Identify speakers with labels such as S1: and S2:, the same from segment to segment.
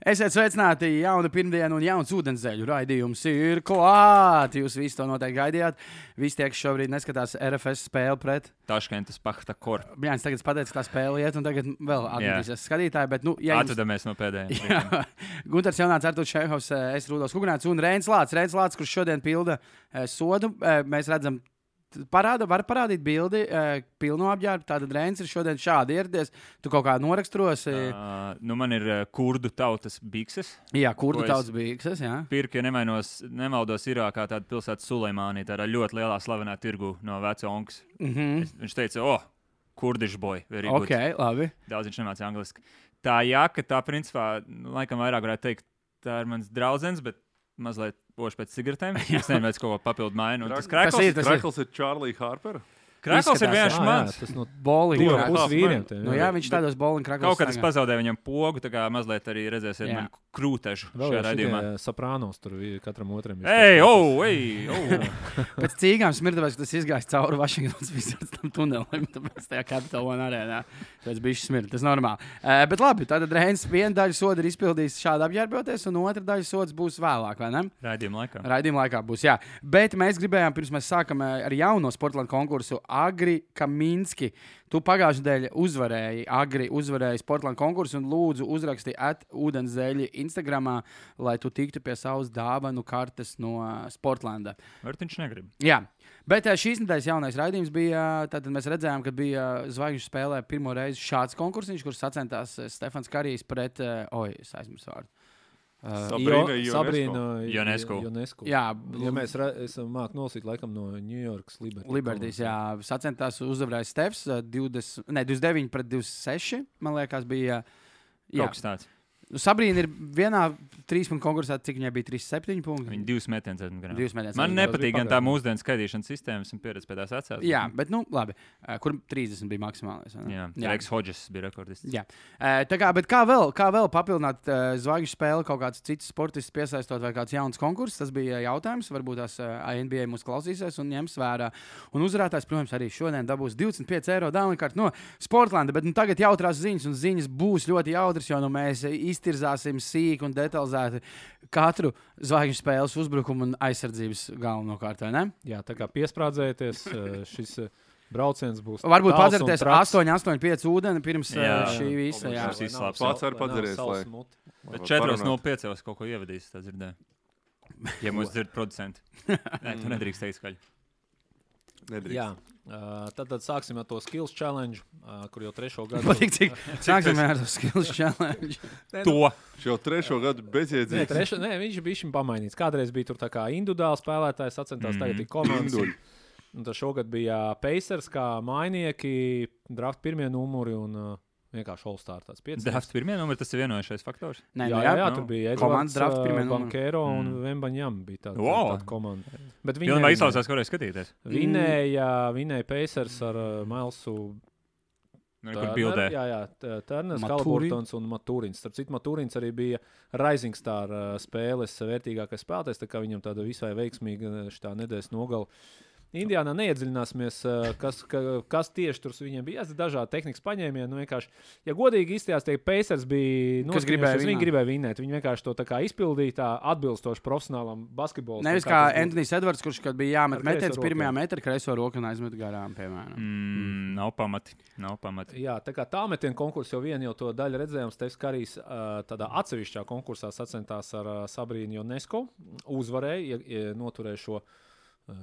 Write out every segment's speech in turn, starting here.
S1: Esiet sveicināti! Jauna pirmdiena un jauns ūdenzēļu raidījums ir klāts. Jūs visi to noteikti gaidījāt. Visi tie, kas šobrīd neskatās RFS spēli pret
S2: Taškentas pakta korp.
S1: Jānis, tagad pateiks, kā spēle iet, un tagad vēl atgriezīsies skatītāji. Bet, nu,
S2: Jā,
S1: ja jums...
S2: Atvadāmies no pēdējiem.
S1: Jā. Gunārs Jaunāts, Artoņš Šehovs, eh, es Rudolf Kungrāts un Rēns Lācis. Rēns Lācis, kurš šodien pilda eh, sodu, eh, mēs redzam. t- Parāda, var parādīt bildi, eh, pilno apģērbu. Tātad Rēns ir šodien šādi ieradies. Tu kaut kā noraksturos. eh,
S2: Uh, nu, man ir uh, kurdu tautas bikses.
S1: Jā, kurdu
S2: ko es-
S1: tauts bija? Kas tas ir?
S2: Pirku, ja nemainos, nemaldos, ir kā tāda pilsēta Suleimānija, tādā ļoti lielā slavenā tirgu no vecā onkas.
S1: Mhm.
S2: Es- Viņš teica, o, oh, kurdiš boy, very good.
S1: Ok, labi.
S2: Daudz viņš nemācīja angliski. Tā jāka, tā principā, nu, laikam vairāk varētu teikt, tā ir mans draudzens, bet mazliet poši pēc cigaretēm. Es nezinu, vai es kaut ko papildu mainu. Un Tas
S1: Tas ir,
S2: krekls,
S1: tas ir.
S3: Krakls ir Čārlis Harpers.
S2: krekls ir
S1: izskatās,
S2: vienkārši
S1: jā,
S2: mans.
S4: tas no
S1: Bowling
S4: diviem
S3: krakls.
S4: pusvīriem. tev,
S1: Nu, jā, viņš tādos bowling krakos.
S2: Kaut kad es pazaudēju viņam pogu, tā kā mazliet arī redzēsiet
S1: Jā.
S2: man krūtežu
S4: Vēl
S2: šajā
S4: jau
S2: raidījumā.
S4: šitie Soprānos tur bija katram otram. ir
S2: Ei,
S4: tas kaut
S2: oh, ei, oh.
S1: Pēc cīņām smirdēs, ka tas izgājis cauri Vašingtonas visam tam tunelim, tāpēc tajā kapitālā arēnā. Tas bija smirdz, tas normāli. Uh, bet labi, tad Rēns vienu daļu sodu ir izpildījis šādi apģērboties, un otra daļa sods būs vēlāk, vai ne?
S2: Raidījuma laikā.
S1: Raidījuma laikā būs, jā. Bet mēs gribējām, pirms mēs sākam eh, ar jauno Sportlandu konkursu, Agri Kaminski. Tu pagājušajā nedēļā uzvarēji, Agri uzvarēji Sportlandu konkursu un lūdzu uzraksti atūdenzēļi Instagram, lai tu tiktu pie savas dāvanu kartes no eh, Sportlanda.
S2: Vērtiņš negrib.
S1: Jā. Bet eh, šīs nedēļas jaunais raidījums bija. Tad mēs redzējām, ka bija zvaigžņu spēlē pirmo reizi šāds konkurss, kurš sacentās eh, Stefans Karijs pret, eh, oi, es aizmirsu vārdu.
S4: kas-
S3: Sabrina Ionescu.
S4: Jo- Sabrina
S2: Ionescu.
S4: Jonesku.
S1: Jā,
S4: Ja mēs ra- esam māki nolasīt, laikam no Ņujorkas Liberty.
S1: Libertīs, jā, sacentās uzvarējis Stefs eh, 20, ne, 29 pret 26. Man liekas, bija. Jā,
S2: Kaut kas tāds.
S1: Nu, Sabrīna ir vienā trīspunktu konkursā, cik viņai bija 3,7 punkti.
S2: Viņa divas metienas atgriežas.
S1: Divas metienas
S2: Man
S1: atgriež.
S2: nepatīk
S4: Daudz
S2: gan tā
S4: pagaidām.
S2: mūsdienu skatīšanas sistēma, esmu pieredzējis pie tās acīs.
S1: Jā, bet, nu, labi. Eh, Kur 30 bija maksimālais? vai ne?
S2: Jā, Reiks Hodžers bija rekordists.
S1: Jā. Eh, Tā kā, bet kā vēl, kā vēl papildināt eh, zvaigžņu spēli, kaut kāds cits sportists piesaistot vai kāds jauns konkurss? Tas bija jautājums. Varbūt tās eh, NBA mūs klausīsies un ņems vērā. Un uzvarētājs, protams, arī šodien dabūs 25 eiro dāvanakārt no Sportlanda. Bet nu, tagad jautrās ziņas, un ziņas būs ļoti jautras, jo nu, mēs eh, iztirzāsim sīki un detalizēti katru zvaigžņu spēles uzbrukumu un aizsardzības galvenokārt. vai ne?
S4: Jā, tā kā piesprādzēties, eh, šis eh, brauciens būs.
S1: Varbūt
S4: tāls un
S1: padzerties
S4: traks.
S1: 8, 8, 5 ūdeni pirms eh,
S2: Jā.
S1: šī visa. Jā.
S2: Obligāti. Šis
S4: Lai
S2: izslāps.
S4: nav sauls,
S3: Pats var
S4: lai nav
S3: padzerties,
S4: sauls
S3: lai-
S4: mute.
S2: Bet 4.05. kaut ko ievadīs, tas dzirdēju. Ja mūs dzird producenti. Nē, tu nedrīkst teikt skaļi.
S3: Nedrīkst.
S4: Jā, eh, tad, tad sāksim ar to skills challenge, eh, kur jau trešo gadu.
S1: Patīk, cik sāksim ar skills challenge.
S2: To!
S3: Viņš jau trešo gadu
S4: Nē,
S3: bezjēdzīgs.
S4: treša, nē, viņš bija šim pamainīts. Kādreiz bija tur tā kā individuāls spēlētājs, atcentās, mm. tagad ir komandas.
S3: Induļi.
S4: Un tad šogad bija Pacers, kā mainieki, draft pirmie numuri un uh, vienkārši Olstāra tāds pieci.
S2: Drafts pirmie numuri, tas ir vienojušais faktors.
S1: Nē,
S4: jā,
S1: nu
S4: jā, jā,
S2: nu,
S4: tur bija
S1: komandas
S4: Edvards,
S1: draft
S4: ā,
S1: pirmie numuri.
S4: Bankero un mm. Vembaņam bija tāda,
S2: Wow.
S4: wow. tāda komanda. Bet viņi
S2: Pilnībā
S4: nevinēja.
S2: izklausās, ko varēja skatīties.
S4: Vinēja, vinēja Pacers ar uh, Milsu.
S2: Nu, Kur
S4: Turner,
S2: bildē.
S4: Jā, jā, T- Turners,
S1: Maturi.
S4: Kalburtons un Matūrins. Starp citu, Matūrins arī bija Rising Star uh, spēles vērtīgākais spēlētājs, tā kā viņam tāda visai veiksmīga uh, šitā nedēļas nogala. Indiānā neiedziļināsimies, uh, kas, ka, kas tieši tur viņiem bija. Es dažādi tehnikas paņēmieni. Nu, vienkārši, ja godīgi izstāstīt, tie Pacers bija.
S1: Kas
S4: noskaņojušies,
S1: gribēja
S4: viņi
S1: vinēt.
S4: gribēja vinēt. Viņi vienkārši to tā kā izpildīja tā atbilstoši profesionālam basketbolam.
S1: Nevis kā Antonius Edvards, kurš kad bija jāmet
S4: Ar kreiso
S1: metiens
S4: roku,
S1: pirmajā
S4: jā.
S1: metrā, kreiso roku un aizmet garām, piemēram.
S2: Mm, nav pamati. Nav pamati.
S4: Jā, tā kā tā metiena konkursā jau vienu jau to daļu redzējām, Stefs Kārijs uh, tādā atsevišķā konkursā sacensties ar uh, Sabrīnu Jonesku. Uzvarēja, ja, ja noturēja šo uh,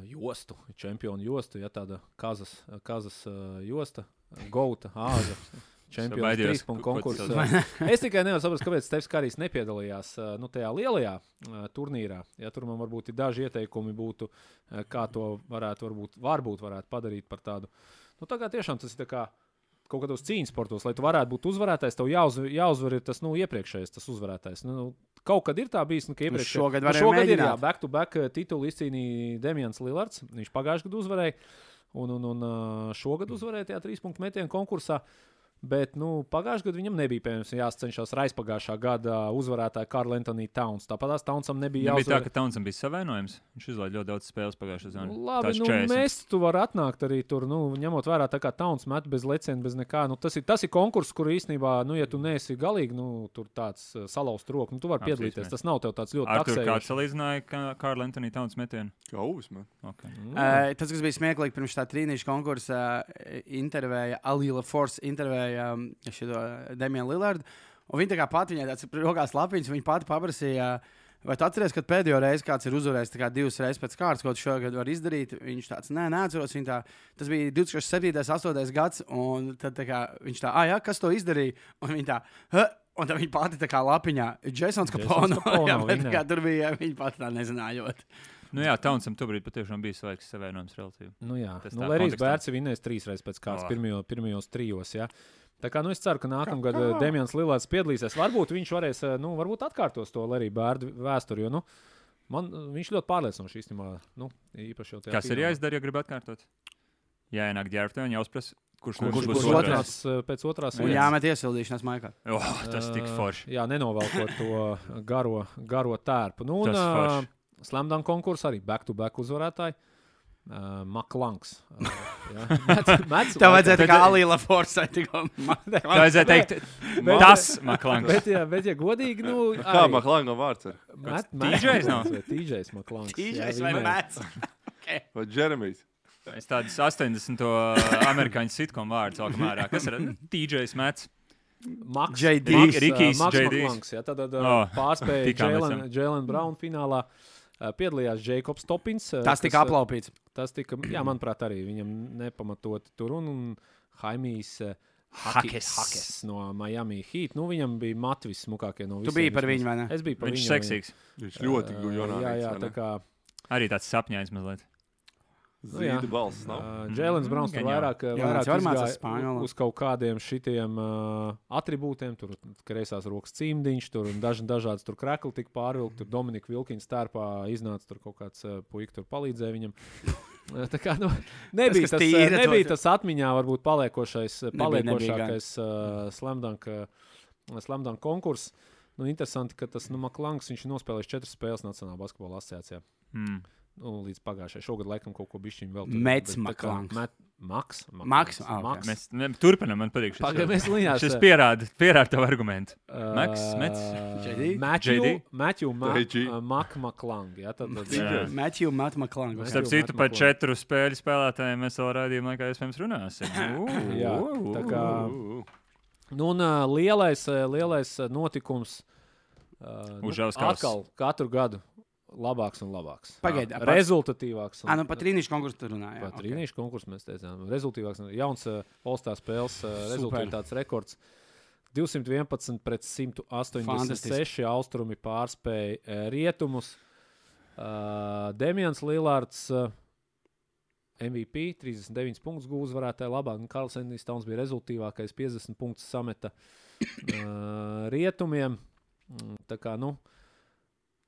S4: jostu, čempionu jostu, ja tāda kazas, kazas uh, josta, gauta, āza. Čempions
S2: baidījos,
S4: trīs punktu
S2: ko- ko tu
S4: konkursā. Es tikai nevaru saprast, kāpēc Stefs Kārijs nepiedalījās uh, nu, tajā lielajā uh, turnīrā. Ja tur man varbūt ir daži ieteikumi, būtu, uh, kā to varētu, varbūt, varbūt varētu padarīt par tādu. Nu, tā kā tiešām tas ir tā kā kaut kādos cīņas sportos, lai tu varētu būt uzvarētājs, tev jāuz, jāuzvar ir tas nu, iepriekšējais tas uzvarētājs. Nu, nu, kaut kad ir tā bijis, nu, ka iepriekš
S1: šogad
S4: nu,
S1: varēja
S4: šogad ir
S1: mēģināt.
S4: jā, back-to-back eh, titulu izcīnīja Demians Lillards. Viņš pagājušajā gadā uzvarēja, un, un, un eh, šogad uzvarēja tajā trīs punktu metienu konkursā. Bet nu, pagājušajā gadā viņam nebija piemēram, jāscenšas aizpagājušā gada uzvarētāja Karla Antonija Towns. Tāpat tās Townsam nebija
S2: Jā, bija tā,
S4: jāuzvar.
S2: ka Taunsam bija savainojums. Viņš izlaiž ļoti daudz spēles pagājušajā sezonā.
S4: Labi,
S2: Tās
S4: nu,
S2: 40.
S4: mēs tu varam atnākt arī tur, nu, ņemot vērā, tā kā Towns met bez leciena, bez nekā. Nu, tas, ir, tas ir konkurss, kur īstenībā, nu, ja tu neesi galīgi, nu, tur tāds uh, salauzt roku, nu, tu vari
S2: Absolūti,
S4: piedalīties.
S2: jā.
S4: Tas nav tev tāds ļoti
S2: Ar to
S4: taksējošs.
S2: kāds salīdzināja Ka- Karla Antonija Taunas metienu.
S3: Kā uvis, man.
S2: Okay.
S1: Uh, tas, kas bija smieklīgi pirms tā trīnīša konkursa, uh, intervēja Alīla Force, intervēja um, šo Demianu Lillardu. Un viņa tā kā pati viņai tāds rokās lapiņas, viņa pati paprasīja. uh, Vai tu atceries, kad pēdējo reizi kāds ir uzvarējis tā kā divas reizes pēc kārtas, ko tu šogad vari izdarīt? Viņš tāds, nē, neatceros. Viņa Tā, tas bija 2007. un 2008. gads, un tad tā kā, viņš tā, ah, jā, kas to izdarīja? Un viņa tā, "Huh?" un tad viņa pati tā kā lapiņā, Jasons Kapono.
S4: Capono,
S1: Jā, bet,
S4: viņa.
S1: kā, tur bija, viņa pati tā nezinājot.
S2: Nu, jā, Taunsam tobrīd patiešām bija svaigs savainojums relatīvi.
S4: Nu, jā,
S2: Tas
S4: nu,
S2: tā
S4: Lerijs
S2: kontekstā. Oh.
S4: Bērts ir vinnējis trīs reizes pēc kārtas,
S2: Ā.
S4: pirmajos, pirmajos trijos. Jā. Tā kā nu, es ceru, ka nākamgad eh, Dēmons Lillards piedalīsies. Varbūt viņš varēs, eh, nu, varbūt atkārtos to Lerija Bērta vēsturi. Jo, nu, man eh, viņš ļoti pārliecinoši īstenībā, nu, īpaši jau tajā.
S2: Kas ir jāizdara, ja grib atkārtot? Jā, ienāk ģērbtē un jāuzprasa, kurš,
S4: Kurš,
S2: kurš
S4: kurš,
S2: būs
S4: kurš
S1: otrais?
S2: otrs.
S4: otrās, eh, pēc otrās
S1: Un
S4: vietas.
S1: jāmet iesildīšanās maikā.
S2: Oh, tas tik
S4: Eh,
S2: forši.
S4: Jā, nenovelkot to garo, garo tērpu. Nu, un
S2: Tas
S4: uh,
S2: forši.
S4: Slamdam konkursā arī back-to-back uzvarētāji. Uh, Maklanks. Uh, jā. Mets- mets
S1: Tev
S4: laikam-
S1: vajadzēja tā kā Alīla Force.
S2: Tā vajadzēja teikt,
S4: bet-
S2: tas Maklanks.
S4: Bet, ja, bet, ja godīgi, nu,
S3: Kā
S4: arī
S3: Maklāna vārds ir?
S4: Met-
S2: Kāds
S4: Met-
S2: TJs nav?
S4: vai TJs Maklāns.
S1: Tīžais vai mēts?
S3: Vai Džeremijs?
S2: Es tādu 80. amerikāņu sitkomu vārdu sāku mērā. Kas ir nu, TJs Mets?
S4: Maks,
S1: JD.
S4: Maks,
S2: Rikijs,
S4: uh, Maks
S2: JD.
S4: Maklāns, jā, tad, tad
S2: Oh,
S4: oh, pārspēja
S2: tikām
S4: Jalen- Jalen Brown finālā. uh, Piedalījās Jēkabs Topins. uh,
S1: Tas
S4: kas,
S1: tika
S4: uh,
S1: aplaupīts.
S4: Tas tika, jā, manuprāt, arī viņam nepamatoti tur un, un Haimijs uh, Haki-
S2: Hakes.
S4: Hakes no Miami Heat. Nu, viņam bija matvis smukākie no
S1: Tu
S4: visiem.
S1: biji par
S4: vismaz.
S1: viņu, vai ne?
S4: Es biju par
S2: Viņš
S4: viņu.
S2: ir seksīgs.
S3: Viņš
S4: jā.
S3: ļoti
S4: Uh,
S3: guļonā.
S4: Jā, jā, tā kā
S2: Arī tāds sapņājums mazliet.
S4: Nu, jā.
S3: Zīda balss nav.
S4: Džēlins
S2: Mm,
S4: Browns tur
S2: gan jau.
S4: vairāk,
S1: Mhm. Jā,
S4: vairāk
S1: viņš var mācās
S4: izgāja
S1: spāņolu.
S4: uz kaut kādiem šitiem uh, attribūtiem. Tur kreisās rokas cimdiņš, tur un daži, dažādas tur krekli tika pārvilkti. Tur Dominika Vilkins tērpā iznāca tur kaut kāds uh, puika, tur palīdzēja viņam. Eh, Tā kā nu, nebija,
S1: kas
S4: tas,
S1: tīra
S4: eh,
S1: to-
S4: nebija tas atmiņā, varbūt paliekošais, eh,
S1: Nebija, nebija gan.
S4: paliekošākais uh, slamdunk konkurss. Nu, interesanti, ka tas nu, Maklāns ir nospēlējis četras spēles Nacionālajā basketbola asociācijā
S2: Mm.
S4: nu, līdz pagājušajai. Šogad laikam kaut ko bišķiņu vēl
S1: Mets
S4: bet tā kā
S1: Maklangs.
S4: Met, Maks. Maklangs,
S1: Maks, ah, ok.
S4: Maks.
S2: Mēs ne, turpinam, man patīk šis.
S4: Pagaidām,
S2: vārds.
S4: mēs līnijās. eh,
S2: Šis pierāda, pierāda tavu argumentu. Maks, Mets,
S1: JD?
S4: Matiju,
S2: JD?
S4: Matiju,
S3: JG.
S4: eh, Maklangs. Jā, tad tad-
S2: Jā.
S1: Matthew Matmaklāns.
S2: Starp
S4: Matthew
S2: citu, par
S4: Matmaklāns.
S2: četru spēļu spēlētājiem mēs vēl raidījumā, laikā iespējams runāsim.
S4: Uh,
S2: Nu,
S4: Jā, tā kā- Nu, un ā, lielais, ā, lielais ā, notikums. ā, nu,
S2: Užauskas.
S4: Atkal katru gadu labāks un labāks.
S1: Pagaid, ā,
S4: Ā,
S1: pats-
S4: Rezultatīvāks. un-
S1: Ah, nu pat trīnīšu konkursu tur runāja.
S4: Pat
S1: ok.
S4: trīnīšu konkursā mēs teicām, ka rezultāts ir jauns Olstrāna spēles ā,
S1: Super.
S4: rezultāts rekords. 211 pret 186
S1: Fantastiski.
S4: austrumi pārspēja ā, rietumus. Uh, Demians Lillards uh, MVP 39 punktus gūs, varētāji labāk. un Karls Endijs Towns bija rezultātīvākais 50 punktus sameta uh, rietumiem. Mm, Tā kā, nu,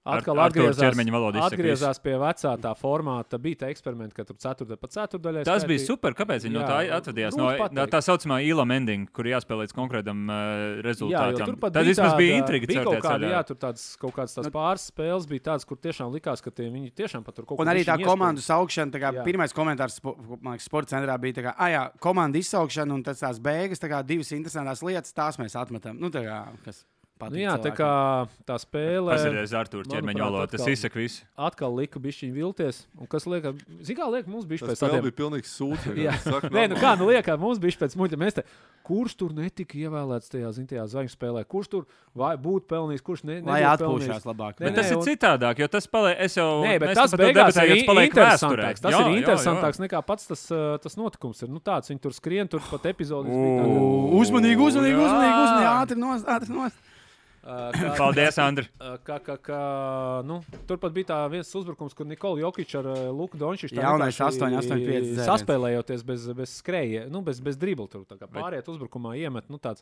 S2: Ar-
S4: atkal
S2: Artūra
S4: atgriezās,
S2: ķermeņa valoda izsaka
S4: atgriezās pie vecā tā formāta. Bija tā eksperimenta, ka tur 4 pa 4 daļai.
S2: Tas bija
S4: skaitīja.
S2: super. Kāpēc viņi no
S4: Jā, Nu,
S2: tā atvadījās? No
S4: grūti
S2: no
S4: pateikt.
S2: tā saucamā īla mendinga, kur jāspēlē līdz konkrētam uh,
S4: Jā, jo
S2: rezultātam.
S4: turpat
S2: Tad vismaz bija
S4: tāda-
S2: intriga.
S4: Bija
S2: caur
S4: kaut
S2: tajā
S4: kāda,
S2: ceļā.
S4: jā, tur tādas kaut kādas tās
S1: Nu-
S4: pāris spēles bija tādas, kur tiešām likās, ka tie, viņi tiešām pat tur kaut ko
S1: Un arī tā
S4: bišķiņ Nu
S1: komandu saukšana, tā kā
S4: Jā.
S1: pirmais komentārs, spo- man liekas, sporta centrā bija, tā kā, ah, jā, komanda izsaukšana un tas tās beigas, tā kā divas interesantas lietas, tās mēs atmetam. Nu, tā kā, kas
S4: iespēja.
S1: patīk.
S4: Nu, jā, tā kā tā spēle.
S2: Paskatieties, Artur, ķermeņa
S4: uh, manuprāt,
S2: valoda. Tas
S4: atkal-
S2: izsaka visu.
S4: atkal lika bišķiņu vilties. Un kas liekas, zināmā mērā, liek mums bija
S3: Tas
S4: pēc
S3: spēle
S4: tādiem.
S3: bija pilnīgi sūds.
S4: Jā. Nē, nu kā, nu liekas, mums bija pēc muļķa. Mēs te, kurš tur netika ievēlēts tajā, zin, tajā zvaigžņu spēlē? Kurš tur vai būtu pelnījis, kurš ne,
S1: Lai
S4: nebūtu
S1: atpūšās
S4: pelnījis?
S1: labāk.
S4: Nē,
S2: Bet tas ir
S4: un-
S2: citādāk, jo tas paliek. Es jau
S4: Nē, bet
S2: mēs
S4: tas
S2: pat
S4: beigās
S2: debatējām, tas
S4: ir
S2: paliek vēsturē.
S4: interesantāks. Tas
S2: Jā,
S4: jā,
S2: jā,
S4: ir
S2: jā.
S4: interesantāks jā, jā. nekā pats tas, uh, tas notikums. Ir. Nu, tāds, viņi tur skrien, tur pat epizodes bija. tāda,
S1: U- Uzmanīgi, uzmanīgi,
S2: Jā.
S1: uzmanīgi, uzmanīgi, ātri nost, ātri nost.
S4: uh, kā-
S2: Paldies, Andri.
S4: Uh, Kā, kā, kā, nu, turpat bija tā viens uzbrukums, kur Nikola Jokic ar uh, Luku Dončiču tā
S1: Jaunais
S4: vienkārši
S1: 8,85 dzēriens.
S4: Saspēlējoties bez, bez skrejiem, nu, bez, bez dribla. Tur tā kā pāriet uzbrukumā, iemet nu, tāds.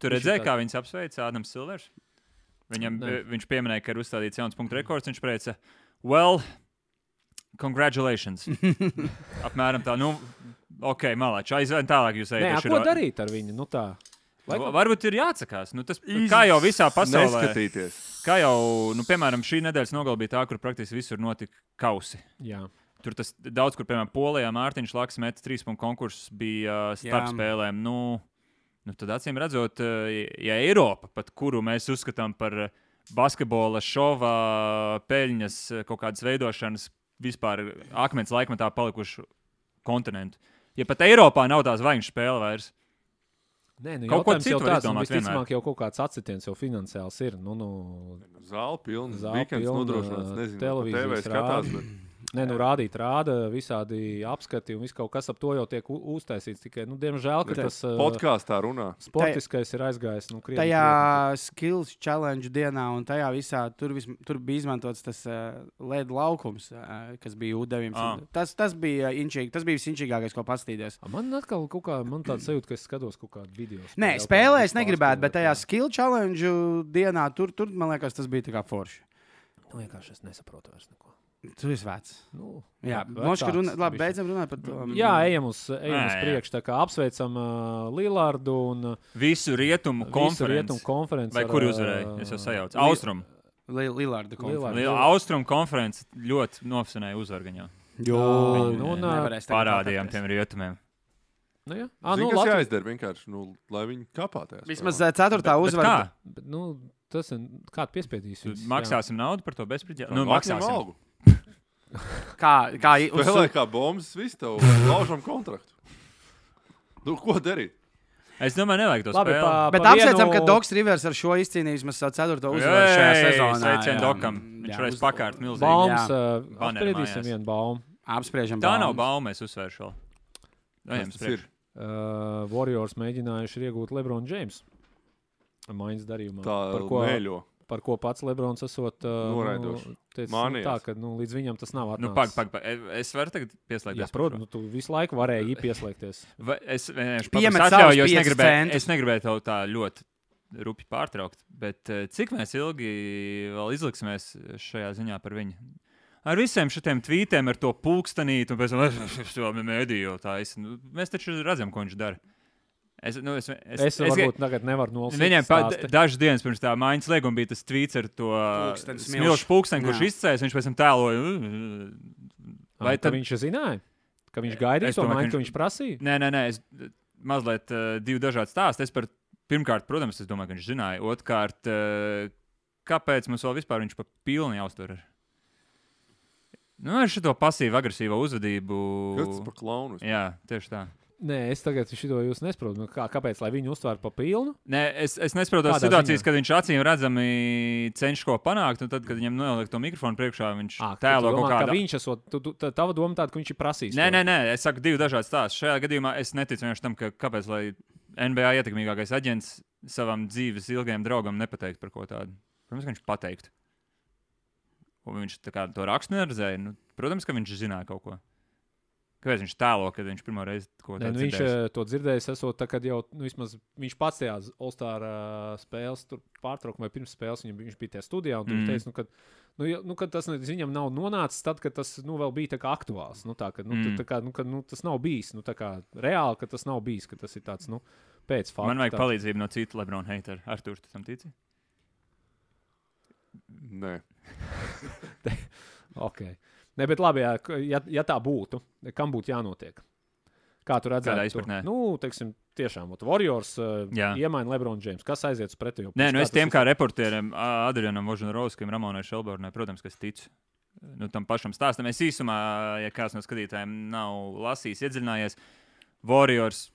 S2: Tur
S4: Viņš ir
S2: redzēja,
S4: tā-
S2: kā viņas apsveic Ādams Silvers. Viņam,
S4: Nē.
S2: eh, viņš pieminēja, ka ir uzstādīts jauns punktu rekords. Viņš teica, well, congratulations. Apmēram tā, nu, ok, malāč, aizvien tālāk jūs
S4: Nē,
S2: ejat.
S4: ko darīt ar viņu? Nu, tā.
S2: Vai varbūt ir jāatsakās? Nu, tas, kā jau visā pasaulē,
S3: Neskatīties.
S2: kā jau, nu, piemēram, šī nedēļas nogalē bija tā, kur praktiski visur notika kausi.
S4: Jā,
S2: Tur tas daudz, kur piemēram Polijā Mārtiņš Laks metas trīs punktu konkurss bija uh, starp
S1: Jā.
S2: spēlēm. Nu, nu, tad acīm redzot, uh, ja Eiropa, pat kuru mēs uzskatām par uh, basketbola šova peļņas uh, kaut kādas veidošanas, vispār akmens laikmetā palikušu kontinentu. Ja pat Eiropā nav tās vainīgas spēle vairs,
S4: Nē, nu,
S2: Kaut ko
S4: jautājums
S2: citu
S4: jau
S2: var
S4: tāds, nu,
S2: izdomāt vienmēr.
S4: visticamāk, jau kaut kāds atsitiens jau finansiāls ir. Nu, nu,
S3: Zāle pilna.
S4: Zāle
S3: Zāle pilna.
S4: pilna,
S3: Nodrošināts. Nezinu, kā
S4: televīzijas
S3: TV skatās. Bet...
S4: nē, nu rādīt, rāda visādi apskati un viss kaut kas ap to jau tiek u- uztaisīts. Tikai, nu, diemžēl, ka tas uh,
S3: Podkāstā runā.
S4: sportiskais ir aizgājis. Nu, krietni,
S1: eh, Tajā
S4: krietni.
S1: skills challenge dienā un tajā visā tur, vis, tur bija izmantots tas uh, LED laukums, uh, kas bija
S2: Ah.
S1: U900. Tas, tas bija inčīgi, tas bija visinčīgākais, ko paskatīties.
S4: A, Man atkal kaut kā man tāds sajūta, ka es skatos kaut kādu video.
S1: Nē,
S4: spēli,
S1: spēlē
S4: kaut
S1: es
S4: kādu
S1: negribētu, bet tajā
S4: pārspēlēt,
S1: skill challenge dienā tur, tur man liekas, tas bija tā kā forši.
S4: jā. Nu, vienkārši es nesaprotu vairs neko.
S1: Tu esi vecs.
S4: Nu,
S1: Jā,
S4: Labi,
S1: Moška,
S4: tāds
S1: runa, labi, um,
S4: bišķiņ.
S1: beidzam runāt par to.
S4: Jā, ejam uz, ejam
S2: Nē,
S4: uz
S2: jā.
S4: priekšu. tā kā Apsveicam uh, Lillardu un uh,
S2: visu rietumu
S4: visu rietumu
S2: konferenci.
S4: konferenci.
S2: Vai
S4: ar,
S2: kur
S4: uh,
S2: uzvarēja? Es jau sajaucu.
S4: Li-
S2: Austrum.
S1: Lilārda
S4: Lillardu.
S1: konference.
S2: Liela Austrum konference ļoti nofinēja uzvargaņā.
S1: Jo,
S4: Ā,
S1: nē,
S4: nu, un,
S1: nevarēs tagad
S2: Parādījām
S1: atkāpties.
S2: tiem rietumiem.
S4: Nu, jā,
S3: Ah,
S4: à,
S3: Zin,
S4: nu,
S3: nu, kas
S4: Latvijas...
S3: jāizdara vienkārši, nu, lai viņi kāpātās.
S1: Vismaz eh, ceturtā
S2: Bet- bet
S1: uzvara.
S2: kā?
S4: bet, nu, tas ir kāds piespiedīs.
S2: Tu
S4: viņus, jā.
S2: Maksāsim naudu par to bezprecedenta. Nu,
S3: maksā
S2: maksāsim.
S3: algu.
S1: Kā, kā i- uz,
S3: Spēlē kā bombas, viss tev laužam kontraktu. Nu, ko darīt?
S2: Es domāju, nevajag to
S4: Labi,
S2: spēlēt.
S4: pa,
S1: Bet
S4: pa
S1: apsveicam,
S4: vienu-
S1: ka Doks Rivers ar šo izcīnījis mums savu ceturto uzvaru šajā
S2: Jei,
S1: sezonā.
S2: Sveicienu
S1: jā.
S2: Dokam. Viņš
S1: Jā,
S2: reiz
S1: uz-
S2: pakārt milzīgi.
S4: Baumas, uh,
S2: Baneri
S4: apspriedīsim
S2: mājās.
S4: vienu baumu.
S1: Apspriežam.
S2: Tā nav
S1: baumas.
S2: bauma, es uzsvēršu. vēl. Ejam uz
S3: tas ir?
S2: priekšu.
S4: Uh, Warriors mēģinājuši iegūt Lebronu Džeimsu. Maiņas darījumā.
S3: Tā
S4: par ko,
S3: mēļo.
S4: par ko pats Lebrons esot uh,
S3: Noraidoši.
S4: teicis, nu,
S3: Mānījās.
S4: tā, ka nu, līdz viņam tas nav
S2: Nu,
S4: atnācis.
S2: pag, pag, pag. Es varu tagad
S4: Jā,
S2: pieslēgties. par šo.
S4: protams, nu, tu visu laiku varēji pieslēgties.
S2: Vai- Es vienkārši
S1: Piemet
S2: paprasu
S1: savus
S2: atļauju, jo es
S1: piecus
S2: negribēju,
S1: centus.
S2: es negribēju tev tā ļoti rupi pārtraukt. Bet eh, cik mēs ilgi vēl izliksimies šajā ziņā par viņu? Ar visiem šiem tvītiem, ar to pulkstenīti, un pēc tam jau mēdīju tā es. Nu, mēs taču redzam, ko viņš dara. Es, nu, es, es,
S4: Es, es varbūt tagad nevaru nolasīt.
S2: Viņam pa,
S4: stāstu.
S2: dažas dienas pirms tā mājas lieguma bija tas tvīts ar to
S1: Pulksteni smilšu.
S2: smilšu pulksteni, kurš
S1: Jā.
S2: izcēlās. Viņš pēc tam tēloja.
S4: Vai
S2: Vai
S4: tad...
S2: tad-
S4: viņš zināja, ka viņš gaidīja
S2: Es
S4: to
S2: domāju, ka
S4: maiņu, ko
S2: viņš-
S4: viņš prasīja?
S2: Nē, nē, nē es, mazliet uh, divi dažādi stāsti. Es par, pirmkārt, protams, es domāju, ka viņš zināja. Otrkārt, uh, kāpēc mums vēl vispār viņš pa pilni jāuztver? ar- Nu, ar šo pasīvu, agresīvo uzvedību.
S3: Kas tas par klaunu?
S2: Jā, tieši tā.
S4: Nē, es tagad šo jūs nesaprotu. Nu, kā, kāpēc lai viņu uztvēra pa pilnu?
S2: Nē, es, es nesaprotu tās
S4: Kādā
S2: situācijas,
S4: ziņā?
S2: kad viņš acīm redzami cenšas ko panākt, un tad, kad viņam noliek to mikrofonu priekšā, viņš
S4: Ā, ka tu
S2: tēlo kaut
S4: domā,
S2: kādu.
S4: Ka viņš esot, tu, tu, tā, tava doma tāda, ka viņš ir prasījis.
S2: Nē,
S4: to.
S2: nē, nē, es saku divu dažādu stāstu. Šajā gadījumā es neticu vienkārši tam, ka kāpēc lai NBA ietekmīgākais aģents savam dzīves ilgajam draugam nepateikt par ko tādu. Protams, ka viņš pateiktu. Un viņš tā kā to rakstu neredzēja. Nu, protams, ka viņš zināja kaut ko. Kāpēc viņš tēlo, kad viņš pirmo reizi ko
S4: Nē,
S2: tādu
S4: nu, viņš
S2: dzirdējis?
S4: eh, to dzirdējis, esot tā, kad jau nu, vismaz, viņš pats tajā Olstāra spēles tur pārtraukumā, vai pirms spēles viņam, bija- viņš bija tajā studijā. un tur Viņš
S2: Mm.
S4: teica, nu, kad, nu, ja- nu, kad tas ne- viņam nav nonācis, tad, kad tas nu, vēl bija tā kā aktuāls. Nu, tā, kad, nu,
S2: Mm.
S4: tā, tā kā, nu, kad, nu, tas nav bijis nu, tā kā, reāli, ka tas nav bijis, ka tas ir tāds nu, pēc fakta.
S2: Man vajag
S4: tāds.
S2: palīdzību no citu Lebrona heitera. Ar to tu tam tici?
S3: Nē,
S4: Okay. Ne, bet labi, jā, k- ja, ja tā būtu, kam būtu jānotiek? Kā tu redzēji,
S2: Kādā izpratnē?
S4: Nu, teiksim, tiešām, ot, Warriors uh,
S2: Jā.
S4: iemaina Lebronu Džeims. Kas aiziet uz
S2: Nē,
S4: pretējo pusi?
S2: nu
S4: Kā
S2: es
S4: tas
S2: tiem
S4: viss-
S2: kā reportieriem, Ā- Adrianam, Vožanovskim, Ramonai Šelbornai, protams, ka es ticu. Nu, tam pašam stāstam. Es īsumā, ja kāds no skatītājiem nav lasījis, iedziļinājies, Warriors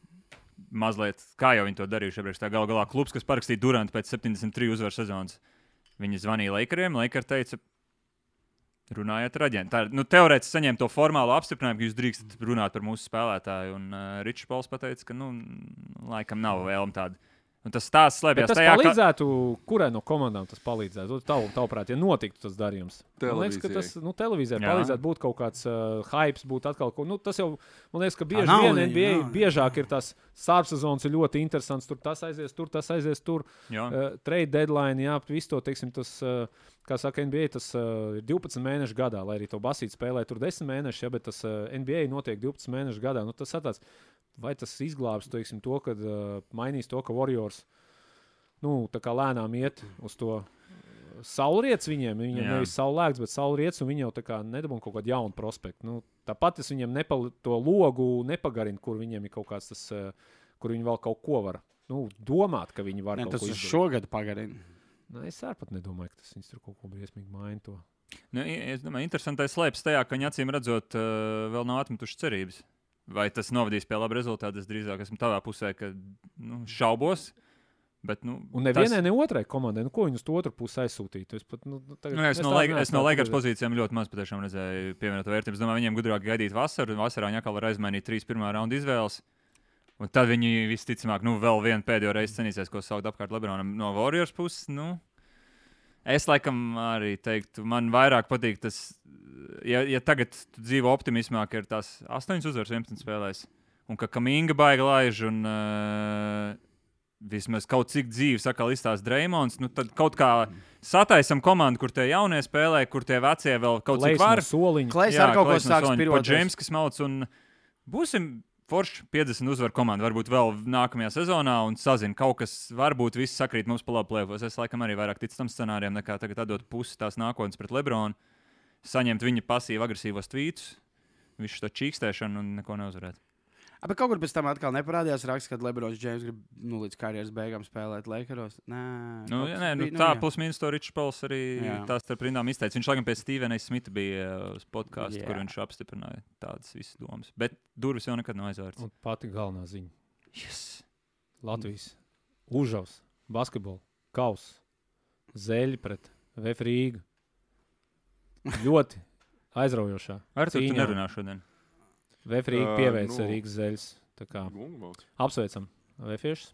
S2: mazliet, kā jau viņi to darījuši iepriekš, tā gal galā klubs, kas parakstīja Durantu pēc 73 uzvaru sezonas. Viņi zvanīja Lakeriem, Laker teica, runājiet ar aģentu. Tā, Nu, Teorētiski saņēma to formālo apstiprinājumu, ka jūs drīkstat runāt par mūsu spēlētāju. Un uh, Ričs Pauls pateica, ka, nu, laikam nav vēlme tāda. Un tas stāsts
S4: Bet
S2: slēpjas
S4: tas
S2: tajā, ka
S4: palīdzētu, kurai no komandām tas palīdzētu? Tavu, tavuprāt, ja notiktu tas darījums, man liekas, ka tas nu, televīzijai
S2: Jā.
S4: palīdzētu būt kaut kāds uh, hype, būtu atkal kaut kas. Nu, tas jau, man liekas, ka bieži
S1: nav
S4: vien
S1: viņa,
S4: NBA
S1: nav.
S4: biežāk ir tas sāpsezons ir ļoti interesants. Tur tas aizies, tur tas aizies, tur
S2: Jā.
S4: uh, trade deadline, jā, visu to, teiksim, tas, uh, kā saka NBA, tas uh, ir 12 mēnešu gadā, lai arī to basīt spēlē tur 10 mēnešus, ja, bet tas uh, NBA notiek 12 mēnešu gadā. Nu, tas ir tāds, vai tas izglābs teiksim, to, ka uh, mainīs to, ka Warriors nu, tā kā lēnām iet uz to. Saulriets viņiem, viņiem
S2: Jā.
S4: nevis saulēks, bet saulriets, un viņi jau tā kā nedabūna kaut kādu jaunu prospektu. Nu, tāpat es viņiem nepal, to logu nepagarinu, kur viņiem ir kaut kāds tas, eh, kur viņi vēl kaut ko var nu, domāt, ka viņi var
S1: Ne,
S4: kaut
S1: tas
S4: ko
S1: uz
S4: izdarīt.
S1: šogad pagarina.
S4: Nu, es arī pat nedomāju, ka tas viņus tur kaut ko briesmīgi maina. To.
S2: Nu, i- es domāju, interesantais slēpjas tajā, ka viņi acīm redzot, eh, vēl nav atmetuši cerības. Vai tas novadīs pie laba rezultāta? Es drīzāk esmu tavā pusē, ka nu, šaubos. Bet, nu,
S4: Un nevienai, tas... ne otrai komandai, nu, ko viņi uz to otru pusi aizsūtītu. Es, pat, nu, nu, tagad,
S2: Nu, es no,
S4: tā
S2: laik,
S4: neesmu
S2: es no
S4: tā
S2: Lakers
S4: pieredzējis.
S2: pozīcijām ļoti maz patiešām redzēju pievienotu vērtību. Es domāju, viņiem gudrāk gaidīt vasaru, un vasarā viņa atkal var aizmainīt trīs pirmā raunda izvēles. Un tad viņi visticamāk, nu, vēl vienu pēdējo reizi cenīsies, ko saukt apkārt Lebronam no Warriors puses. Nu. Es laikam arī teiktu, man vairāk patīk tas, ja, ja tagad tu dzīvo optimismā, ka ir tās 8 uzvaras 11 spēlēs, un ka Kaminga baiga laiž, un uh, vismaz kaut cik dzīves atkal izstāsta Dreamons, nu tad kaut kā sataisam komandu, kur tie jaunie spēlē, kur tie vecie vēl kaut
S4: Klejs
S2: cik var.
S4: no soliņa.
S1: Klais ar kaut ko
S2: Klais no
S1: sāks
S2: Soņa, pat
S1: pirot.
S2: Džeims, kas malc, un būsim forši 50 uzvaru komanda. Varbūt vēl nākamajā sezonā, un sazina kaut kas, varbūt viss sakrīt mums pa labu plēvos. Es laikam arī vairāk ticu tam scenārijam, nekā tagad atdot pusi tās nākotnes pret Lebronu, saņemt viņa pasīvu agresīvos tvītus. Viņš to čīkstēšanu un neko neuzvarēt.
S1: A, Bet kaut kur pēc tam atkal neparādījās raksts, kad Lebrons Džeims grib nu, līdz karjeras beigām spēlēt Lakeros. Nē,
S2: Nu,
S1: kaut
S2: jā,
S1: kas
S2: nē, nu,
S1: bija-
S2: tā
S1: jā.
S2: plus-minus to Ričs Pauls arī
S1: Jā.
S2: tās starp rindām izteica. Viņš laikam pie Stevena Smita bija uh, uz podkāstu,
S1: Jā.
S2: kur viņš apstiprināja tādas visas domas. Bet durvis jau nekad nav aizvērts.
S4: Un pati galvenā ziņa.
S2: Yes.
S4: Latvijas Užavs, basketbols, kaus, zeļi pret VF Rīgu. Ļoti aizraujošā.
S2: Ar to
S4: Cīņā.
S2: nerunāšu šodien.
S4: VF Rīga
S3: Ā,
S4: pieveica
S3: nu.
S4: uh, Rīgas zeļus. Tā kā
S3: Gungmauts.
S4: Apsveicam VFiešus.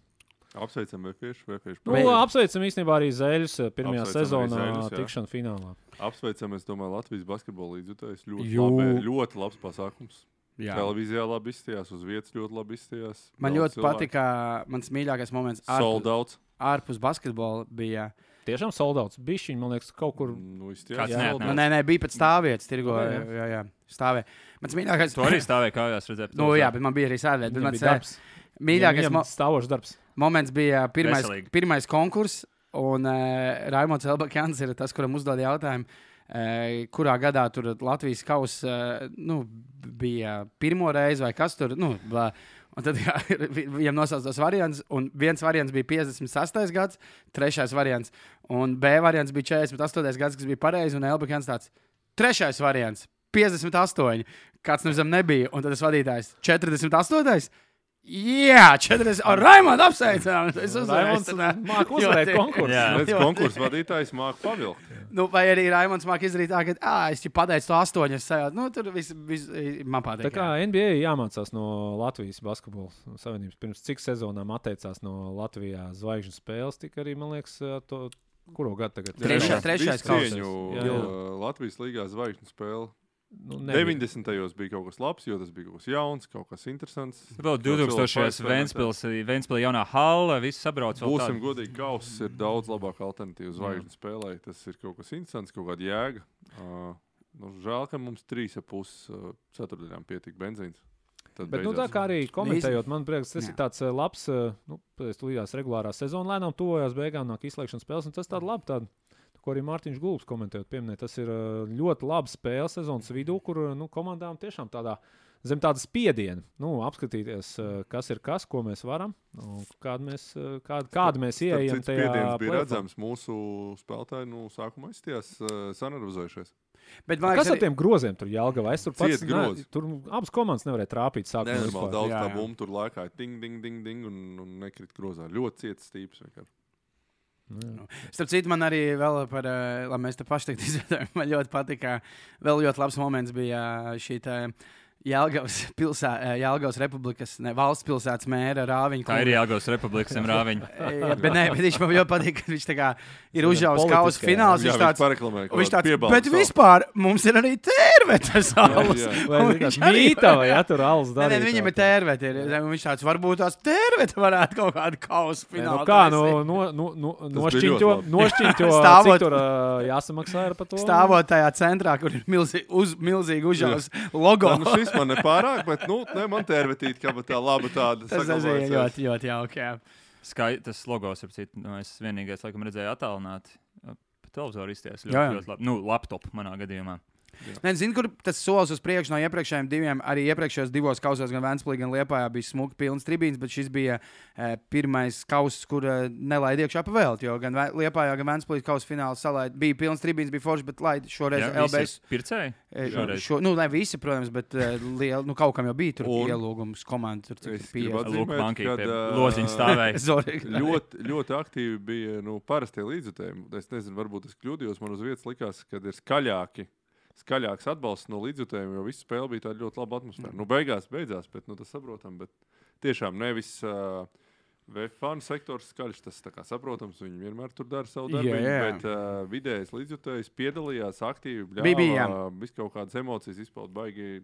S3: Apsveicam, vefiešu, vefiešu.
S4: Nu,
S1: Bet-
S4: apsveicam īstenībā arī zeļus eh, pirmajā
S3: Apsveicam arī
S4: sezonā,
S3: zeļus, jā.
S4: tikšanā finālā.
S3: Apsveicam, es domāju, Latvijas basketbola līdzjutējs. Ļoti,
S1: Jū.
S3: labē- ļoti labs pasākums. Jā.
S1: Jā.
S3: Televīzijā labi izstījās, uz vietas ļoti labi izstījās.
S1: Man
S3: Daudz
S1: ļoti
S3: cilvēku.
S1: patika, mans mīļākais moments
S3: Sold
S1: ārpus,
S3: out.
S1: ārpus basketbola bija.
S4: Tiešām soldauts. Bišķiņi, man liekas, kaut kur.
S3: Nu,
S2: Kāds
S4: Jā.
S2: neatnāca?
S1: Nu, nē, nē, bija pat stāvvietas, tirgo. Jā,
S4: Jā, jā.
S1: jā, jā stāvēja. Mans mīļākais
S2: Tu arī stāvēji kājās, redzēji,
S1: Nu, jā, bet man bija arī sēdēt.
S4: viņam
S1: Bet mans
S4: bija
S1: eh,
S4: darbs.
S1: mīļākais
S4: Viņam-
S1: mo
S4: viņam stāvošs darbs.
S1: moments bija uh, pirmais,
S2: Veselīgi.
S1: pirmais konkurss, un uh, Raimons Elbakans ir tas, kuram uzdod jautājumu. eh, Kurā gadā tur Latvijas kausa eh, nu, bija pirmo reizi, vai kas tur nu, blā. Un tad jā, ir- vi- viņam nosaucās tos variants, un viens variants bija 56. gads, trešais variants, un B variants bija 48. gads, kas bija pareizi, un Elbakans tāds - trešais variants, 58. Kāds no zem nebija, un tad tas vadītājs - 48. Jā, 40. Ar Raimonu apsveicām! Es uzvarēju!
S4: Raimonds Mākslinieks uzvarēja
S1: Ļoti.
S4: konkursu.
S2: Jā.
S3: Pēc konkursu vadītājs māca pavilkt.
S1: Nu, vai arī Raimons mākslinieks izdarīja tā, ka, ah, es jau pateicu, to astoņas sajūta. Nu, tur viss vis, man
S4: Tā
S1: patīk.
S4: kā NBA jāmācās no Latvijas basketbola savienības. Pirms cik sezonām atteicās no Latvijas zvaigžņu spēles, tika arī, man liekas, eh, to, kuro gadu tagad?
S1: Trešā-
S3: Jā,
S1: Trešais- trešais
S3: visu
S1: kausas.
S3: cieņu,
S4: Jā,
S1: jā.
S3: uh, Latvijas līgā zvaigžņu spēle.
S4: Nu, nebija.
S3: 90. gados bija kaut kas labs, jo tas bija kaut kas jauns, kaut kas interesants.
S2: Vēl
S3: Kaut cilvēks
S2: 2000.
S3: pārspēlētājs.
S2: Vēnspilsē jaunā hala, viss sabrauc. vēl
S3: Būsim
S2: tādu.
S3: godīgi, kauss ir daudz labāka alternatīva zvaigžņu spēlē. Tas ir kaut kas interesants, kaut kāda jēga. Uh, nu, žēl, ka mums trīs ap pus uh, ceturtdienām pietika benzīns. Tad
S4: Bet, nu, tā kā arī komentējot, man liekas, tas
S1: Jā.
S4: ir tāds eh, labs, eh, nu, pēc tam regulārā sezona lēnām tuvojās beigām, nāk izslēgšanas spēles, un tas tāds labs. Tād, Ko arī Mārtiņš Gulbs komentējot, pieminēja, tas ir eh, ļoti labi spēle sezonas vidū, kur eh, nu, komandām tiešām tādā zem tāda spiediena nu, apskatīties, eh, kas ir kas, ko mēs varam un kādu mēs, eh, kādu, kādu mēs ieejam
S3: Iemācījāmies,
S4: tajā
S3: kāda bija
S4: play-offā.
S3: redzams mūsu spēlētāji. Nu, sākumā izties uh, sanervozējušies.
S1: Bet, man
S4: nu, Kas
S1: liekas,
S4: ar tiem groziem tur jāgavā? Es tur pats
S3: Ciet
S4: ne,
S3: grozi.
S4: tur abas komandas nevarēja trāpīt sākumā.
S3: Nenormāli
S4: vispār.
S3: daudz
S1: Jā,
S3: tā
S1: jā.
S3: bumbu tur laikā ir ding, ding, ding, ding un, un nekrit grozā. Ļoti ciets stīps. vienkār.
S1: Starp citu, man arī vēl par, eh, lai mēs te paši tiktu izvērtējumi, man ļoti patika, vēl ļoti labs moments bija eh, šī te Jēlgavas, pilsē, Jēlgavas republikas, ne, valsts pilsētas mēra Rāviņa.
S2: Tā ir Jāgauts Republikas rāviņa.
S1: Jā, bet, nē, bet viņš man ļoti patīk, ka viņš tā kā ir uzžāvis
S4: politiskajā.
S1: kausa fināls. Viņš
S3: Jā, viņš
S1: tāds,
S3: pareklamē. kaut
S1: viņš
S3: kādu
S1: tāds
S3: piebalstu
S1: bet
S3: savu.
S1: vispār mums ir arī tērvete salas.
S3: Jā, jā.
S1: Un
S4: Vai
S1: viņš
S4: viņš
S1: arī-
S4: mītā, vai jā, tur alus
S1: Nē, nē,
S4: darīja
S1: viņam
S4: tā,
S1: ir tērvete. ir, un Viņš tāds varbūt tās tērvete varētu kaut kādu kausa
S4: Nē, Nu,
S1: finālu.
S4: kā no,
S1: taisīt.
S4: no, no, no,
S3: Tas bija ļoti
S4: nošķiņķo,
S3: labi.
S4: nošķiņķo
S1: Stāvot.
S4: cik tur ā, jāsamaksā ir par to?
S1: Stāvot tajā centrā, kur ir milzi, uz, milzīgi uzžāvis logo.
S3: Nē, Nu, šis man nepārāk, bet nu, ne, man tā ir vērtīga, ka tā laba tāda
S1: Tas bija
S3: saglabājās.
S1: ļoti, ļoti jauki. jā.
S2: Skai, tas logos, ap citu, nu, es vienīgais, laikam, redzēju attālināti. Pa televizoru izties ļoti,
S1: Jā,
S2: jā,
S1: jā.
S2: jā. ļoti labi. Nu, laptop manā gadījumā.
S1: Nē, zinu, kur tas solis uz priekšu no iepriekšējiem diviem. Arī iepriekšējos divos kausos, gan Vēnspīlī, gan Lietpā, bija smuki pilns tribīns, bet šis bija e, pirmais kausas, kur e, nelaid iekšā pavēlt. Jo gan Lietpā, gan Vēnspīlī kausa fināls salaid, bija pilns tribīns, bija forši, bet laid šoreiz
S2: Jā,
S1: jā, LBS.
S2: visi pircēji?
S1: e,
S2: Šoreiz.
S1: Šo, nu, ne visi, protams, bet e, liel, nu, kaut kam jau bija tur
S3: Un-
S1: ielūgums, komandas tur
S3: Es
S1: cik
S3: gribu
S1: bija.
S3: atzīmēt,
S2: Lūk, Banka
S3: kad,
S2: pie
S3: ā,
S2: loziņa stāvēja.
S3: Ļoti, ļoti aktīvi bija nu, parastie līdzjutēji. Es nezinu, varbūt es kļūdījos. Man uz vietas likās, ka ir skaļāki, skaļāks atbalsts no līdzjutējiem, jo viss spēle bija tāda ļoti laba atmosfēra.
S1: Mm.
S3: Nu, beigās, beigās, bet nu, tas saprotam. Bet tiešām nevis. Uh, Fanu sektors skaļš, tas tā kā saprotams. Viņi vienmēr tur dara savu
S1: Jā,
S3: darbu.
S1: jā.
S3: Bet uh, vidējais līdzjutējs piedalījās aktīvi.
S1: Bija, bija, jā.
S3: Viss kaut kādas emocijas izpaudās, baigi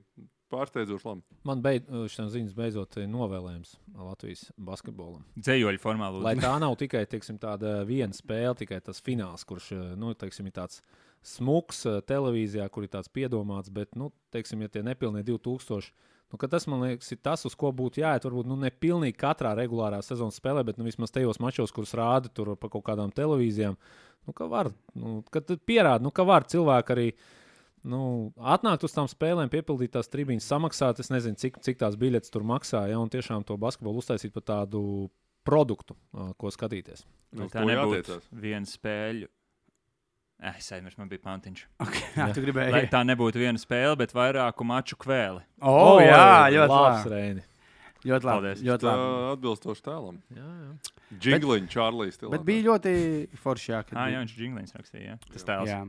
S3: pārsteidzoši labi.
S4: Man beid, šitām ziņas beidzot ir novēlējums Latvijas basketbolam.
S2: Dzējoļu formā,
S4: Lai
S2: lūdzu.
S4: tā nav tikai teiksim, tāda viena spēle, tikai tas fināls, kurš eh, nu, teiksim, ir tāds smuks eh, televīzijā, kur ir tāds piedomāts, bet, nu, teiksim, ja tie nepilnīgi 2000. Nu, ka tas, man liekas, ir tas, uz ko būtu jāiet. Varbūt nu, ne pilnīgi katrā regulārā sezonas spēlē, bet nu, vismaz tajos mačos, kurus rāda tur pa kaut kādām televīzijām. Nu, ka var, nu, ka tad pierāda, nu, ka var cilvēki arī nu, atnākt uz tām spēlēm, piepildīt tās tribīnes, samaksāt. Es nezinu, cik, cik tās biļetes tur maksā, ja un tiešām to basketbolu uztaisīt par tādu produktu, ā, ko skatīties.
S2: Lai
S1: Nu,
S3: Uz
S2: tā
S3: to
S2: nebūtu
S3: jātiecās.
S2: viena spēļu. Eh, Es aizmirsu, man bija pantiņš.
S1: Jā, tu
S2: Lai
S1: gribēji.
S2: tā nebūtu viena spēle, bet vairāku maču kvēli.
S1: O, jā,
S4: Oi,
S1: ļoti
S4: labs
S1: labi.
S4: Reini.
S1: Ļoti labi.
S2: Paldies.
S1: Ļoti
S3: Tā
S1: labi.
S3: atbilstoši tēlam.
S4: Jā, jā.
S3: Jingliņš, Čārlis.
S1: Bet bija ļoti forši, jā, kad
S2: Ah,
S1: bija-
S2: jā, viņš jinglīns rakstīja. Jā. Tas tēls.
S1: Jā.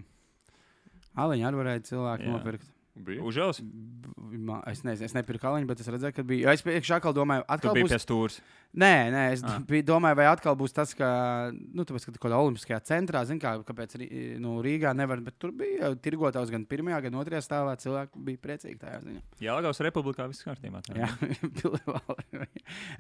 S1: Aliņu arī varēja cilvēki
S2: Jā.
S1: jā. nopirkt.
S3: bija.
S2: Užēls?
S1: B- ma- Es nezinu, es nepirku aliņu, bet es redzēju, ka bija. jo Es iekšā atkal domāju,
S2: Tu
S1: atkal
S2: biji
S1: būs.
S2: pie stūra.
S1: Nē, nē, es
S2: Ah.
S1: biju domāju, vai atkal būs tas, ka, nu, tāpēc, ka tu kaut kādā olimpiskajā centrā, zin kā, kāpēc Rī- nu, Rīgā nevar, bet tur bija tirgotājs gan pirmajā, gan otrajā stāvā. Cilvēki bija priecīgi tajā ziņā.
S2: Jā, Gauss Republikā viss kārtībā. tā.
S1: Jā, pilnībā.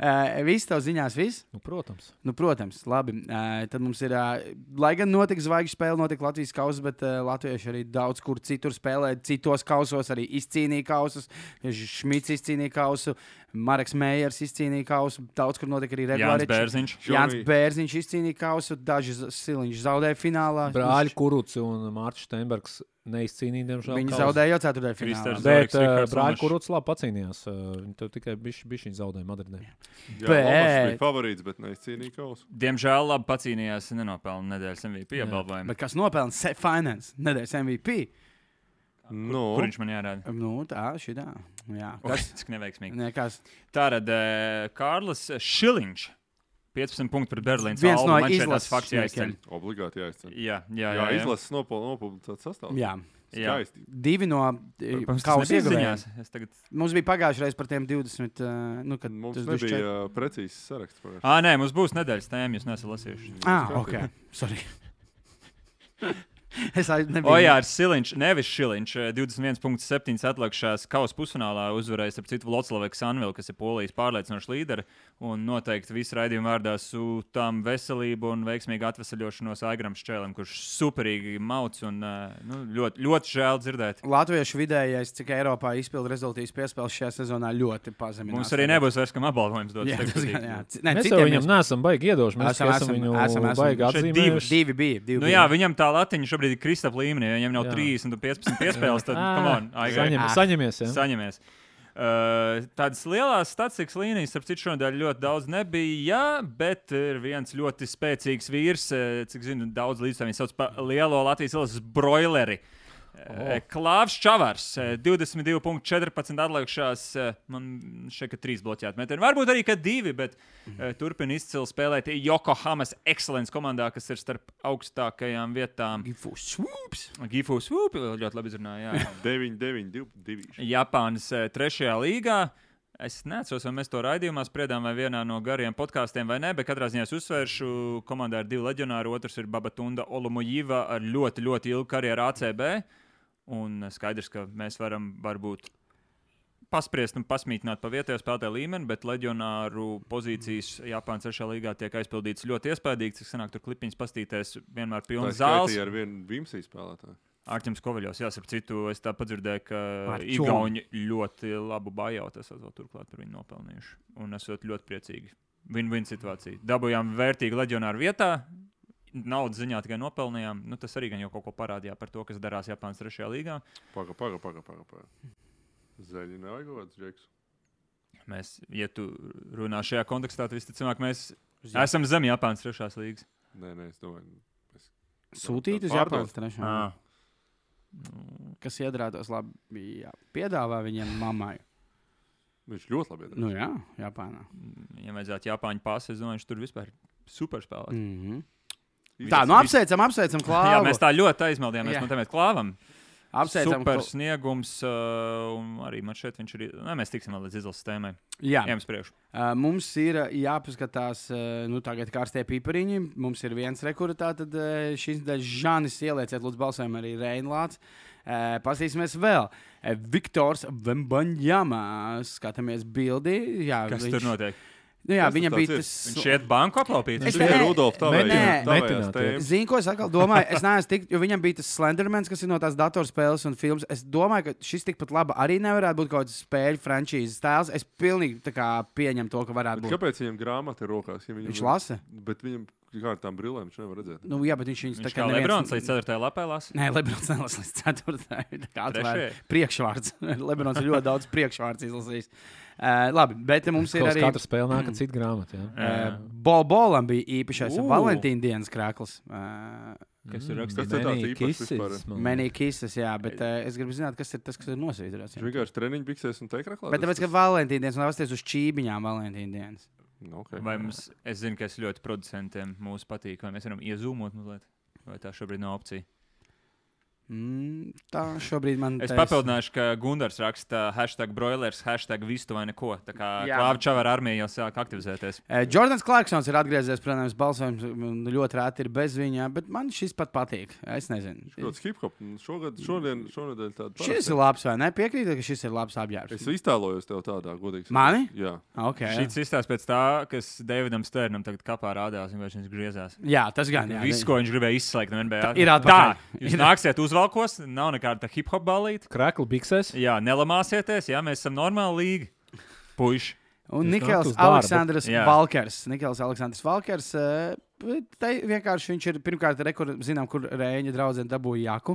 S1: Eh, Viss tev ziņās, viss.
S4: Nu, protams.
S1: Nu, protams, labi. Uh, tad mums ir, uh, lai gan notika zvaigžņu spēle, notika Latvijas kausa, bet uh, Latvieši arī daudz kur citur spēlēja. Citos kausos arī izcīnīja kausus. Šmits izcīnīja kausu, Marks Mējers izcīnīja kausu. Daudz kur notika arī
S2: Jānis
S1: regulāri.
S2: Bērziņš.
S1: Jānis
S3: Šorīt.
S1: Bērziņš izcīnīja kausu, daži z- siliņš zaudēja finālā.
S4: Brāļi Kuruts un Mārcis Steinbergs neizcīnīja, diemžēl.
S1: Viņi
S4: kausu.
S1: zaudēja jau ceturtajā finālā.
S2: Kristers
S4: Bet
S2: Zorgs,
S4: uh,
S2: Rihards
S4: brāļi
S2: Lomašs.
S4: Kuruts labi pacīnījās. Uh, Viņi tur tikai bišķi zaudēja Madridē.
S3: Jā, Lomašs
S1: Bet-
S3: bija favorīts, bet neizcīnīja kausu.
S2: Diemžēl labi pacīnījās, nenopelnīja nedēļas MVP
S4: Jā.
S2: apbalvojumu.
S1: Bet kas nopelna se- Finance nedēļas MVP?
S3: Nu,
S2: Kur viņš man jārāda?
S1: Nu, tā, šī tā. Jā, kas?
S2: Tas ir neveiksmīgi.
S1: Nē, kas?
S2: Tātad eh, Kārlis Šiliņš. 15 punktu pret Berlīnu.
S1: Viens no izlases
S2: fakts jāizceļ.
S1: šniekiem.
S3: Obligāti jāizcēla.
S2: Jā, jā,
S3: Jā,
S2: jā, jā.
S3: izlases nopel- nopublicēts sastāvs.
S1: Jā.
S2: jā.
S3: skaisti.
S1: Divi no eh,
S2: Pirms tas
S1: kausa
S2: nebija
S1: ieguvējiem.
S2: ziņās. Es tagad...
S1: Mums bija pagājušajā reizē par tiem 20. eh, Nu, kad
S3: Mums
S1: tas
S3: nebija
S1: dušķē-
S3: uh, precīzs saraksts.
S2: Ā,
S3: pagājušajā.
S2: Ah, nē, mums būs nedēļas tēma, jūs nesat lasījuši.
S1: Ah,
S3: skatījumā.
S1: ok. Sorry. es aiz- nebiju.
S2: O, jā, ar Siliņš, nevis Šiliņš, eh, 21,7 atlikušās kausa pusfinālā uzvarēs ar citu Loclaveku Sanvilu, kas ir polijas pārliecinošs līderis. Un noteikti visu raidījumu vārdā sūtām veselību un veiksmīgu atvesaļošanos Aigram Šķēlim, kurš superīgi mauc un eh, nu, ļoti, ļoti žēl dzirdēt.
S1: Latviešu vidējais, cik Eiropā izpildu rezultātu spēles šajā sezonā, ļoti pazeminās.
S2: Mums arī nebūs vairs kam apbalvojums dot.
S1: Jā,
S2: es
S1: tas
S2: teikšu
S1: gan,
S2: tik.
S1: jā. C- Nē,
S4: Mēs jau
S1: citiem
S4: viņam
S1: mēs-
S4: neesam baigi iedoši. Mēs
S1: Esam,
S4: esam,
S1: esam,
S4: esam viņu
S1: esam, esam.
S4: baigi
S2: Šeit
S4: atzīmējuši.
S1: Divi bija. Divi
S2: Nu,
S1: bija.
S2: jā, viņam tā latiņa šobrīd ir Kristap līmenī. ja Viņam nav
S4: Jā.
S2: 30 un 15 piespēles, tad
S1: Ah,
S4: Ā,
S2: come on, Aigar.
S4: saņem,
S1: Ā.
S4: saņemies. Ja?
S2: Saņemies. Uh, tādas lielas statistikas līnijas, starp citu, šodien ļoti daudz nebija, jā, bet ir viens ļoti spēcīgs vīrs, eh, cik zinu, daudz līdzekļu. Viņu sauc par lielo Latvijas valsts broileri. Eh, Klāvs Čavars, eh, 22,14 atliekšās. eh, Man šeit ir trīs bloķēti metieni. Varbūt arī ka divi, bet eh, turpina izcili spēlēt Jokohamas Excellence komandā, kas ir starp augstākajām vietām.
S1: Svūps!
S2: Gifūs Vūpi ļoti labi izrunāja. jā.
S3: 9, 9, 2, 2.
S2: Japānas eh, trešajā līgā. Es nezinu, vai mēs to raidījumā spriedām vai vienā no gariem podkāstiem vai nē, bet katrā ziņā es uzsvēršu, ka komandā ir divi leģionāri. Otrs ir Babatunda Olomujiva ar ļoti, ļoti ilgu karjeru ACB. Un eh, skaidrs, ka mēs varam varbūt paspriest un pasmītināt pa vietējo spēlētāju līmeni, bet leģionāru pozīcijas Japānas trešajā līgā tiek aizpildītas ļoti iespaidīgi. Cik sanāk, tur klipiņas pastīties vienmēr pilnas zāles.
S3: ar vienu Vimsī spēlētāju.
S2: Arčuns Kovaļovs, jāsaka, citu es tāpat dzirdēju, ka
S1: Arčom.
S2: Igauni ļoti labu bajautu esat vēl turklāt par viņu nopelnījuši. Un esat ļoti priecīgi. Win-win situācija. Dabūjām vērtīgu leģionāru vietā. Naudas ziņā tikai nopelnījām. Nu, tas arī gan jau kaut ko parādīja par to, kas darās Japānas trešajā līgā.
S3: Paga, paga, paga, paga. paga. Zaļi nav kaut kāds džeks.
S2: Mēs, ja tu runā šajā kontekstā, tad visticamāk mēs esam zem Japānas trešās līgas.
S3: Nē, nē, es domāju.
S1: Sūtīt uz
S3: Pārdod.
S1: Japānas trešā.
S2: Nu,
S1: Kas iedrētos labi, jā, piedāvā viņiem mammai.
S3: Viņš ļoti labi ir.
S1: Nu jā, Japānā.
S2: nu, Ja vajadzētu Japāņu pasu, es domāju, viņš tur vispār super spēlē.
S1: Mhm.
S3: Viss-
S1: Tā, nu
S3: viss-
S1: apsveicam, apsveicam
S2: Jā,
S1: klāstu.
S2: mēs tā ļoti aizmeldījāmies
S1: Jā.
S2: no tādiem klāvam.
S1: apsveicam
S2: Super
S1: Kla-
S2: sniegums, uh, un arī man šeit viņš ir. Nē, mēs tiksim vēl līdz izlases tēmai.
S1: Jā.
S2: Ejam uz priekšu.
S1: Uh, mums ir uh, jāpaskatās, uh, nu, tagad kārstie pipariņi. Mums ir viens rekords, tātad uh, šīs daļas žānis ielieciet, lūdzu, balsojam arī Reinlāts. Uh, Pasīsimies vēl. Uh, Viktors Vembaņjamā. Skatāmies bildi. Jā,
S2: Kas viņš... tur notiek?
S1: Nu, jā,
S3: Kas tas
S1: viņam
S3: tāds
S1: bija
S3: ir?
S1: tas.
S2: Viņš šeit banku aplaupīt.
S1: Es
S3: Viņš
S2: Viņš...
S1: te-
S3: ir Rudolf. Tā
S1: Nē, nē.
S4: Metināt,
S3: ir.
S1: Zinu, ko es atkal domāju. Es neesmu tik, jo viņam bija tas Slendermans, kas ir no tās datorspēles un filmas. Es domāju, ka šis tikpat labi arī nevarētu būt kaut kāds spēļu frančīzes tēls. Es pilnīgi tā kā pieņemu to, ka varētu būt.
S3: Kāpēc viņam grāmata ir rokās? Ja viņam
S1: Viņš
S3: ir-
S1: lasa.
S3: Bet viņam kā ar tām brillēm viņš nevar redzēt.
S1: Nu, jā, bet viņš viņus tā
S2: Viņš kā
S1: neviens-
S2: Lebrons līdz 4. lapē lasa.
S1: Nē, Lebrons nelas līdz 4.
S2: Trešajai?
S1: Priekšvārds. Lebrons ir ļoti daudz priekšvārds izlasījis. Uh, labi, bet te mums ir arī.
S4: Katra spēle nāk ar citu grāmatu. jā.
S1: Uh, Bolbolam bija īpašais
S2: Ū.
S1: uh. Valentīna dienas krēklis. Uh,
S2: Kas ir
S3: Kas
S2: rakstīts?
S3: te tāds
S4: Many
S3: īpašs
S4: kisses,
S3: vispār?
S4: man
S1: Manī kīsas, jā, bet uh, es gribu zināt, kas ir tas, kas ir nosvītrots.
S3: Viņš
S1: jā.
S3: vienkārši treniņš biksēs un teikrā klāts.
S1: Bet tāpēc, ka Valentīna dienas un vēlaties uz čībiņām Valentīna dienas.
S3: Okay.
S2: Vai mums, es zinu, ka es ļoti producentiem mūsu patīk, vai mēs varam iezūmot mazliet. Vai tā šobrīd nav opcija?
S1: Mm, tā šobrīd man
S2: Es
S1: taisa-
S2: papildināšu, ka Gunārs raksta hashtag broilers, hashtag vistu vai neko. Tā kā
S1: Jā.
S2: Klāvčā ar armiju jau sāk aktivizēties.
S1: Eh, Jordans Clarksons ir atgriezies, protams, balsojums mm, ļoti rēti ir bez viņa, bet man šis pat patīk. Es nezinu.
S3: Kāds hip hop nu, šogad, šodien, šonadēļ tāds
S1: Šis ir labs, vai ne? Piekrītu, ka šis ir labs apģērbs.
S3: Es iztēlojos tev tādā, godīgi. sakot.
S1: Mani?
S3: Jā,
S1: Okay.
S2: Šis izstāsta pēc tā, kas Davidam Sternam tagad kapā rādās, un viņš griezās.
S1: Jā, tas gan
S2: Jā,
S1: jā,
S2: Nu, Viss, ko viņš gribēja izslēgt no NBA.
S1: Tā ir atpakaļ.
S2: Nu, tā. Jūs nāksiet uzvalkos, nav nekāda hip hop balīta.
S4: Krekli biksēs.
S2: Jā, nelamāsieties, jā, mēs esam normāli līga. Puiši.
S1: Un
S4: Jūs
S1: Nikels
S4: nākt uz darbu.
S1: Aleksandrs
S2: Jā.
S1: Valkers. Nikels Aleksandrs Valkers. eh, Tai vienkārši viņš ir pirmkārt rekords, zinām, kur Rēņa draudzene dabūja jaku.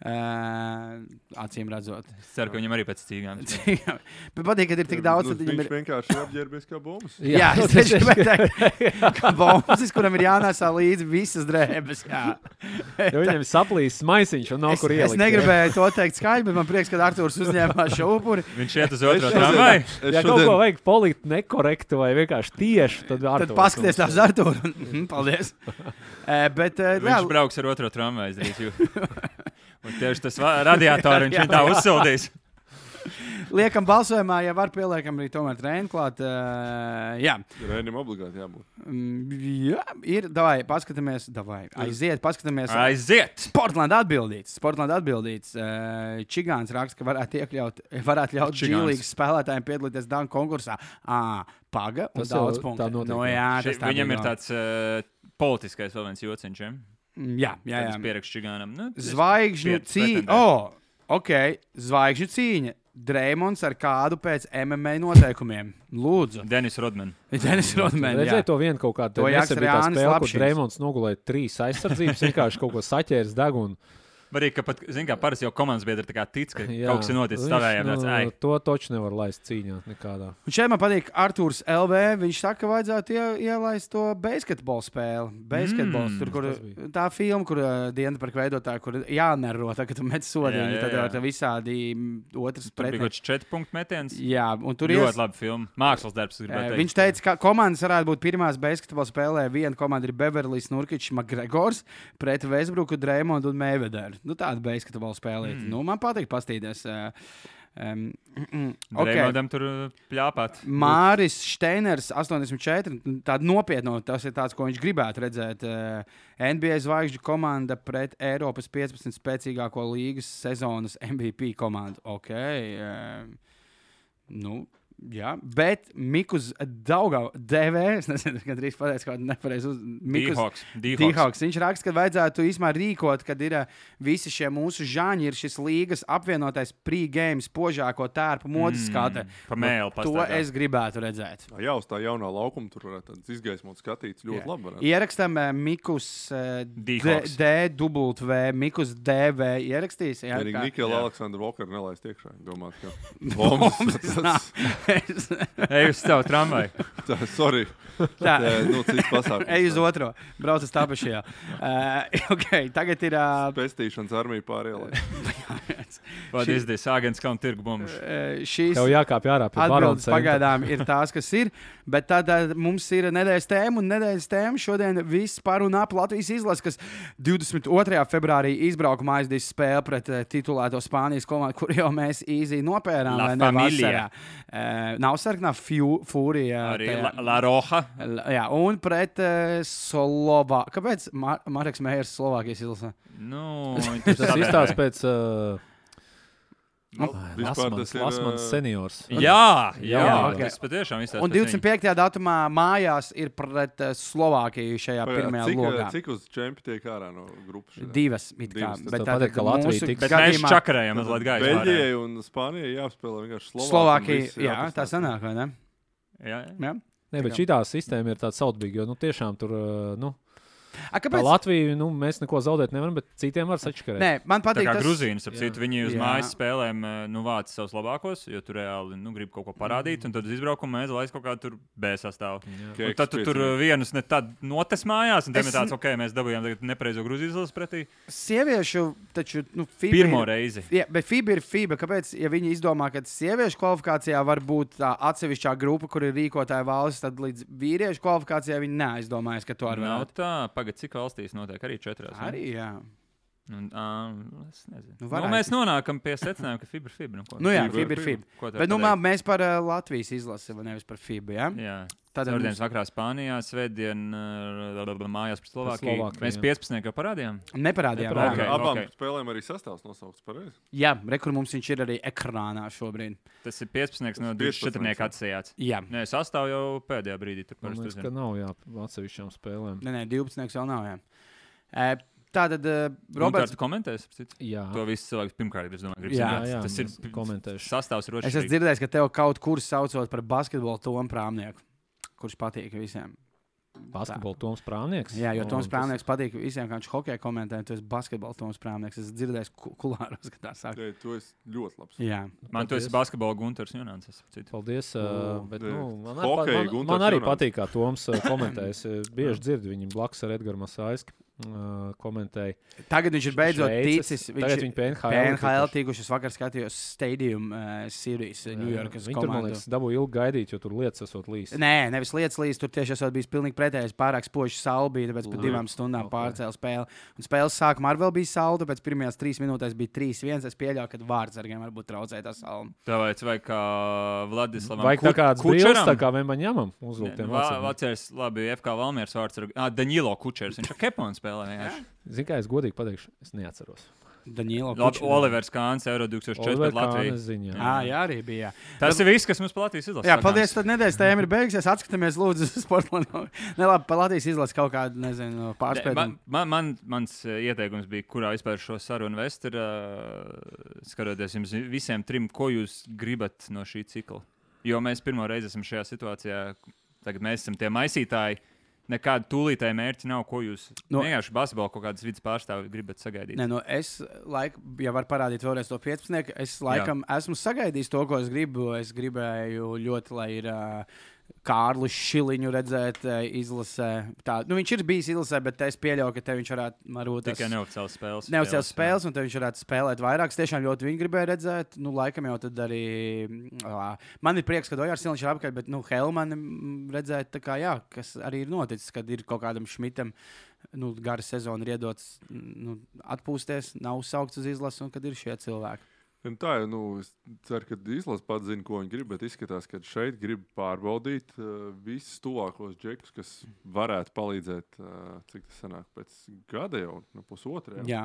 S1: Uh, acīm redzot.
S2: Es ceru, ka viņam arī pēc cīņām.
S1: Bet patīk, ka ir tik daudz, tad viņam
S3: Nu, viņš
S1: ir.
S3: vienkārši apģērbies kā bombas.
S1: Jā, nu, tas ir bombardēs, kuram ir jānesa līdzi visas drēbes. Jā.
S4: Jo viņam ir saplīsis maisiņš un nav
S1: Es,
S4: kur ielikt.
S1: es negribēju to teikt skaļi, bet man prieks, ka Arthurs uzņēma šo upuri.
S2: Viņš iet uz
S3: Es
S2: otru
S3: šodien-
S2: tramvaju.
S3: es
S4: Ja kaut
S3: šodien-
S4: ko vajag palikt nekorektu vai vienkārši tieši, tad ar
S1: Tad paskatieties uz Arthuru. un, mhm, Paldies. Eh, Bet, eh, jā,
S2: Viņš brauks ar otro tramvaju. es drīz jū- Un tieši tas va- radiators viņš viņu tā uzsildīs.
S1: liekam, balsojumā, ja var pieliekam arī tomēr treniņu klāt. eh, Jā,
S3: Rēnim obligāti jābūt.
S1: Mm, jā ir. Davai, paskatāmies, davai, aiziet, paskatāmies.
S2: Aiziet!
S1: Sportlands atbildīts. Sportlands atbildīts. eh, Čigāns raksta, ka varētu iekļaut, varētu ļaut
S2: Čigāns.
S1: Čīlīgas spēlētājiem piedalīties Dānu konkursā. À, paga, un
S4: Tas
S1: daudz
S4: jau
S1: punktu.
S4: tā notiek,
S1: nu,
S4: jā.
S1: jā, tas
S2: Ši,
S1: tā
S2: viņam ir
S1: bija.
S2: tāds uh, politiskais vēl viens jociņš. ja?
S1: Mm, Jā, jā,
S2: Tad
S1: jā.
S2: es Pierakstu čigānam. Nu, es-
S1: Zvaigžņu
S2: Piec-
S1: cīņa.
S2: pretendē.
S1: Oh, ok, zvaigžņu cīņa. Dreimons ar kādu pēc MMA noteikumiem. Lūdzu,
S2: Denis Rodman.
S1: Denis Rodmans.
S4: Redzēju to vienu kaut kādu
S1: To
S4: tādu
S1: jāks
S4: nesen bija tā
S1: Jānis
S4: spēle, kur
S1: Lapšins.
S4: Dreamons nogulēja trīs aizsardzības, vienkārši kaut ko saķēris degunu.
S2: Arī, ka pat, zin, kā parasti jau komandas biedri tā kā tic, ka
S4: Jā,
S2: kaut kas ir noticis
S4: viņš,
S2: savējā.
S4: nu,
S2: Nu...
S4: To taču nevar laist cīņā nekādā.
S1: Un šeit man patīk Arthurs LV. Viņš saka, ka vajadzētu ie, ielaist to basketbolu spēli. Basketbols,
S2: Mm,
S1: mm, tur, kur,
S4: tas bija.
S1: tā filma, kur eh, ā, diena par veidotāju, kur jānero, tā, ka tu met
S2: Jā,
S1: sodiņu,
S2: jā,
S1: tad
S2: jā.
S1: jau tā visādi mm, otrs
S2: Tur bija
S1: pretinieks.
S2: kaut kāds četru punktu metiens.
S1: Jā, un tur
S2: Tur
S1: ir
S2: ļoti labi filma. Mākslas darbs,
S1: Ē,
S2: gribētu teikt.
S1: Viņš teica, ka komandas varētu būt pirmās basketbola spēlē. Viena komanda ir Beverlijs Nurkičs, Makgregors pret Vēsbruku, Dreimondu un Mēvederu. Nu, tāda basketbola spēlē. Mm. Nu, man patīk pastīties. Um, okay.
S2: Reimondam tur uh, pļāpāt.
S1: Māris Steiners, 84. Tāda nopietna, tas ir tas, ko viņš gribētu redzēt. eh, NBA zvaigžņu komanda pret Eiropas 15 spēcīgāko līgas sezonas MVP komandu. Ok. eh, Nu, jā, bet Mikls Daugava, DV, es nezinu, kad drīz pateicu kādu nepareizu uzvārdu.
S2: Dīhoks. Dīhoks.
S1: Dīhauks. Viņš raksta, ka vajadzētu īstenībā rīkot, kad ir ā, visi šie mūsu žāņi, ir šis līgas apvienotais pre-game spožāko tērpu modes mm. skate.
S2: pa mēli
S1: to
S2: pastaigā.
S1: es gribētu redzēt.
S3: Jā, uz tā jaunā laukuma tur varētu tāds izgaismot skatīts ļoti
S1: Jā.
S3: labi. varētu.
S1: Ierakstam eh, Mikus eh, D-
S2: Dīhauks.
S1: DW, Mikus DV ierakstīs. Jā,
S3: Arī
S1: kā-
S3: Nikela
S2: jā.
S3: Aleksandra Vokara nelaist iekšā. Domāt, ka bombas, tas,
S2: Ej uz savu tramvaju.
S3: tā, sorry,
S1: tā,
S3: tā, nu, cits pasākums.
S1: Ej uz otro, brauc uz tāpašajā. Uh, okay, tagad ir. Uh,
S3: Pestīšanas armija pārējai.
S2: What is this? Agents kā un tirgu bumbuš.
S1: eh, šīs
S4: Tev jākāpj ārā pie
S1: atbildes
S4: Barona centra.
S1: pagaidām ir tās, kas ir. Bet tad uh, mums ir nedēļas tēma, un nedēļas tēma šodien viss par un ap Latvijas izlases, kas 22. februārī izbrauka maizes spēli pret uh, titulēto Spānijas komandu, kur jau mēs īzī nopērām.
S2: La
S1: vai ne,
S2: Familia.
S1: vasarā. Eh, Nav sarkanā fju- fūrija.
S2: Arī
S1: tajā-
S2: La, La Roja.
S1: L- Jā, un pret uh, Slovākiju. Kāpēc Mar Marks Mējers Slovākijas izlasē?
S2: Nu, viņi tur
S4: Tas
S2: savējā.
S4: izstāsta pēc uh,
S1: Nu,
S3: Vispār tas ir.
S4: Lasmanas
S3: ā,
S4: seniors.
S2: uh, Jā, jā, jā
S4: Jā,
S1: ok.
S2: okay. tas patiešām izstāsta.
S1: Un 25. datumā mājās ir pret uh, Slovākiju šajā
S3: Pagaid,
S1: pirmajā
S2: eh,
S3: cik,
S1: logā.
S3: ā, Cik uz čempionu tiek ārā no grupas? šodien?
S1: Divas, it kā.
S3: Divas, tas
S1: Bet
S4: tev
S1: tā
S4: patīk, ka Latvija
S2: Bet
S4: tiks-
S2: mēs
S1: gadījumā
S2: čakarējam mazliet gaisa. ārā.
S3: Beļģijai un Spānijai jāspēlē vienkārši Slovākija.
S1: Slovākija. Jā, tā sanāk, vai ne?
S2: Jā, jā.
S1: Jā.
S4: Nē, bet šī tā sistēma ir tāda saudabīga, jo nu, tiešām tur, ā, nu,
S1: A,
S4: tā
S1: kāpēc?
S4: Latviju nu, mēs neko zaudēt nevaram, bet citiem var sačkarēt.
S1: Nē, man
S2: Tā
S1: patīk.
S2: kā
S1: Tas...
S2: grūzīns, ap citu, viņi uz
S1: Jā.
S2: mājas spēlēm eh, nu, vāc savus labākos, jo tur reāli nu, grib kaut ko
S1: Mm.
S2: parādīt, un tad uz izbraukumu mēs laizam kaut kādu tur B sastāvu. Un tad tu tur eh, vienus ne tad notas mājās, un tad
S1: Es
S2: ir tāds, ok, mēs dabūjām tagad nepareizo grūzīnu izlases pretī.
S1: Sieviešu taču, nu, FIBA.
S2: Pirmo
S1: ir-
S2: reizi.
S1: Jā, bet FIBA ir FIBA. Kāpēc? Ja viņi izdomā, ka sieviešu kvalifikācijā var būt tā atsevišķā grupa, kur ir rīkotāja valsts, tad līdz vīriešu kvalifikācijai viņi neaizdomājas, ka to var
S2: Nav
S1: vēl.
S2: tā, pagaid, cik valstīs notiek arī četrās. ne?
S1: Arī jā.
S2: Un, ā, es nezinu.
S1: Nu,
S2: Nu,
S1: varētu.
S2: nu, mēs nonākam pie secinājuma, ka fibra ir fibra. Nu, ko-
S1: Nu jā,
S3: FIBA ir
S1: FIBA ir
S3: FIBA.
S1: FIBA.
S2: ko tev
S1: Bet nu, mā,
S2: pateikt?
S1: mēs par uh, Latvijas izlasi, vai nevis par FIBA. Ja?
S2: Jā,
S1: Tad
S2: tādā dienā vakarā Spānijā, svētdienā mājās pret Slovākiju.
S4: Slovākiju,
S2: mēs
S4: jā.
S2: 15. jau parādījām.
S1: neparādījām.
S4: Neparādījām.
S1: jā.
S2: Ok.
S3: Abām spēlēm arī sastāvs nosaukts pareizi.
S1: Jā, rekur mums viņš ir arī ekrānā šobrīd.
S2: Tas ir 15. no
S3: 15.
S2: 24. atsijāts.
S1: Jā.
S2: Nē, sastāv jau pēdējā brīdī. Tur
S4: Man
S2: parasti
S4: liekas, Nu, ka
S2: uzzina.
S4: nav jā, atsevišķām spēlēm.
S1: Nē, nē, 12. vēl nav. Jā. E, Tātad, e,
S2: Roberts
S1: Roberts,
S2: komentēs. ap citu?
S4: Jā,
S2: To viss cilvēks pirmkārt grib zināt.
S1: Jā,
S4: Ah. jā,
S2: tas ir
S4: mēs komentēšu.
S2: Sastāvs ir
S1: es esmu
S2: rošs.
S1: dzirdējis, ka tev kaut kur saucot par basketbolu tomu prāmnieku, kurš patīk visiem.
S4: basketbols Toms Prāvnieks.
S1: Jā, jo
S4: O,
S1: Toms
S4: tas-
S1: Prāvnieks patīk visiem, kā viņš hokeja komentē. Tu esi basketbols, Toms Prāvnieks. Es dzirdēju, ku- kulāros, ka tā sāk.
S3: Nē, tu esi ļoti labs.
S1: Jā,
S2: Man tas ir
S4: Paldies.
S2: basketbola Gunters Junants.
S4: Paldies. ā,
S1: O,
S4: Bet,
S3: nē.
S4: nu, man,
S3: Hokeja
S4: arī, pat- man,
S3: Guntars
S4: man arī
S3: Junāns.
S4: patīk, kā Toms ā, komentē. Es ā, bieži dzirdu viņu blakus ar Edgars Masāisku. Komentēju.
S1: tagad viņš ir beidzot ticis.
S4: Viņš ir
S1: Viņš ir
S4: PNHL.
S1: PNHL tīkuši. Es vakar skatījos Stadium uh, Series eh, New Yorkas
S4: Viņi tur, man
S1: komandu.
S4: liekas, dabūja ilgi gaidīt, jo tur lietas esot līdzi.
S1: Nē, nevis lietas līdz tur tieši esot bijis pilnīgi pretējais. Pārāk spoži saule bija, tāpēc pēc
S4: Labi.
S1: divām stundām
S4: Ok.
S1: pārcēla spēli. Un spēles sākumā arī bija saule, tāpēc pirmajās trīs minūtēs bija 3-1. Es pieļauju, ka vārdsargiem varbūt traucēja tā saule.
S2: Tāpēc vajag kā Vladislavam.
S4: Vai tā
S2: Ku-
S4: kāds brīvs,
S2: Kučeram? nu,
S4: tā kā vienbaņamam uzlūktiem vāciem.
S2: Vācis labi, FK Valmiers vārds ir ah, Danilo Kučers. Viņš jau Kepons spēlē. vienkārši.
S4: Zini, kā es godīgi pateikšu, es neatceros.
S1: Daniela
S2: Labi, Olivers Kāns, Eiro 2004
S4: Oliver
S2: pret Latviju.
S4: Kānes ziņā.
S1: Jā, jā, arī bija. Jā.
S2: Tas ir viss, kas mums Latvijas izlasē.
S1: Jā, paldies. Tad nedēļas tēma ir beigusies. Atskatāmies, lūdzu, Sportlandā. Nē, labi, palādīs izlasīt kaut kādu, nezinu,
S2: Man,
S1: pārspēju.
S2: man, man, mans eh, ieteikums bija, kurā vispār šo sarunu vest, ir eh, skatoties jums visiem trim, ko jūs gribat no šī cikla. Jo mēs pirmo reizi esam šajā situācijā, tagad mēs esam tie maisītāji. nekāda tūlītēja mērķa nav, ko jūs
S1: No-
S2: no. vienkārši basketbolā kaut kādas vidas pārstāvjus gribat sagaidīt.
S1: Nē, nu es, laik, ja varu parādīt vēlreiz to 15, es laikam Jā. esmu sagaidījis to, ko es gribu. Es gribēju ļoti, lai ir uh, Kārlis Šiliņu redzēt uh, izlasē. Tā, nu, viņš ir bijis izlasē, bet es pieļauju, ka te viņš varētu marūt.
S2: Nu, Tikai neoficiāls spēles.
S1: Neuzcēlās spēles, un te viņš varētu spēlēt vairāk. Es tiešām ļoti viņu gribēju redzēt. Nu, laikam jau tad arī. mm, Ā, man ir prieks, ka Dojārs Silniņš ir apkārt, bet, nu, Helmanu redzēt, tā kā, jā, kas arī ir noticis, kad ir kaut kādam šmitam. Nu, gara sezona ir iedots nu, atpūsties, nav saukts uz izlases, un kad ir šie cilvēki.
S3: Un tā jau, nu, es ceru, ka izlase pats zina, ko viņi grib, bet izskatās, ka šeit grib pārbaudīt uh, visus tuvākos džekus, kas varētu palīdzēt, uh, cik tas sanāk, pēc gada jau, nu, pusotra.
S1: Jā.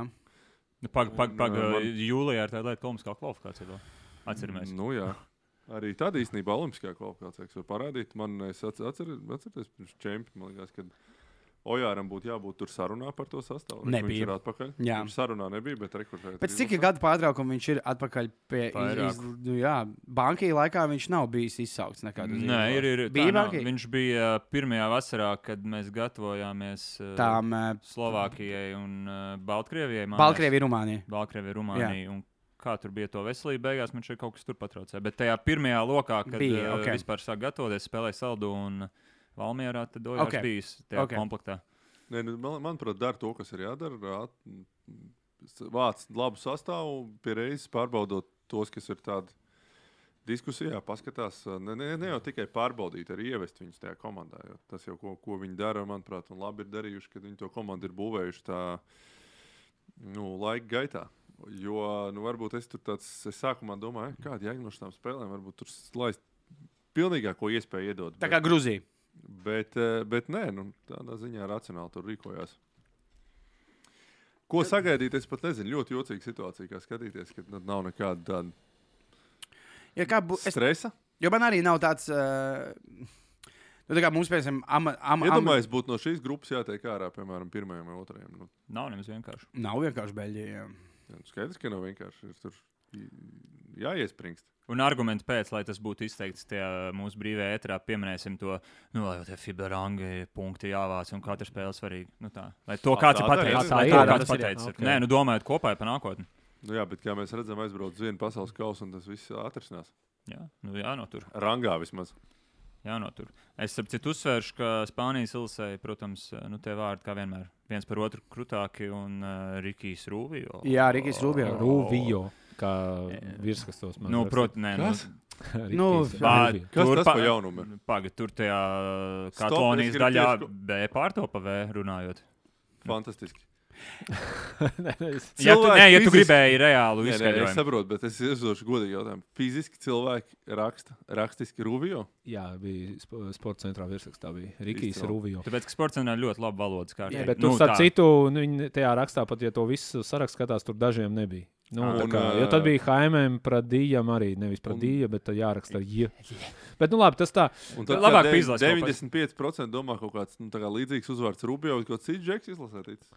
S2: Nu, pag, pag,
S3: Un,
S2: pag,
S3: uh, man-
S2: jūlijā ir tāda lieta, ka Olimpiskā kvalifikācija vēl. Atceramies.
S3: Nu, jā. Arī tad īstenībā Olimpiskā kvalifikācijā var parādīt. Man es atce- atcer- atceros, pirms čempionāta man liekas, ka Ojāram būtu jābūt tur sarunā par to sastāvu. Re, ka Viņš
S1: Nebija.
S3: ir atpakaļ.
S1: Jā.
S3: Viņš sarunā nebija, bet rekrutējot.
S1: Pēc cik gada pārtraukuma viņš ir atpakaļ pie
S2: Vairāk.
S1: izlases? Nu, jā, bankī laikā viņš nav bijis izsaukts nekādā
S2: Nē, ir, ir, tā,
S1: Bija
S2: nav.
S1: bankī?
S2: viņš bija eh, pirmajā vasarā, kad mēs gatavojāmies uh,
S1: Tām uh,
S2: Slovākijai un uh, Baltkrievijai. mājās.
S1: Baltkrievija, Rumānija.
S2: Baltkrievija, Rumānija. un Kā tur bija to veselība, beigās man šeit kaut kas tur patraucēja. Bet tajā pirmajā lokā, kad
S1: Bija,
S2: bija,
S1: ok.
S2: okay. vispār sāk gatavoties, spēlēja saldu un Valmjerā, tad Dojārs
S1: Ok.
S2: okay. bijis tajā
S1: Ok.
S2: okay. komplektā.
S3: Nē, nu, man, manuprāt, dara to, kas ir jādara. At, s- vāc labu sastāvu, pierādījis, pārbaudot tos, kas ir tādi diskusijā, paskatās. Ne, ne, ne jau tikai pārbaudīt, arī ievest viņus tajā komandā. jo Tas jau, ko, ko viņi dara, manuprāt, un labi ir darījuši, kad viņi to komandu ir būvējuši tā nu, laika gaitā. Jo nu, varbūt es tur tāds, es sākumā domāju, kāda jēga no šīm spēlēm, varbūt tur laist pilnīgāko iespēju iedot.
S1: Tā kā Grūzija.
S3: Bet, eh, bet nē, nu, tādā ziņā racionāli tur rīkojās. Ko sagaidīt? Es pat nezinu, ļoti jocīga situācija, kā skatīties, kad nu, nav nekāda tāda
S1: Ja kā, bu, es
S3: stresa.
S1: Jo man arī nav tāds. Uh, nu, tā kā mums, piemēram, ama, ama, ama,
S3: Iedomājieties, būtu no šīs grupas jātiek ārā, piemēram, pirmajam vai otrajam. Nu,
S2: Nav nemaz vienkārši.
S1: nav vienkārši Beļģija.
S3: jā, nu, skaidrs, ka nav vienkārši ir tur j- jāiespringst.
S2: Un argumenti pēc, lai tas būtu izteikts tajā mūsu brīvajā ēterā, pieminēsim to, nu, lai jau tie fiberāngi punkti jāvāc un katra spēle svarīga. Nu, tā. Lai to
S3: Tā,
S2: kāds
S3: tā
S2: ir
S3: tā
S2: pateicis.
S3: ir.
S2: Lai
S4: Tā
S2: to
S4: ir,
S2: kāds
S4: tas ir, jā.
S2: pateicis. ir.
S4: Ok.
S2: Nē, nu domājot kopā par nākotni.
S3: Nu, jā, bet kā mēs redzam, aizbrauc uz vienu pasaules kausu, un tas viss atrisinās.
S2: Jā, nu, jānotur.
S3: Rangā vismaz.
S2: jānotur. Es starp citu uzsvēršu, ka Spānijas ilusē, protams, nu, tie vārdi kā vienmēr viens par otru krutāki un uh, Rikijs Rūvijs.
S1: Jā, Rikijs Rubio.
S2: Jā.
S4: Rūvijo, kā virsrakstos man
S2: Nu,
S4: raksta.
S2: protams, nē, nu,
S3: Kas?
S4: Rikijs
S1: Nu,
S2: Vā-
S4: Rūvijo.
S3: Kas
S2: tur
S3: tas par jaunumu ir?
S2: Pagaidiet, tur tajā
S3: Stop, es
S2: Katalonijas
S3: gribu
S2: daļā
S3: tieši ko-
S2: B pārtopa V runājot.
S3: Fantastiski.
S4: Nē, nē, es-
S2: Ja tu,
S3: Cilvēki
S2: nē, ja tu
S3: fiziski-
S2: gribēji reālu
S3: Nē, nē, es
S2: izskaidrojumu,
S3: saprotu, bet es uzdošu godīgi jautājumu. Fiziski cilvēki raksta, rakstiski Rubio.
S4: Jā, bija sp- sporta centrā virsrakstā. bija Rikijs
S3: Izcili.
S4: Rūvijo.
S2: tāpēc, ka sports ir ļoti laba valodas
S4: Jā,
S2: kārta.
S4: bet, nu, starp citu, nu, viņi tajā rakstā pat, ja to visu sarakstu skatās, tur dažiem nebija. Nu,
S2: Ah,
S4: un,
S3: un,
S4: kā, jo
S3: ā,
S4: tad bija Haimēm, Pradījam arī. Nevis
S3: un-
S4: Pradījam, bet tad jāraksta ar J. Bet, nu, labi, tas tā.
S3: Un tad
S2: Labāk
S3: labāk
S2: pa izlasi
S3: izlasīt.
S2: kaut kas.
S3: 95% domā kaut kāds nu, tā kā līdzīgs uzvārds Rubio, kaut kāds cits džeks izlasīts.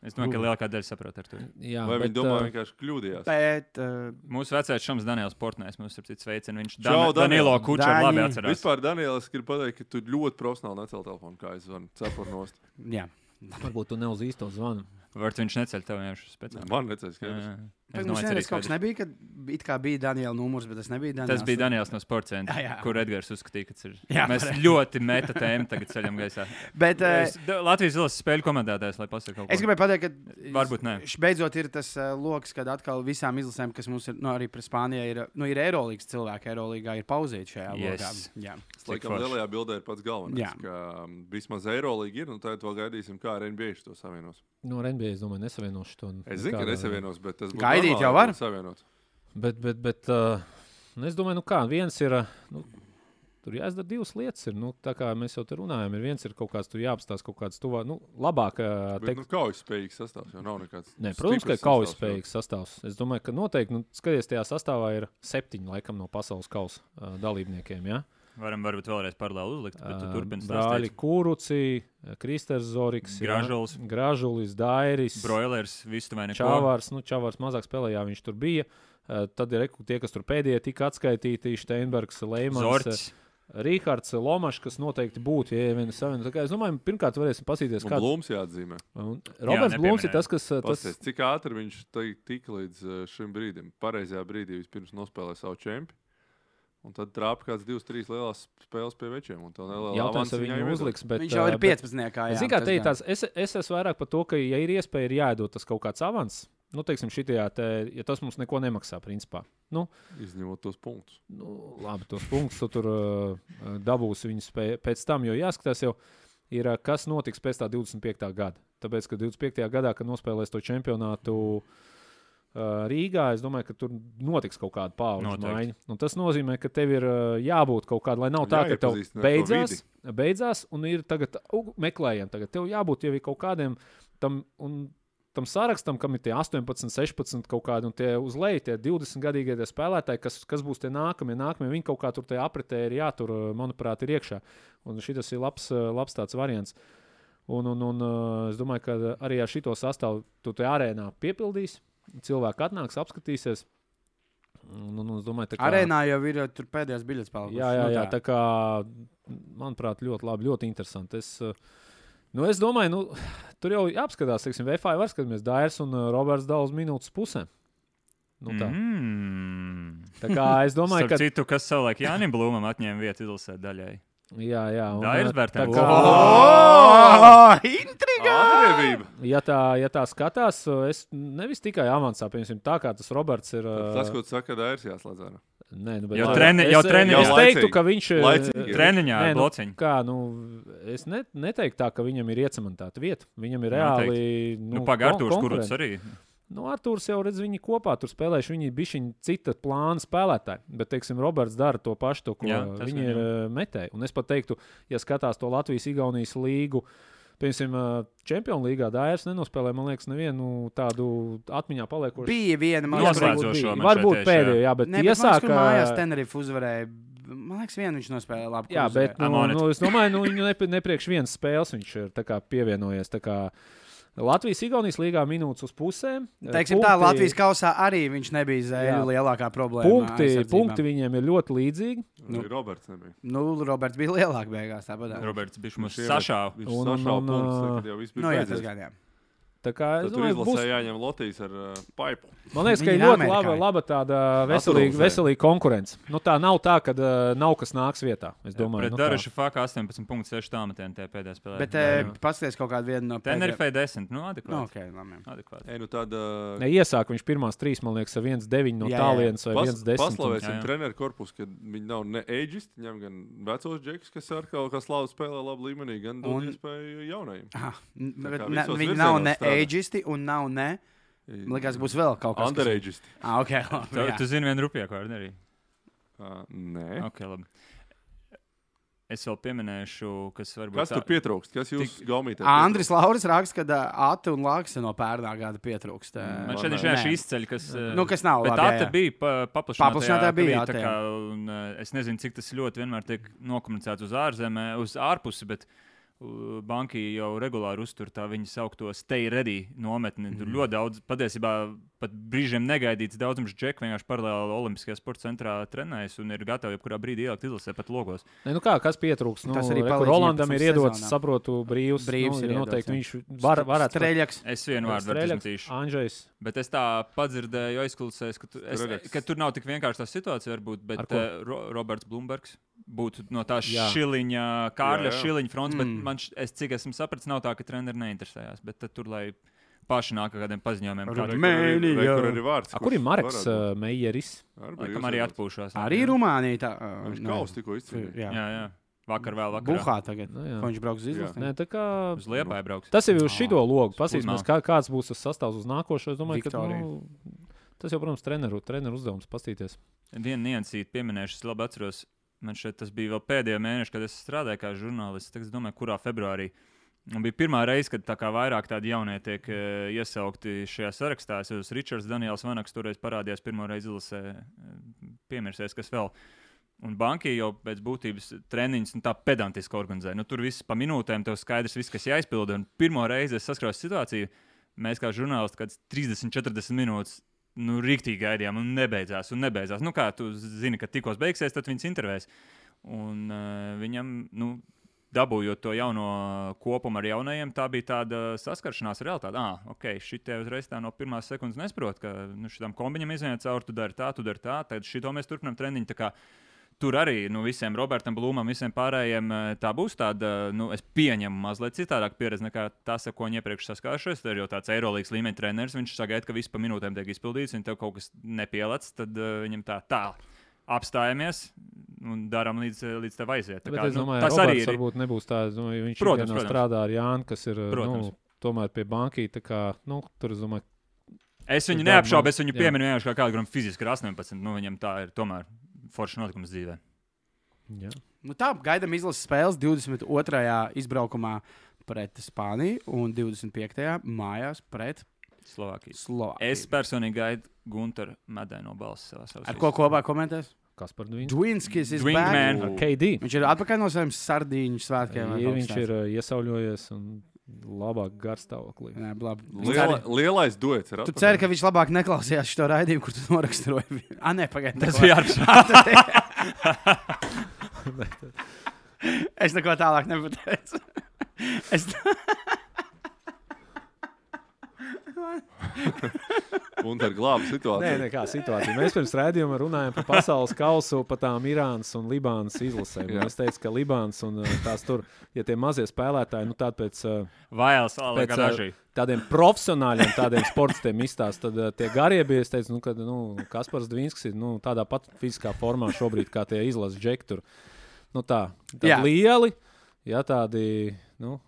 S2: es domāju, ka lielākā daļa saprot ar to.
S4: Jā,
S3: Vai
S4: bet,
S3: viņi domā,
S4: ā,
S3: vienkārši kļūdījās?
S1: Bet, uh,
S2: Mūsu vecais šams Daniels Portnēs, mums ir cits veicins, viņš
S3: Čau,
S2: Dan-
S3: Daniel.
S2: Danilo Kučer labi
S1: Dani.
S2: atcerās.
S3: Vispār, Daniel, es gribu pateikt, ka tu ļoti profesionāli necēl telefonu, kā es zvanu. Cepur nost.
S1: jā.
S4: varbūt tu neuz īsto zvanu?
S2: Varbūt viņš neceļ tev jau šis pēc.
S3: Man necēl
S2: Jā,
S3: skaidrs.
S2: jā.
S1: Bet
S2: Es
S1: mums
S2: domāju, tas
S1: vienreiz
S2: arī
S1: kaut kas
S2: skaidrs.
S1: nebija, kad it kā bija Daniela numurs, bet tas nebija Daniels.
S2: Tas bija Daniels no Sports Centra,
S1: Jā, jā.
S2: kur Edgars uzskatīja, ka ir.
S1: Jā,
S2: Jā, Mēs
S1: pareizi.
S2: ļoti meta tēmu tagad ceļam gaisā.
S1: Bet, uh,
S2: Es, da- Latvijas zilais spēļu komentētājs, lai pasakā kaut ko.
S1: Es gribēju pateikt, ka
S2: Varbūt ne.
S1: š- Beidzot, ir tas uh, lokus, kad atkal visām izlasēm, kas mums ir, nu, arī par Spāniju, ir, nu, ir Eirolandes cilvēki. Eirolandā ir pauzīte šajā lokā.
S2: Yes.
S1: Jā.
S3: Tas, laikam,
S2: forši.
S3: lielajā bildē ir pats galvenais.
S1: Jā.
S3: Ka, mm, vismaz Eirolanda ir, un tagad vēl gaidīsim, kā ar NBA to savienos.
S4: No NBA es domāju, nesavienošu to.
S3: Es zinu, ka
S4: nekādā-
S3: nesavienos, bet tas būs.
S1: Gaidīt jau
S3: normāli, ja
S1: var?
S3: būtu Savienot.
S4: Bet, bet, bet uh, nu, es domāju, nu kā, viens ir. ā, Nu, tur jāizdara divas lietas. Ir, nu, tā kā mēs jau te runājam, ir viens ir kaut kāds, tur jāapstāsta kaut kāds tuvāk, nu, labāk. ā,
S3: Bet,
S4: teikt-
S3: nu, kaujas spējīgs sastāvs jau nav nekāds.
S4: Nē, protams,
S3: stiprs
S4: ka ir kaujas
S3: sastāvs, jo-
S4: spējīgs sastāvs. Es domāju, ka noteikti, nu, skaties, tajā sastāvā ir septiņi laikam, no pasaules kausa uh, dalībniekiem. Ja?
S2: Varam varbūt vēlreiz paralēli uzlikt, bet tu
S4: Ā,
S2: turpini
S4: Brāļi
S2: stāstīt.
S4: Kūruci, Kristers Zoriks, ja?
S2: Gražulis.
S4: Gražulis, Dairis,
S2: Broilers, visu vai neko.
S4: Čāvārs. Nu, Čāvārs mazāk spēlēja, viņš Eh, tur bija. Uh, Tad ir reku, tie, kas tur pēdējie tika atskaitīti, Steinbergs, Leimans,
S2: Zorts,
S4: Rīgards Lomašs, kas noteikti būtu, ja vien savienot. Es domāju, pirmkārt, varēsim pasīties,
S3: Un
S4: kāds
S3: Blūms jāatzīmē.
S4: Un Roberts
S2: Nu, Jā,
S4: Blūms ir
S2: nepieminēju.
S4: tas, kas uh, tas,
S3: Pasties, cik ātri viņš tai- tika līdz eh, šim brīdim? Pareizajā brīdī vispirms nospēlēja savu čempionu. Un tad trāpa kāds, divas, trīs lielās spēles pie večiem. Un tā nelielā
S4: jautājums,
S3: avansa
S4: vai
S3: viņai
S4: viņu
S3: iedod.
S4: uzliks. Bet,
S1: Viņš jau
S4: uh,
S1: ir
S4: bet-
S1: 15. kā
S4: Es
S1: jau
S4: tikai teiktu, tās- es, es esmu vairāk par to, ka, ja ir iespēja, ir jāiedod tas kaut kāds avans. Nu, teiksim, šitajā, te, ja tas mums neko nemaksā, principā. Nu,
S3: Izņemot tos punktus.
S4: nu, labi, tos punktus tu tur uh, dabūsi viņus pē- pēc tam, jo jāskatās jau, ir, uh, kas notiks pēc tā 25. gada. Tāpēc, ka 25. gadā, kad nospēlēs to čempionātu uh, Rīgā, es domāju, ka tur notiks kaut kāda pauļu
S2: Noteikti.
S4: maiņa. Un tas nozīmē, ka tev ir uh, jābūt kaut kādam, lai nav tā, ka tev
S3: Jāiepazīstina ar to
S4: beidzās,
S3: vidi.
S4: beidzās un ir tagad u, meklējiem. Tagad tev jābūt jau ir kaut kādiem tam. Un, tam sarakstam, kam ir tie 18, 16 kaut kādi, un tie uz leju, tie 20 gadīgie tie spēlētāji, kas, kas būs tie nākamie, nākamie, viņi kaut kā tur tajā apritē ir jātur, eh, manuprāt, ir iekšā. Un šis ir labs, eh, labs tāds variants. Un, un, un eh, es domāju, ka arī ar šo sastāvu tu tajā arēnā piepildīs. Cilvēki atnāks, apskatīsies. Un, un, un es domāju, tā kā-
S1: Arēnā jau ir uh, tur pēdējais biļets spēlētājs.
S4: Jā, jā, jā, tā kā, manuprāt, ļoti labi, ļoti interesanti. Es, uh, nu, es domāju, nu, tur jau apskatās, teiksim, VFI var skatīties, Dairs un uh, Roberts daudz minūtes pusē. Nu, tā. Mm.
S2: Mm.
S4: tā kā es domāju,
S2: Mhm. Starp
S4: ka
S2: citu, kas savulaik Jānis Blūmam atņēma vietu izlasē daļai.
S4: jā, jā, un,
S2: Dairs
S4: uh,
S2: Bertens.
S4: tā kā,
S1: Oh, intriga!
S3: Atriebība!
S4: ja, tā, ja tā skatās, uh, es nevis tikai avansā, piemēram, tā kā tas Roberts ir. uh,
S3: Tas, ko tu saki, Dairis jāslēdz ārā.
S4: Nē, nu, bet,
S2: Jau
S4: tā-
S2: treni-
S4: es,
S2: jau
S4: eh,
S2: treni-
S4: es
S3: jau
S4: teiktu,
S3: laicīgi.
S4: ka viņš eh,
S3: Laicīgi.
S2: Treniņā,
S4: Nē, nu,
S2: blociņā.
S4: Kā, nu, es ne, neteiktu tā, ka viņam ir iecementēta vieta. Viņam ir reāli.
S2: Nu, Pagārtūrs,
S4: kon-
S2: kurus
S4: konkurence.
S2: arī.
S4: Nu, Arthurs jau redz, viņi kopā tur spēlējuši. Viņi bija šī cita plāna spēlētāji. Bet, teiksim, Roberts dara to pašu, to, ko Jā,
S2: Jā, tas
S4: viņi
S2: gan
S4: ir eh, metēji. Un es pat teiktu, ja skatās to Latvijas-Igaunijas līgu. Piemēram, eh, Čempionu līgā Dārs nenospēlēja, man liekas, nevienu tādu atmiņā paliekošu.
S1: Bija viena
S2: Noslēdzošo
S1: mazliet.
S4: varbūt bija.
S2: man šeit
S4: varbūt
S2: tieši, jā.
S4: pēdējo, jā, bet
S1: Nē, bet
S4: tiesā,
S1: iesāk, ka mājās Tenerife uzvarēja. Man liekas, vienu viņš nospēlēja labi.
S4: Jā, bet
S2: I'm
S4: nu,
S2: on it.
S4: nu, es domāju, ka nu, nepie, nepriekš vienas spēles viņš ir tā kā, pievienojies. Tā kā Latvijas-Igaunijas līgā minūtes uz pusēm.
S1: Nu, Teiksim tā, Latvijas kausā arī viņš nebija zēļu
S4: eh, Jā.
S1: lielākā problēma.
S4: punkti,
S1: aizsardzībā.
S4: punkti viņiem ir ļoti līdzīgi.
S3: Nu. Roberts nebija.
S1: Nu, Roberts bija lielāks beigās. Tāpat. arī.
S2: Roberts bija
S3: Viņš
S2: mums
S3: iemet-
S2: sašāvis.
S3: Viņš
S4: Un- un-
S3: sašāva
S4: un,
S3: punktus,
S4: ā,
S3: tad, kad jau viss bija
S1: Nu, jā, tas
S3: beidzies.
S1: gan jā.
S4: Tā kā, es
S3: Tad tur
S4: domāju,
S3: izlasīja
S4: būs,
S3: jāņem lotīs ar uh, paipu.
S4: man liekas, ka
S1: Viņi
S4: ir
S1: ir
S4: ļoti
S1: Amerikā.
S4: laba, laba tāda veselīga,
S3: Naturalizē.
S4: veselīga konkurence. Nu, tā nav tā, ka uh, nav kas nāks vietā. Es domāju,
S2: Pret
S4: nu,
S2: Dāršu Faku 18,6 tāmatienu tajā pēdējā spēlē.
S1: Bet eh, paskaties kaut kādu vienu no pēdējiem.
S2: Tenerife 10. Nu,
S1: Nu,
S2: adekvāti.
S1: okay, labi.
S2: Adekvāti.
S3: Ei, nu tāda.
S4: tā neiesāk viņš pirmās trīs, man liekas, ar 1,9 no
S1: Jā, jā.
S4: tālienes vai
S3: Pas,
S4: 1,10.
S2: Jā,
S3: paslavēsim
S2: jā.
S3: treneru korpusu, ka viņi nav ne eģisti, ņem gan vecos džekus, kas ar kaut kā slavu spēlē labu līmenī, gan dod
S1: Un-
S3: iespēju jaunajiem.
S1: Aha, n-
S3: Tā
S1: bet
S3: kā
S1: ne-
S3: visos
S1: Viņi nav
S3: virzienos
S1: ne
S3: strādā.
S1: eģisti un nav ne. Man liekas, būs vēl kaut kas tāds.
S3: Undereģisti.
S1: Ah, okay, labi,
S2: Tu,
S1: jā.
S2: tu zini vienu rupjāku vārdu arī.
S3: Ā, Nē.
S2: Okay, labi. es vēl pieminēšu, kas varbūt
S3: Kas tur pietrūkst? Kas jūs gaumītē?
S1: Andris Lauris raksta, ka Āta un Laksa no pērnā gada pietrūkst. eh,
S2: Man
S3: Man
S2: šeit
S3: nē.
S2: ir vienkārši izceļ, kas.
S1: Nu, kas nav
S2: Bet
S1: labi,
S2: tā
S1: jā,
S2: te
S1: jā.
S2: bija pa, paplašinātā.
S1: Paplašinātā bija, jā,
S2: tā
S1: tā
S2: kā, un, eh, es nezinu, cik tas ļoti vienmēr tiek nokomunicēts uz ārzemē, uz ārpusi. Bet... uh, Banki jau regulāri uztur tā viņas augto stay ready nometni.
S1: Mhm.
S2: Tur ļoti daudz, patiesībā, pat brīžiem negaidīts daudzums džeku vienkārši paralēli Olimpiskajā sporta centrā trenējas un ir gatavi jebkurā brīdī ielikt izlasē pat logos.
S4: Nē, nu kā, kas pietrūks? Nu,
S1: Tas arī
S4: re, kur
S1: palīdz
S4: Rolandam ir
S1: 11.
S4: iedots,
S1: sezonā.
S4: saprotu, brīvs.
S1: Brīvs
S4: nu,
S1: ir
S4: ja
S1: iedots,
S4: noteikti
S1: jā.
S4: viņš var, varētu
S1: Streļaks.
S2: Es vienu vārdu varu
S4: Streļaks,
S2: izmantīšu.
S4: Andrzejs.
S2: Bet es tā padzirdēju, aizklausījos, ka, tu, es,
S3: Redaks.
S2: ka tur nav tik vienkārši tā situācija. Varbūt, bet
S4: Ar ko?
S2: uh, Ro Roberts Blūmbergs būtu no tā
S4: Jā.
S2: šiliņa, Kārļa
S3: Jā, jā.
S2: šiliņa fronts. Mm.
S1: Mm.
S2: Bet man, š- es, cik esmu sapratis, nav tā, ka treneris neinteresējās. Bet tad tur lai paši nāk ar kādiem paziņojumiem,
S1: Ar
S2: kādiem
S1: me- Mēnī,
S3: Mēģinājums.
S1: jā.
S3: Kur ir vārds?
S4: A, kur ir Marks uh, Meijeris?
S2: laikam arī atpūšās.
S1: Arī
S2: jā.
S1: Rumānija. Tā, ā,
S3: Viņš
S1: nu,
S3: kaus tikko
S1: tur,
S3: izcīnījās.
S1: jā.
S2: Jā, jā. Vakar vēl vakarā.
S1: Buhā tagad.
S4: Nu, jā.
S1: ko Viņš brauks uz
S3: Jā.
S1: izlasi.
S4: Nē, tā kā.
S2: Uz liepa aizbrauks.
S4: Tas jau ir uz
S1: Nā.
S4: šito logu. Paskatīsimies,
S2: Uzmanīgi.
S4: kā, kāds būs tas sastāvs uz nākošo. Es domāju, ka
S1: Viktorija.
S4: nu, tas jau, protams, treneru, treneru uzdevums paskatīties.
S2: Vienu niansīti pieminēšu, es labi atceros. Man šeit tas bija vēl pēdējā mēneša, kad es strādāju kā žurnālists. Tagad es domāju, kurā februārī. Un bija pirmā reize, kad tā kā vairāk tādi jaunie tiek e, iesaukti šajā sarakstā. Es jau esmu Ričards Daniels Vanaks, toreiz parādījās pirmo reizi izlasē. e, Piemirsies, kas vēl. Un banki jau pēc būtības treniņus nu, tā pedantiski organizē. Nu, tur viss pa minūtēm tev skaidrs, viss, kas jāizpilda. Un pirmo reizi es saskaros situāciju, mēs kā žurnālisti kāds 30, 40 minūtes nu, rīktīgi gaidījām, un nebeidzās. Un nebeidzās. Nu, kā tu zini, ka tikko beigsies, tad viņas intervēs. Un uh, viņam, nu, dabūjot to jauno kopumu ar jaunajiem, tā bija tāda saskaršanās realitāte. Ah, ok, šitie uzreiz tā no pirmās sekundes nesaprot, ka nu, šitam kombiņam iziet cauri, tu dari tā, tu dari tā, tad šito mēs turpinām treniņu. Tā kā Tur arī nu, visiem Robertam Blūmam, visiem pārējiem eh, tā būs tāda, nu, es pieņemu, mazliet citādāk pieredze nekā tas, ar ko viņš iepriekš saskāršies. Tad ir jau tāds Eirolandes līmeņa treneris, viņš sagaida, ka viss pa minūtēm tiek izpildīts, un tev kaut kas nepielādes, tad uh, viņam tā tā. Apstājamies un darām līdz, līdz tev aiziet. Tā
S4: Bet
S2: kā,
S4: es domāju,
S2: nu,
S4: ka
S2: tas arī ir.
S4: varbūt nebūs tāds. Nu, ja viņš
S2: Protams,
S4: protams, protams.
S2: protams.
S4: strādā ar Jānu, kas ir nu,
S2: Protams.
S4: tomēr pie bankī. tā Kā, nu, tur es domāju,
S2: Es viņu
S4: darbu,
S2: neapšaubu, es viņu
S4: jā.
S2: pieminu vienkārši kā kādu, kuram fiziski ir 18. Nu, viņam tā ir tomēr forša notikums dzīvē.
S4: jā.
S1: Nu, tā gaidām izlases spēles 22. izbraukumā pret Spāniju un 25. mājās pret
S2: Slovākijas.
S1: Slovākiju.
S2: Es personīgi gaidu Gunteru Medēnu no balss savā savā.
S1: Ar ko kopā komentēs?
S4: kas par viņu?
S1: Džuinskis ir
S2: Wingman.
S1: back.
S3: Ū,
S4: Ar KD.
S1: Viņš ir atpakaļ no saviem sardīņu svētkiem. vai
S4: Ja
S1: kaut kas
S4: viņš
S1: tāds.
S4: ir uh, iesauļojies un labāk garstāvoklī.
S1: Nē, labi. Es
S3: Liela,
S1: ceru-
S3: lielais duets ir
S1: Tu
S3: atpakaļ.
S1: ceri, ka viņš labāk neklausījās šo raidījumu, kur tu noraksturoji. Ah, nē, pagaidi.
S2: Tas
S1: neko.
S2: bija ārpus.
S1: Es neko tālāk nepateicu. Es
S3: un tā ir glāba
S4: Nē,
S3: situācija.
S4: nē, kā situācija. Mēs pirms rādījuma runājām par pasaules kausu, par tām Irānas un Libānas izlasēm. Un
S3: Jā.
S4: Es teicu, ka Libāns un uh, tās tur, ja tie mazie spēlētāji, nu tādi pēc, uh,
S2: Vails,
S4: pēc
S2: Aleksa
S4: uh,
S2: Ražī.
S4: tādiem profesionāļiem, tādiem sportistiem izstāsta, tad uh, tie garie bija, es teicu, nu, ka nu, Kaspars Dvīnskis ir nu, tādā pat fiziskā formā šobrīd, kā tie izlases džekti tur. Nu tā, tādi
S1: Jā.
S4: lieli, jā, tādi, nu,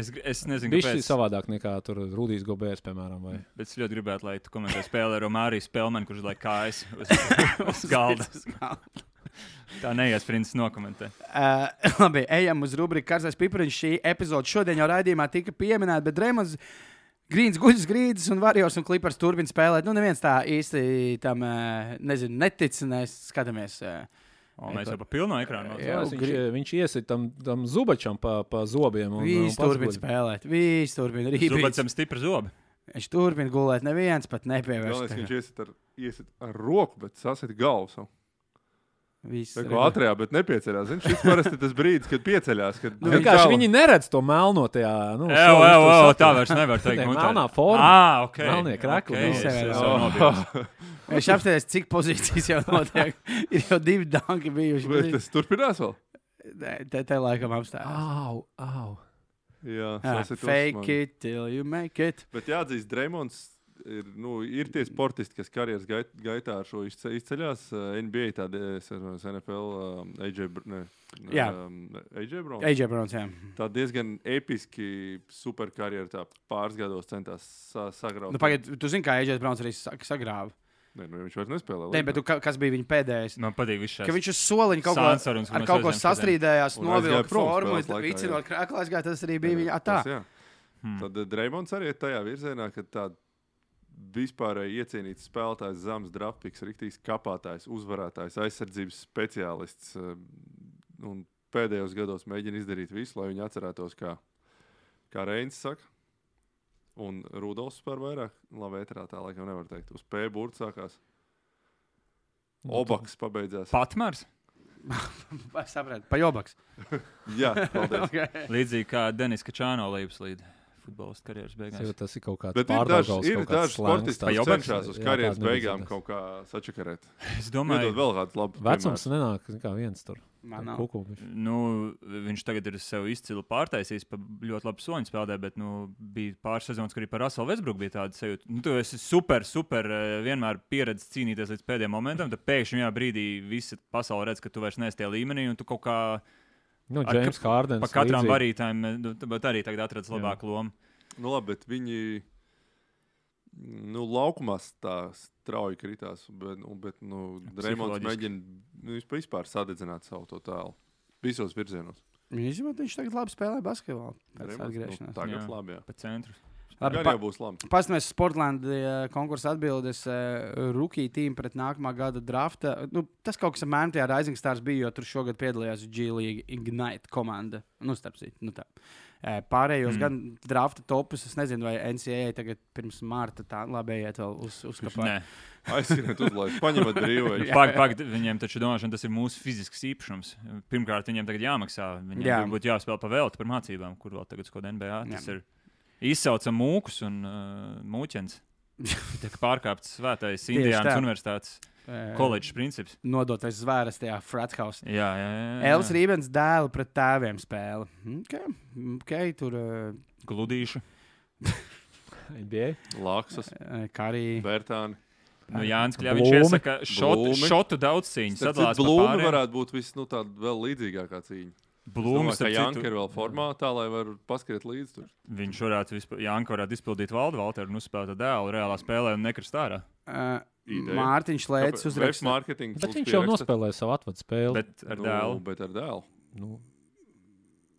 S2: Es, es nezinu,
S4: bišķi
S2: kāpēc.
S4: savādāk nekā tur Rudijs Gobērs, piemēram, vai.
S2: Bet es ļoti gribētu, lai tu komentē spēli ar Romāriju Spēlmanu, kurš laikā kājas uz, uz galda. Tā neies, princis, nokomentē.
S1: Uh, labi, ejam uz rubriku Karstais Pipriņš. Šī epizode šodien jau raidījumā tika pieminēta, bet Dreamlands, Grīns, Guģis, Grīdis un Varjors un Klipars turpina spēlēt. Nu, neviens tā īsti tam uh, nezinu, netic, nes skatāmies. Uh,
S2: O, mēs jau pa pilno
S1: Jā,
S2: ekrānu
S4: Jā,
S2: nodzīvojam.
S1: un
S4: viņš,
S1: gri-
S4: viņš iesita tam, tam zubačam pa, pa zobiem. Un, un
S1: Viņš turpina
S4: pasguļ.
S1: spēlēt, viņš turpina rīkoties.
S2: Zubacam stipri zobi.
S1: Viņš turpina gulēt, neviens pat
S3: Galvenais, ka
S1: nepievērš.
S3: viņš iesit ar, iesit ar roku, bet sasita galvu.
S1: Viss
S3: Tā
S1: ir
S3: kā ātrajā, bet nepiecerās. Zini, šis parasti tas brīdis, kad pieceļās. Kad,
S4: Nu,
S3: zini,
S4: vienkārši
S3: galva-
S4: viņi neredz to melno tajā. Nu,
S2: Evo,
S4: šo,
S2: evo,
S4: jūs
S2: evo,
S4: tur
S2: tā
S4: saprotat.
S2: vairs nevar teikt.
S4: Nē,
S2: Gunter.
S4: melnā forma.
S2: Ā, ok.
S4: Melnie krakli,
S2: Ok,
S4: nu,
S2: es-
S1: jā.
S2: es jau
S3: Oh.
S2: nobijos.
S1: Viņš apstājas, cik pozīcijas jau notiek. ir jau divi danki bijuši.
S3: Bet
S1: bet viņš-
S3: tas turpinās vēl.
S1: Nē, Te, te laikam
S3: Ah,
S1: apstājas.
S4: Au, au.
S3: Jā,
S1: Ah,
S3: sasita
S1: fake
S3: uzmanīgi.
S1: it till you make it.
S3: Bet jāatzīst, Dreamlands ir, nu, ir tie sportisti, kas karjeras gait, gaitā ar šo izce- izceļās. Eh, NBA, tāda es atvainojos, NFL, um, AJ, Br- ne,
S1: Jā.
S3: um, AJ Brown.
S1: AJ Browns, jā.
S3: Tā diezgan episki superkarjeru tā pāris gados centās sa sagraut.
S1: Nu, pagaid, tu zini, kā Eģēns Browns arī sag- sagrāva.
S3: Nē, nu, viņš vairs nespēlē.
S1: Nē, bet tu, ka- kas bija viņa pēdējais?
S2: Man patīk viss šis.
S1: Ka viņš uz soliņa kaut ko,
S2: Sansaruns, kur
S1: ar kaut
S2: mēs
S1: ko
S2: redzējām šodien.
S1: sastrīdējās,
S3: Un
S1: novilka
S3: aizgāja prom
S1: formu,
S3: spēles laikā,
S1: vicinot
S3: jā.
S1: krāklās, kā tas arī bija viņa Ah, attēlā.
S3: Eh, jā.
S2: Hmm.
S4: Mhm.
S3: Tad eh, Dreamlands arī ir tajā virzienā, ka tā vispārēji iecienīts spēlētājs, zems grafiks, rīktīgs kapātājs, uzvarētājs, aizsardzības speciālists. eh, Un pēdējos gados mēģina izdarīt visu, lai viņi atcerētos, kā, kā Reins saka. Un Rudolfs par vairāk, labi, ētrā tā laikam nevar teikt. Uz P burbuļs sākās.
S4: Nu,
S3: Obaks pabeidzās.
S2: Patmars,
S1: Es sapratu, pa jobaks.
S3: Jā, paldies.
S2: līdzīgi kā Denis Kačāno līdz līdz futbolistu karjeras
S4: Tas jau
S2: beigās.
S4: tas ir kaut kāds
S3: Bet ir daži,
S4: pārdaugals,
S3: ir
S4: kaut kāds
S3: daži
S4: slangs,
S3: sportisti,
S4: tāds-
S3: kas
S2: jau bērns-
S3: cenšas uz
S4: jā,
S3: karjeras
S4: tāds
S3: beigām
S4: nepazītams.
S3: kaut kā sačakarēt.
S2: Es domāju,
S3: Iedod vēl kādu labu
S4: Vecums nenāk, zini kā viens tur.
S1: Man nav.
S4: Kukumiši.
S2: Nu, viņš tagad ir sev izcili pārtaisījis, pa ļoti labi soņu spēlē, bet nu, bija pāris sezonas, kur arī par Raselu Vesbruku bija tāda sajūta. Nu, tu esi super, super, eh, vienmēr pieredzējis cīnīties līdz pēdējiem momentam, tad pēkšņi vienā brīdī visa pasaule redz, ka tu vairs neesi tajā līmenī, un tu kaut kā
S4: Nu,
S2: Ar
S4: James Hardens.
S2: pa katrām
S4: līdzīgi.
S2: varītājiem eh, nu, tu- bet arī tagad atradzi labāku lomu.
S3: Nu, labi, bet viņi nu, laukumā s- tā strauji kritās. Bet, un, bet nu, Dreamlands
S2: psiholoģiski.
S3: mēģina nu, vispa- vispār sadedzināt savu to tēlu. Visos virzienos.
S1: Īstenībā viņš tagad labi spēlē basketbolu. Pēc
S3: Draimonds, Nu,
S1: atgriešanās.
S3: tagad
S2: Jā.
S3: labi. Jā.
S2: Pa centru.
S1: Labi,
S3: Gan
S1: pa-
S3: jau būs labi.
S1: Pastāvēs Sportlandā eh, konkursa atbildes eh, rookie tīm pret nākamā gada drafta. Nu, tas kaut kas manā skatījumā, Rising Stars bija, jo tur šogad piedalījās G-League Ignite komanda. Nu, starp citu, nu tā. eh, Pārējos mm.
S2: Mm.
S1: gan drafta topus, es nezinu, vai NCAA tagad pirms mārta tā labi iet vēl uz, uzkapā.
S2: Nē,
S3: Aizsniet, uzlaiž, paņemat brīvību.
S2: Pag, pag, viņiem taču domāšana tas ir mūsu fizisks īpašums. Pirmkārt, viņiem tagad jāmaksā. Viņiem
S1: Jā.
S2: Jā. būtu jāspēlē pa velti par mācībām, kur vēl tagad skot NBA. Tas
S1: Jā.
S2: Jā. ir izsauca mūkus un uh, mūķens. Tiek pārkāpts svētais
S1: tā.
S2: Indiānas universitātes
S1: Eh,
S2: koledžas princips.
S1: Nodoties zvēras tajā frathausā.
S2: Jā, jā, jā, jā.
S1: Elvis Rībens dēlu pret tēviem spēle. Okay. Okay, tur eh,
S2: Gludīšu.
S4: NBA.
S3: Laksas,
S1: eh, kā arī
S3: Bērtāni.
S2: Nu, Jānis Kļāviņš
S4: Blūmi.
S2: iesaka šot,
S3: Blūmi.
S2: šotu daudz cīņu. Sadalās pa
S3: Blūmi
S2: pāriem.
S3: varētu būt vis, nu, tāda vēl līdzīgākā cīņa.
S2: Blūmi,
S3: Blūmi,
S2: starp
S3: ka Janka
S2: citu,
S3: ir vēl formā, tā lai var paskriet līdzi tur.
S2: Viņš varētu, vispār, Janka varētu izpildīt valdu Valteru un uzspēlēt dēlu reālā spēlē un nekrist ārā.
S1: eh,
S3: Ideja.
S1: Mārtiņš Lēcis
S3: Kāpēc? Web
S1: uzrakstīja.
S3: marketing.
S4: Bet
S3: mums
S4: viņš jau
S3: pieraksta.
S4: nospēlēja savu atvadu spēli.
S2: Bet ar dēlu.
S3: Nu, bet ar dēlu.
S4: Nu,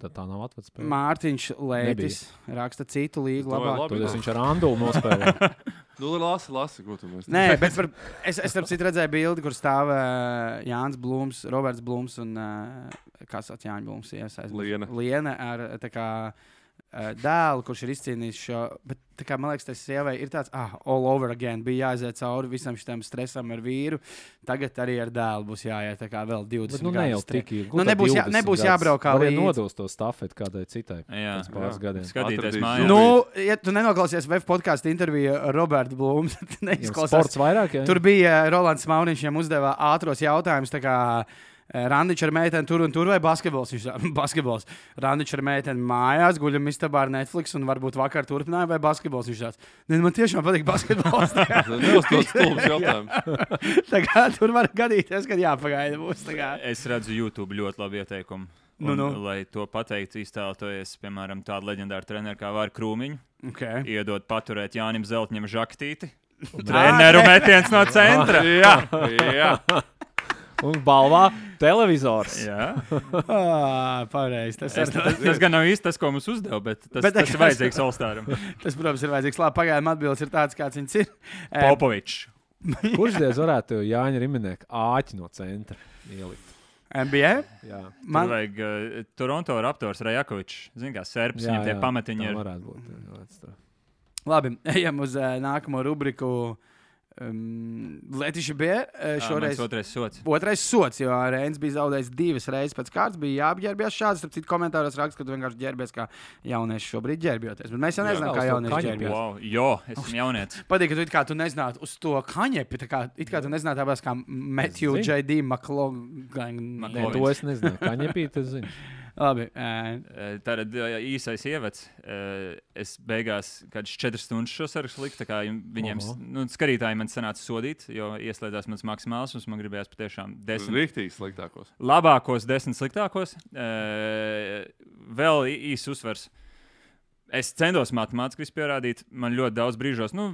S4: tad tā nav atvadu spēle.
S1: Mārtiņš Lētis raksta citu līgu
S3: domāju,
S1: labāk.
S3: Nu, labi.
S4: Tad es viņš ar Andulu nospēlēja.
S3: Nu, lasi, lasi, ko tu mēs.
S1: Nē, bet par, es, es tam citu redzēju bildi, kur stāv uh, Jānis Blūms, Roberts Blūms un uh, kas sauc Jānis Blūms. Jā, es aizmirsu.
S3: Liena.
S1: Liena ar tā kā, uh, dēlu, kurš ir izcīnījis šo. Bet, tā kā, man liekas, tas sievai ir tāds, ah, all over again. Bija jāiziet cauri visam šim stresam ar vīru. Tagad arī ar dēlu būs jāiet tā kā vēl 20
S4: Bet, nu, ne jau
S1: gadus
S4: tik
S1: stresa.
S4: ilgi.
S1: Nu, nebūs jā- nebūs jābrauk kā līdzi.
S4: nodos to stafeti kādai citai.
S2: Jā,
S4: Pēc pāris gadiem.
S2: skatīties
S3: Atradīs
S2: mājās.
S3: Jā.
S1: Nu, ja tu nenoklausies web podkāstu interviju ar Robertu Blūmu, tad
S4: Jums
S1: neizklausies
S4: Sports vairāk, ja?
S1: Tur bija eh, Rolands Mauniņš, viņam uzdeva ātros jautājumus. tā Kā, eh, Randiņš ar meiteni tur un tur vai basketbols? Viņš tā, basketbols. Randiņš ar meiteni mājās, guļam istabā ar Netflix un varbūt vakar turpināja vai basketbols. Viņš tāds - man tiešām patīk basketbols. Tā kā,
S3: Neuzdos stulbs jautājums.
S1: tā kā tur var gadīties, kad jāpagaida būs. tā kā.
S2: Es redzu YouTube ļoti labu ieteikumu.
S1: Nu,
S2: Un,
S1: nu.
S2: Lai to pateiktu, iztēloties, piemēram, tādu leģendāru treneru kā Vārka Krūmiņu,
S1: Okay.
S2: iedod paturēt Jānis Zeltņam žaktīti. Treneru metiens no centra.
S3: Jā, jā.
S4: Un balvā televizors.
S2: Jā,
S1: Ah, pareizi. Tas,
S2: es,
S1: ar,
S2: tas, tas gan nav īsti tas, ko mums uzdeva, bet tas,
S1: Bet-
S2: bet, tas ir vajadzīgs Olstāram.
S1: tas, protams, ir vajadzīgs. Labi, pagaidām atbildes ir tāds, kāds viņš ir. Eh,
S2: Popovičs.
S4: Kurš diez varētu Jāņa Riminēka āķi no centra ielikt?
S1: NBA.
S4: Jā,
S2: Man
S1: Man,
S2: vajag uh, Toronto Raptors Rajakovičs. Zini, kā serbs,
S4: jā,
S2: viņam tie
S4: jā,
S2: pamatiņi
S4: tā
S2: ir.
S4: varētu būt. jā, varētu tā.
S1: labi, ejam uz eh, nākamo rubriku. Um, Latvijas bija eh,
S2: Ā,
S1: šoreiz.
S2: mans Otrais sots.
S1: Otrais sots, jo Rēns bija zaudējis divas reizes pēc kārtas, bija jāapģērbjas šādi. Starp citu, komentāros raksts, ka tu vienkārši ģērbies kā jaunieši šobrīd ģērbjoties. Bet mēs jau
S3: Jā,
S1: nezinām,
S4: uz
S1: kā
S4: to
S1: jaunieši
S4: kaņepi.
S1: ģērbjas.
S2: Wow, jo, esmu jaunietis.
S1: Patīk, ka tu it kā tu nezinātu uz to kaņepi. Tā kā, it kā tu nezinātu tāpēc, kā Matthew
S4: zinu.
S1: J.D. McLaughlin.
S4: Nē,
S2: Maklogans.
S4: to es nezinu. Kaņepīt, es zinu.
S1: Labi. eh,
S2: Eh, Tātad eh, īsais ievads. eh, Es beigās kādas četras stundas šo sarakstu liku. tā kā jum- Viņiem, s-
S4: Oho.
S2: nu, skatītāji man sanāca sodīt, jo ieslēdzās mans maksimāls, un man gribējās patiešām desmit
S3: Rīktīgi sliktākos.
S2: labākos, desmit sliktākos. Eh, Vēl i- īsts uzsvers. Es centos matemātiski pierādīt, man ļoti daudz brīžos, nu,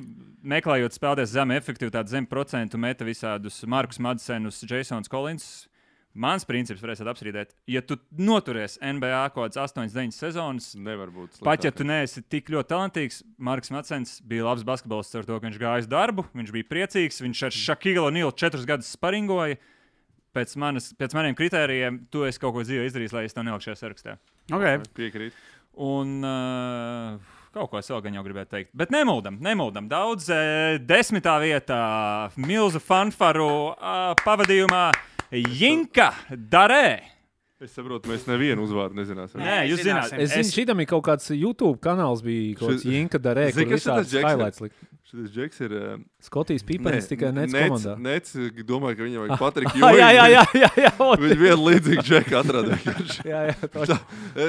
S2: meklējot spēlēties zem efektivitāti, zem procentu meta visādus Markus Madsenus, Jasons Collins. Mans princips, varēsiet apstrīdēt, ja tu noturies NBA kaut kādas 8, 9 sezonas,
S3: Nevar būt.
S2: Pat ja tu neesi tik ļoti talantīgs, Marks Matsons bija labs basketbolists ar to, ka viņš gāja uz darbu, viņš bija priecīgs, viņš
S4: Mm.
S2: ar Šakilu Nilu četrus gadus sparingoja. Pēc, manas, pēc maniem kritērijiem, tu esi kaut ko dzīvē izdarījis, lai es to neliktu šajā sarakstā.
S1: Okay.
S3: Piekrīt.
S2: Un uh, kaut ko es vēl gan jau gribētu teikt. Bet nemuldam, nemuldam. Daudz uh, desmitā vietā, milzu fanfaru uh, pavadījumā Jinka Darē.
S3: Es saprotu, mēs nevienu uzvārdu nezināsim.
S2: Nē, jūs zināt,
S1: zināsim.
S4: Es zinu, šitam ir kaut kāds YouTube kanāls, bija kaut kāds
S3: Šis-
S4: Jinka Darē,
S3: Zini,
S4: kur
S3: kas ir tas
S4: visādas
S3: Jackson?
S4: highlights likt.
S3: Šis džeks ir. eh,
S4: Skotijas Pīpens
S3: ne-
S4: tikai nec
S3: Nets-
S4: komandā.
S3: Nets, eh, domāju, ka viņam vajag Patrick
S4: Ah,
S3: Ewing.
S4: jā, jā, jā, jā, jā. ot-
S3: Viņi vienu līdzīgu džeku atrada. vienkārši.
S4: jā, jā to-
S3: Tā,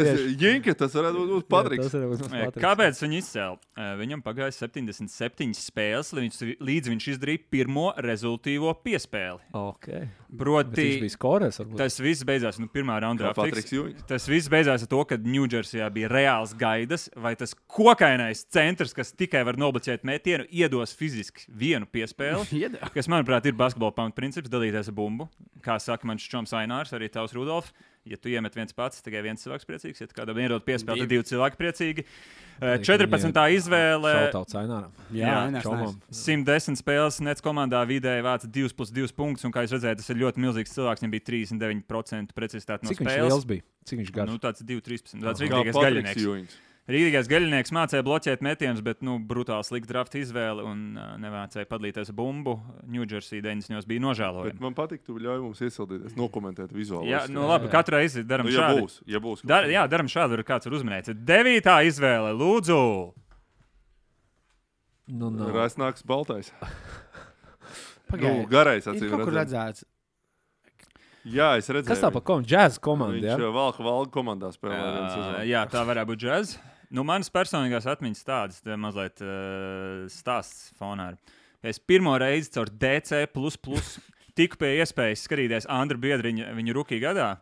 S3: es- Jinka, tas varētu būt būt
S4: Jā,
S3: Patriks.
S4: tas ir uz mums
S2: Jā,
S4: Patriks.
S2: Kāpēc viņi izcēla? Eh, Viņam pagāja 77 spēles, līdz, līdz viņš izdarīja pirmo rezultātīvo piespēli.
S4: Ok. Bet Viņš
S2: Proti,
S4: bija skorēs, varbūt.
S2: tas viss beidzās nu, pirmā raundā.
S3: Kā Patriks Ewing.
S2: Tas viss beidzās ar to, ka Ņūdžersijā bija reāls gaidas, vai tas kokainais centrs, kas tikai var nobloķēt metienu, iedos fiziski vienu piespēli,
S1: Ieda.
S2: kas, manuprāt, ir basketbola pamatprincips, dalīties ar bumbu. Kā saka mans čoms Ainārs, arī tavs Rudolf. Ja tu iemet viens pats, tikai viens cilvēks priecīgs, ja tu kādam ierodas piespēle, tad divi cilvēki priecīgi. Eh, 14. izvēle.
S4: Šautauts Aināram.
S1: Jā,
S2: Jā,
S1: Ainars
S4: čomam.
S1: Nais.
S2: 110 spēles Nets komandā vidēji vāca 2 plus 2 punktus, un, kā jūs redzējāt, tas ir ļoti milzīgs cilvēks. Viņam bija 39% precizitāte no
S4: Cik viņš
S2: spēles.
S4: liels bija? Cik viņš garš?
S2: Nu, tāds 2-13. Tāds
S3: Kā
S2: rītīgais
S3: Patriks
S2: gaļinieks.
S3: Ewings.
S2: Rītīgais gaļinieks mācīja bloķēt metienus, bet nu, brutāli slikta drafta izvēle un uh, nevācēja padalīties ar bumbu. Ņūdžersī 90 bija
S3: Bet
S2: nožēlojama.
S3: man patīk, tu ļauj mums iesildīties, nokomentēt vizuāli.
S2: Jā,
S3: visu.
S2: nu labi, katru reizi
S3: Nu,
S2: darām
S3: ja
S2: šādu.
S3: būs, ja būs.
S2: Dar, jā, darām šādu, kāds ir uzmanīgs. Devītā izvēle, lūdzu!
S4: Nu, nav.
S3: Rasnāks baltais. Nu,
S1: Pagaid.
S3: garais
S1: Ir
S3: acīm
S1: kaut kur
S3: redzams.
S1: redzēts.
S3: Jā, es redzēju.
S4: Kas tā par komandu? Džēzus
S3: komandu?
S4: komanda.
S3: Viņš
S4: Ja?
S3: jau valka valga komandā spēlē. viens
S2: Uh,
S3: sezonu.
S2: jā, tā varētu būt džēz. Nu, manas personīgās atmiņas tādas, tā mazliet uh, stāsts fonā. ir. Es pirmo reizi caur DC tiku pie iespējas skatīties Andra Biedriņa viņa rookie gadā.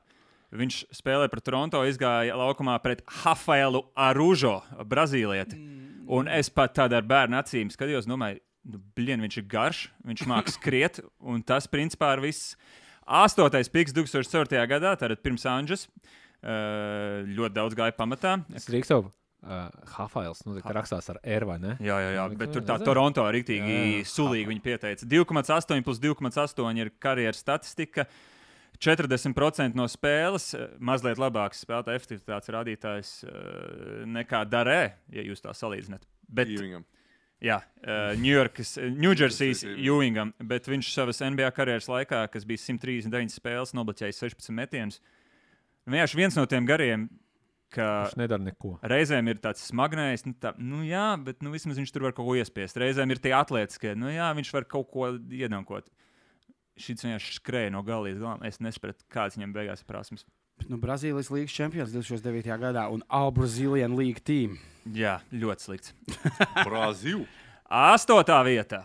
S2: Viņš spēlēja par Toronto, izgāja laukumā pret Rafaelu Aružo, Brazīlieti. Un es pat tādā ar bērnu acīm skatījos, domāju, nu, blien, viņš ir garš, viņš māks skriet, un tas principā ir viss. Astotais piks 2004. gadā, tātad pirms Anģes. Uh, ļoti daudz gāja pamatā.
S4: Es drīkst tev. Uh, Hafails noteikti rakstās ar R vai ne?
S2: Jā, jā, jā,
S4: Nu,
S2: bet
S4: ko
S2: tur tā
S4: redzēt?
S2: Toronto arī
S4: Jā, jā.
S2: rītīgi sulīgi viņa pieteica. 2,8 plus 2,8 ir karjeras statistika. 40% no spēles, eh, mazliet labāks spēlētāja efektivitātes rādītājs eh, nekā Darē, ja jūs tā salīdzināt. Bet,
S3: Ewingam.
S2: jā, eh, Ņujorkas, eh, Ņūdžersijas
S3: Ewing.
S2: Ewingam, bet viņš savas NBA karjeras laikā, kas bija 139 spēles, nobloķēja 16 metienus. Vienkārši viens no tiem gariem, ka
S4: Viņš nedara neko.
S2: Reizēm ir tāds smagnējs, nu, tā, nu jā, bet nu, vismaz viņš tur var kaut ko iespiest. Reizēm ir tie atlētas, ka nu, jā, viņš var kaut ko iedankot. Šis vienkārši skrēja no gala līdz galam. Es nesapratu, kāds viņam beigās ir prasmes.
S1: Bet, Nu, Brazīlijas līnijas čempions 2009. gadā un All Brazilian League team.
S2: Jā, ļoti slikts.
S3: Brazīl.
S2: Astotā vietā.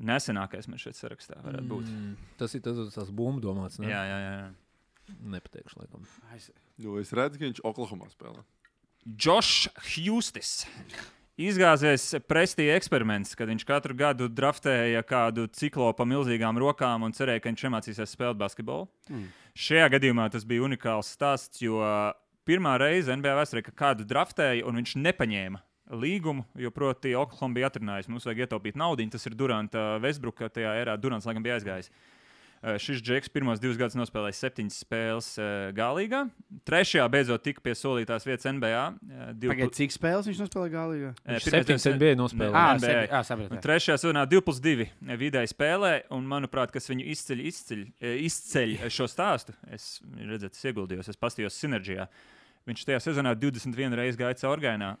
S2: Nesenākais man šeit sarakstā varētu būt.
S4: Mm, tas ir tas, tas bumbu domāts.
S2: Mm.
S4: Ne?
S2: Jā, jā, jā.
S4: Nepateikšu, laikam.
S1: Aiz-
S3: Jo es redzu, ka viņš Oklahomā spēlē.
S2: Džošs Hjūstis. Izgāzies prestižs eksperiments, kad viņš katru gadu draftēja kādu ciklopu milzīgām rokām un cerēja, ka viņš iemācīsies spēlēt basketbolu. Mm. Šajā gadījumā tas bija unikāls stāsts, jo pirmā reize NBA vēsturē, ka kādu draftēja un viņš nepaņēma līgumu, jo proti Oklahoma bija atrunājis, mums vajag ietaupīt naudu. Tas ir Duranta Vesbruka tajā erā. Durants laikam bija aizgājis. Eh, Šis džeks pirmos divus gadus nospēlēja septiņas spēles eh, gālīgā. Trešajā beidzot tika pie solītās vietas NBA. eh, divu
S1: Pagaid, cik spēles viņš Ah, nospēlēja galvā?
S2: Eh,
S4: Viņš
S2: pirmais
S4: septiņas
S2: divas-
S4: NBA nospēlēja.
S2: Ne,
S1: Jā,
S2: NBA.
S1: sapratu.
S2: Un trešajā sezonā 2 plus 2 vidēji spēlē, un, manuprāt, kas viņu izceļ, izceļ, eh, izceļ šo stāstu, es redzēju, tas ieguldījos, es pastījos sinerģijā. Viņš tajā sezonā 21 reizes gāja caur gainā.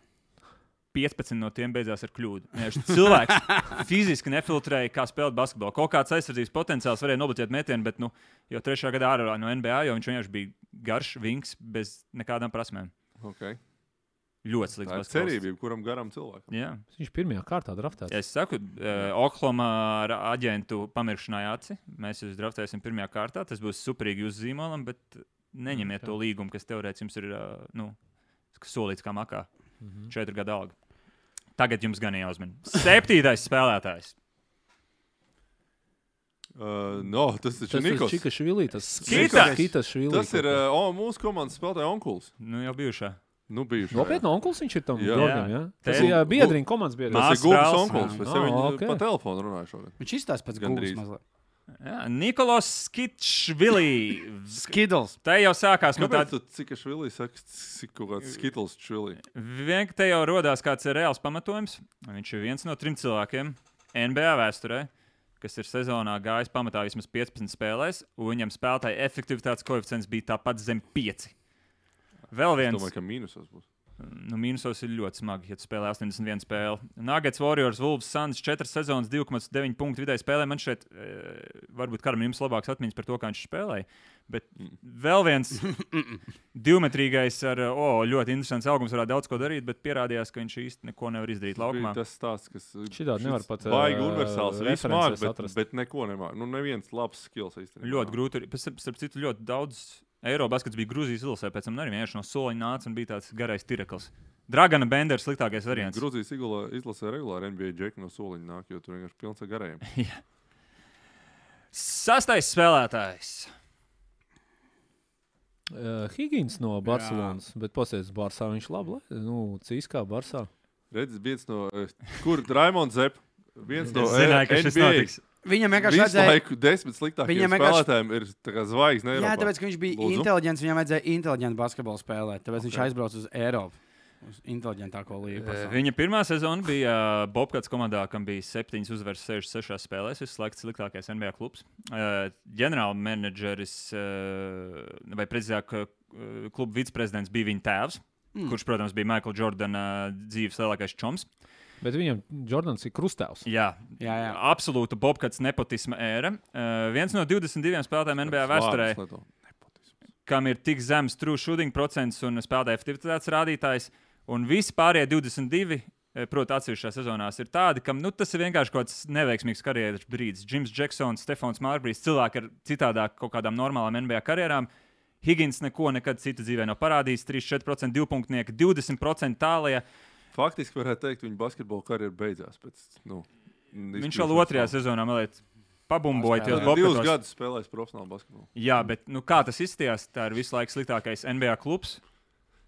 S2: 15 no tiem beidzās ar kļūdu. Vienkārši Cilvēks fiziski nefiltrēja, kā spēlēt basketbolu. Kaut kāds aizsardzības potenciāls varēja nobloķēt metienu, bet nu, jau trešā gadā ārā no NBA, jo viņš vienkārši bija garš, vings, bez nekādām prasmēm.
S3: Okay.
S2: Ļoti slikts.
S3: Tā ir
S2: basketbolists.
S3: cerība, kuram garam cilvēkam.
S2: Jā.
S4: Viņš pirmajā kārtā draftēts.
S2: Es saku, uh, Oklahoma ar aģentu pamiršanai aci. Mēs jūs draftēsim pirmajā kārtā. Tas būs superīgi jūsu zīmolam, bet neņemiet to līgumu, kas teorētiski jums ir uh, nu, kas solīts kā makā.
S4: Mhm.
S2: Četri gadu alga. Tagad jums gan jāuzmina. Septītais spēlētājs.
S3: Uh, no, tas
S4: Tas
S3: taču
S4: ir
S3: ir Nikos.
S4: Čika Švili, tas
S2: Skitas!
S4: Skitas Švili.
S3: Tas ir uh, o, mūsu komandas spēlētāja onkulis.
S2: Nu, jau bijušā.
S3: Nu, bijuši,
S4: Nopietni, onkulis viņš ir tam
S3: Jā.
S4: Gorgam, jā. Tas
S2: Te-
S4: ir jā, biedriņa komandas biedriņa.
S2: Mā-
S3: Tas
S2: Mās
S3: ir Gulbis
S2: brālis.
S3: onkulis. Es
S4: Ah,
S3: ar viņu
S4: ok.
S3: okay. pa telefonu runāju šodien.
S1: Viņš izstāsta pēc
S3: Gandrīz.
S1: Google.
S2: Jā, Nikolaus Skitčvili.
S1: Skidls.
S2: Te jau sākās nu, no tāda.
S3: Kāpēc tu cik es vilī saku, cik kaut kāds skitls čvilī?
S2: Vienkārši te jau radās kāds reāls pamatojums. Viņš ir viens no trim cilvēkiem NBA vēsturē, kas ir sezonā gājis pamatā vismaz 15 spēlēs, un viņam spēlētāja efektivitātes koeficients bija tāpat zem 5. Vēl
S3: Es
S2: viens,
S3: domāju, ka mīnusos būs.
S2: nu, mīnusos ir ļoti smagi, ja tu spēlē 81 spēli. Nuggets, Warriors, Wolves, Suns, 4 sezonas, 2,9 punktu vidēji spēlē. Man šeit, e, varbūt Karam, jums labāks atmiņas par to, kā viņš spēlēja. Bet vēl viens divmetrīgais ar, e, o, ļoti interesants augums, varētu daudz ko darīt, bet pierādījās, ka viņš īsti neko nevar izdarīt
S3: Bija
S2: laukumā.
S3: Tas stāsts, kas
S4: Šitādi nevar pat, eh,
S3: Baigi universāls. Viss māk,
S4: references
S3: bet,
S4: atrast.
S3: bet neko nemāk. Nu, neviens labs skills īstenībā.
S2: Ļoti
S3: nav.
S2: grūti. ir- pēc- Starp starp citu, ļoti daudz Eiropas baskets bija Grūzijas ilusē, pēc tam arī vienkārši no soliņa nāca un bija tāds garais tirakls. Dragana Bendera sliktākais variants.
S3: Grūzijas igulā izlasē regulāri NBA džeku no soliņa nāk, jo tur vienkārši pilns ar garajiem.
S2: Sastais spēlētājs.
S4: Uh, Higgins no Barcelonas, bet pasies Barsā viņš labi, lai- nu, cīskā Barsā.
S3: Redzis, viens no, eh, kur Raimons Zep, viens no
S2: Es zināju, ka
S3: eh,
S2: šis
S3: NBA
S2: notiks.
S1: Viņam vienkārši
S3: Visu
S1: vajadzēja.
S3: laiku desmit sliktākajiem
S1: Viņam vienkārši-
S3: spēlētājiem ir tā kā zvaigznes.
S1: Jā, tāpēc ka viņš bija
S3: Lūdzu?
S1: Lūdzu. inteliģents, viņam vajadzēja inteliģentu basketbolu spēlēt. Tāpēc okay. viņš
S3: Ok.
S1: aizbrauca uz Eiropu. Uz inteliģentāko līniju.
S2: Eh, Viņa pirmā sezona bija Bobkats komandā, kam bija septiņas uzvaras, sešas sešās spēlēs. Viņš slēgts sliktākais NBA klubs. Eh, Ģenerāla menedžeris, eh, vai precīzāk, eh, kluba viceprezidents bija viņa tēvs,
S1: Hmm.
S2: mm. kurš, protams, bija Maikla Jordana dzīves lielākais čoms.
S4: Bet viņam Jordans ir krustēvs.
S2: Jā,
S1: Jā, jā.
S2: absolūta Bobkats nepotisma ēra. Eh, Viens no 22 spēlētājiem NBA vēsturē, kam ir tik zems true shooting procents un spēlētāja efektivitātes rādītājs, un visi pārējie 22, eh, proti, atsevišķā sezonā, ir tādi, kam nu, tas ir vienkārši kaut kāds neveiksmīgs karjeras brīdis. Džims Džeksons, Stefans Mārbrīs, cilvēki ar citādāk kaut kādām normālām NBA karjerām. Higgins neko nekad citu dzīvē nav parādījis. 3,4% divpunktnieki, 20% tālākie.
S3: Faktiski varētu teikt, viņa basketbola karjera beidzās. Pēc, nu,
S2: Viņš vēl otrajā sezonā, man liekas, pabumboja
S1: Spēlē.
S2: tajos
S3: gada divus
S2: Bobkatos.
S3: gadus spēlējis profesionāli basketbolu.
S2: Jā, bet nu, kā tas izstījās, tā ir visu laiku sliktākais NBA klubs.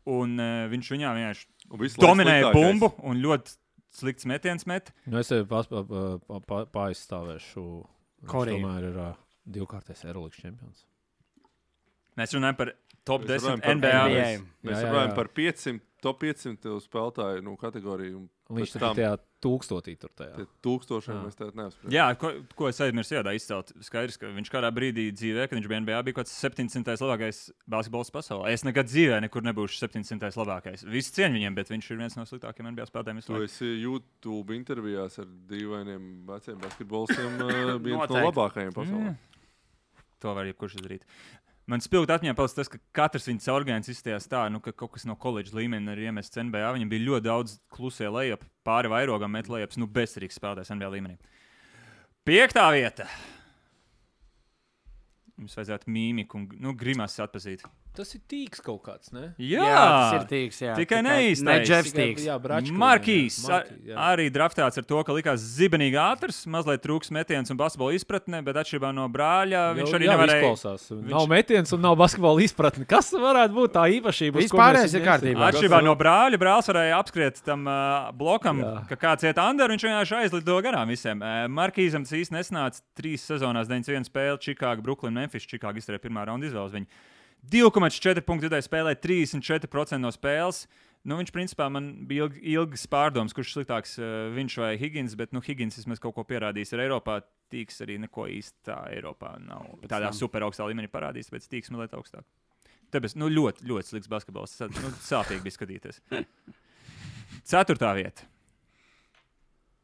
S2: Un uh, viņš viņā vienkārši
S3: Un visu laiku
S2: dominēja
S3: sliktākais.
S2: bumbu un ļoti slikts metiens met.
S4: Nu, es tev pas- pa- pa- pa- pārstāvēšu.
S1: Koreju.
S4: Viņš tomēr ir uh, divkārtais Eirolandes čempions.
S2: Mēs runājam par top
S3: Mēs
S2: 10
S3: runājam par
S2: NBA.
S1: NBA.
S2: NBA.
S3: Mēs
S4: Jā, jā,
S3: runājam
S4: jā.
S3: par 500, top 500 spēlētāju nu, kategoriju. un
S4: Viņš
S3: pēc
S4: tur
S3: tam
S4: tajā tūkstotī tur tajā.
S3: pie Tūkstošiem
S4: Jā.
S3: mēs tādu neapstrādājam.
S2: Jā, ko, ko es aizmirsu iedā izcelt. Skaidrs, ka viņš kādā brīdī dzīvē, kad viņš bija NBA, bija kaut kāds 700. labākais basketbolists pasaulē. Es nekad dzīvē nekur nebūšu 700. labākais. Visi cieņ viņiem, bet viņš ir viens no sliktākajiem NBA spēlētājiem. visu
S3: Tu
S2: laiku.
S3: esi YouTube intervijās ar dīvainiem veciem basketbolistiem. eh, Viens no
S2: Noteikti.
S3: labākajiem
S2: Mm.
S3: pasaulē.
S2: To var jebkurš izdarīt. Man spilgti atmiņā palicis tas, ka katrs viņas orgāns izstājās tā, nu, ka kaut kas no koledžas līmeņa ir iemests NBA. Viņam bija ļoti daudz klusē lejup, pāri vairogam met lejups, nu, bezcerīgs spēlētājs NBA līmenī. Piektā vieta. Jums vajadzētu mīmiku un nu, grimas atpazīt.
S4: Tas ir tīks kaut kāds, ne?
S2: Jā,
S1: jā, tas ir tīks. Jā.
S2: Tikai neīstais.
S1: Ne Džefs
S4: Tikai-
S1: Tīks.
S4: Jā, Bračko,
S2: Markīs
S4: jā,
S2: ar,
S4: Markī, jā.
S2: arī draftāts ar to, ka likās zibenīgi ātrs, mazliet trūks metiens un basketbola izpratne, bet atšķirībā no brāļa viņš
S4: Jau-
S2: arī
S4: Nu, jā,
S2: nevarēja.
S4: izklausās. Viņš... Nav metiens un nav basketbola izpratne. Kas varētu būt tā īpašība? uz ko
S1: Vispārējais
S4: mēs viņu
S1: ir kārtībā.
S4: iesim?
S2: Atšķirībā no brāļa, brālis varēja apskriet tam uh, blokam, Jā.
S4: Jā.
S2: ka kāds iet under, viņš vienkārši aizlido garām visiem. Uh, Markīzam tas īsti nesnāca trīs sezonās, 91 spēle, Čikāga, Brooklyn, Memphis, Čikāga izturēja pirmā raunda izvēles. Viņu 2,4 punktu vidēji spēlēja 34% no spēles. Nu, viņš, principā, man bija ilg, ilgs pārdoms, kurš sliktāks, uh, viņš vai Higgins, bet nu, Higgins vismaz kaut ko parādījis ar Eiropā. Tīks arī neko īstā Eiropā nav. Tādā
S1: tam.
S2: super augstā līmenī parādījis, bet tīks mazliet augstāk. Tāpēc nu, ļoti, ļoti slikts basketbols. Tas nu, sāpīgi bija skatīties. Ceturtā vieta.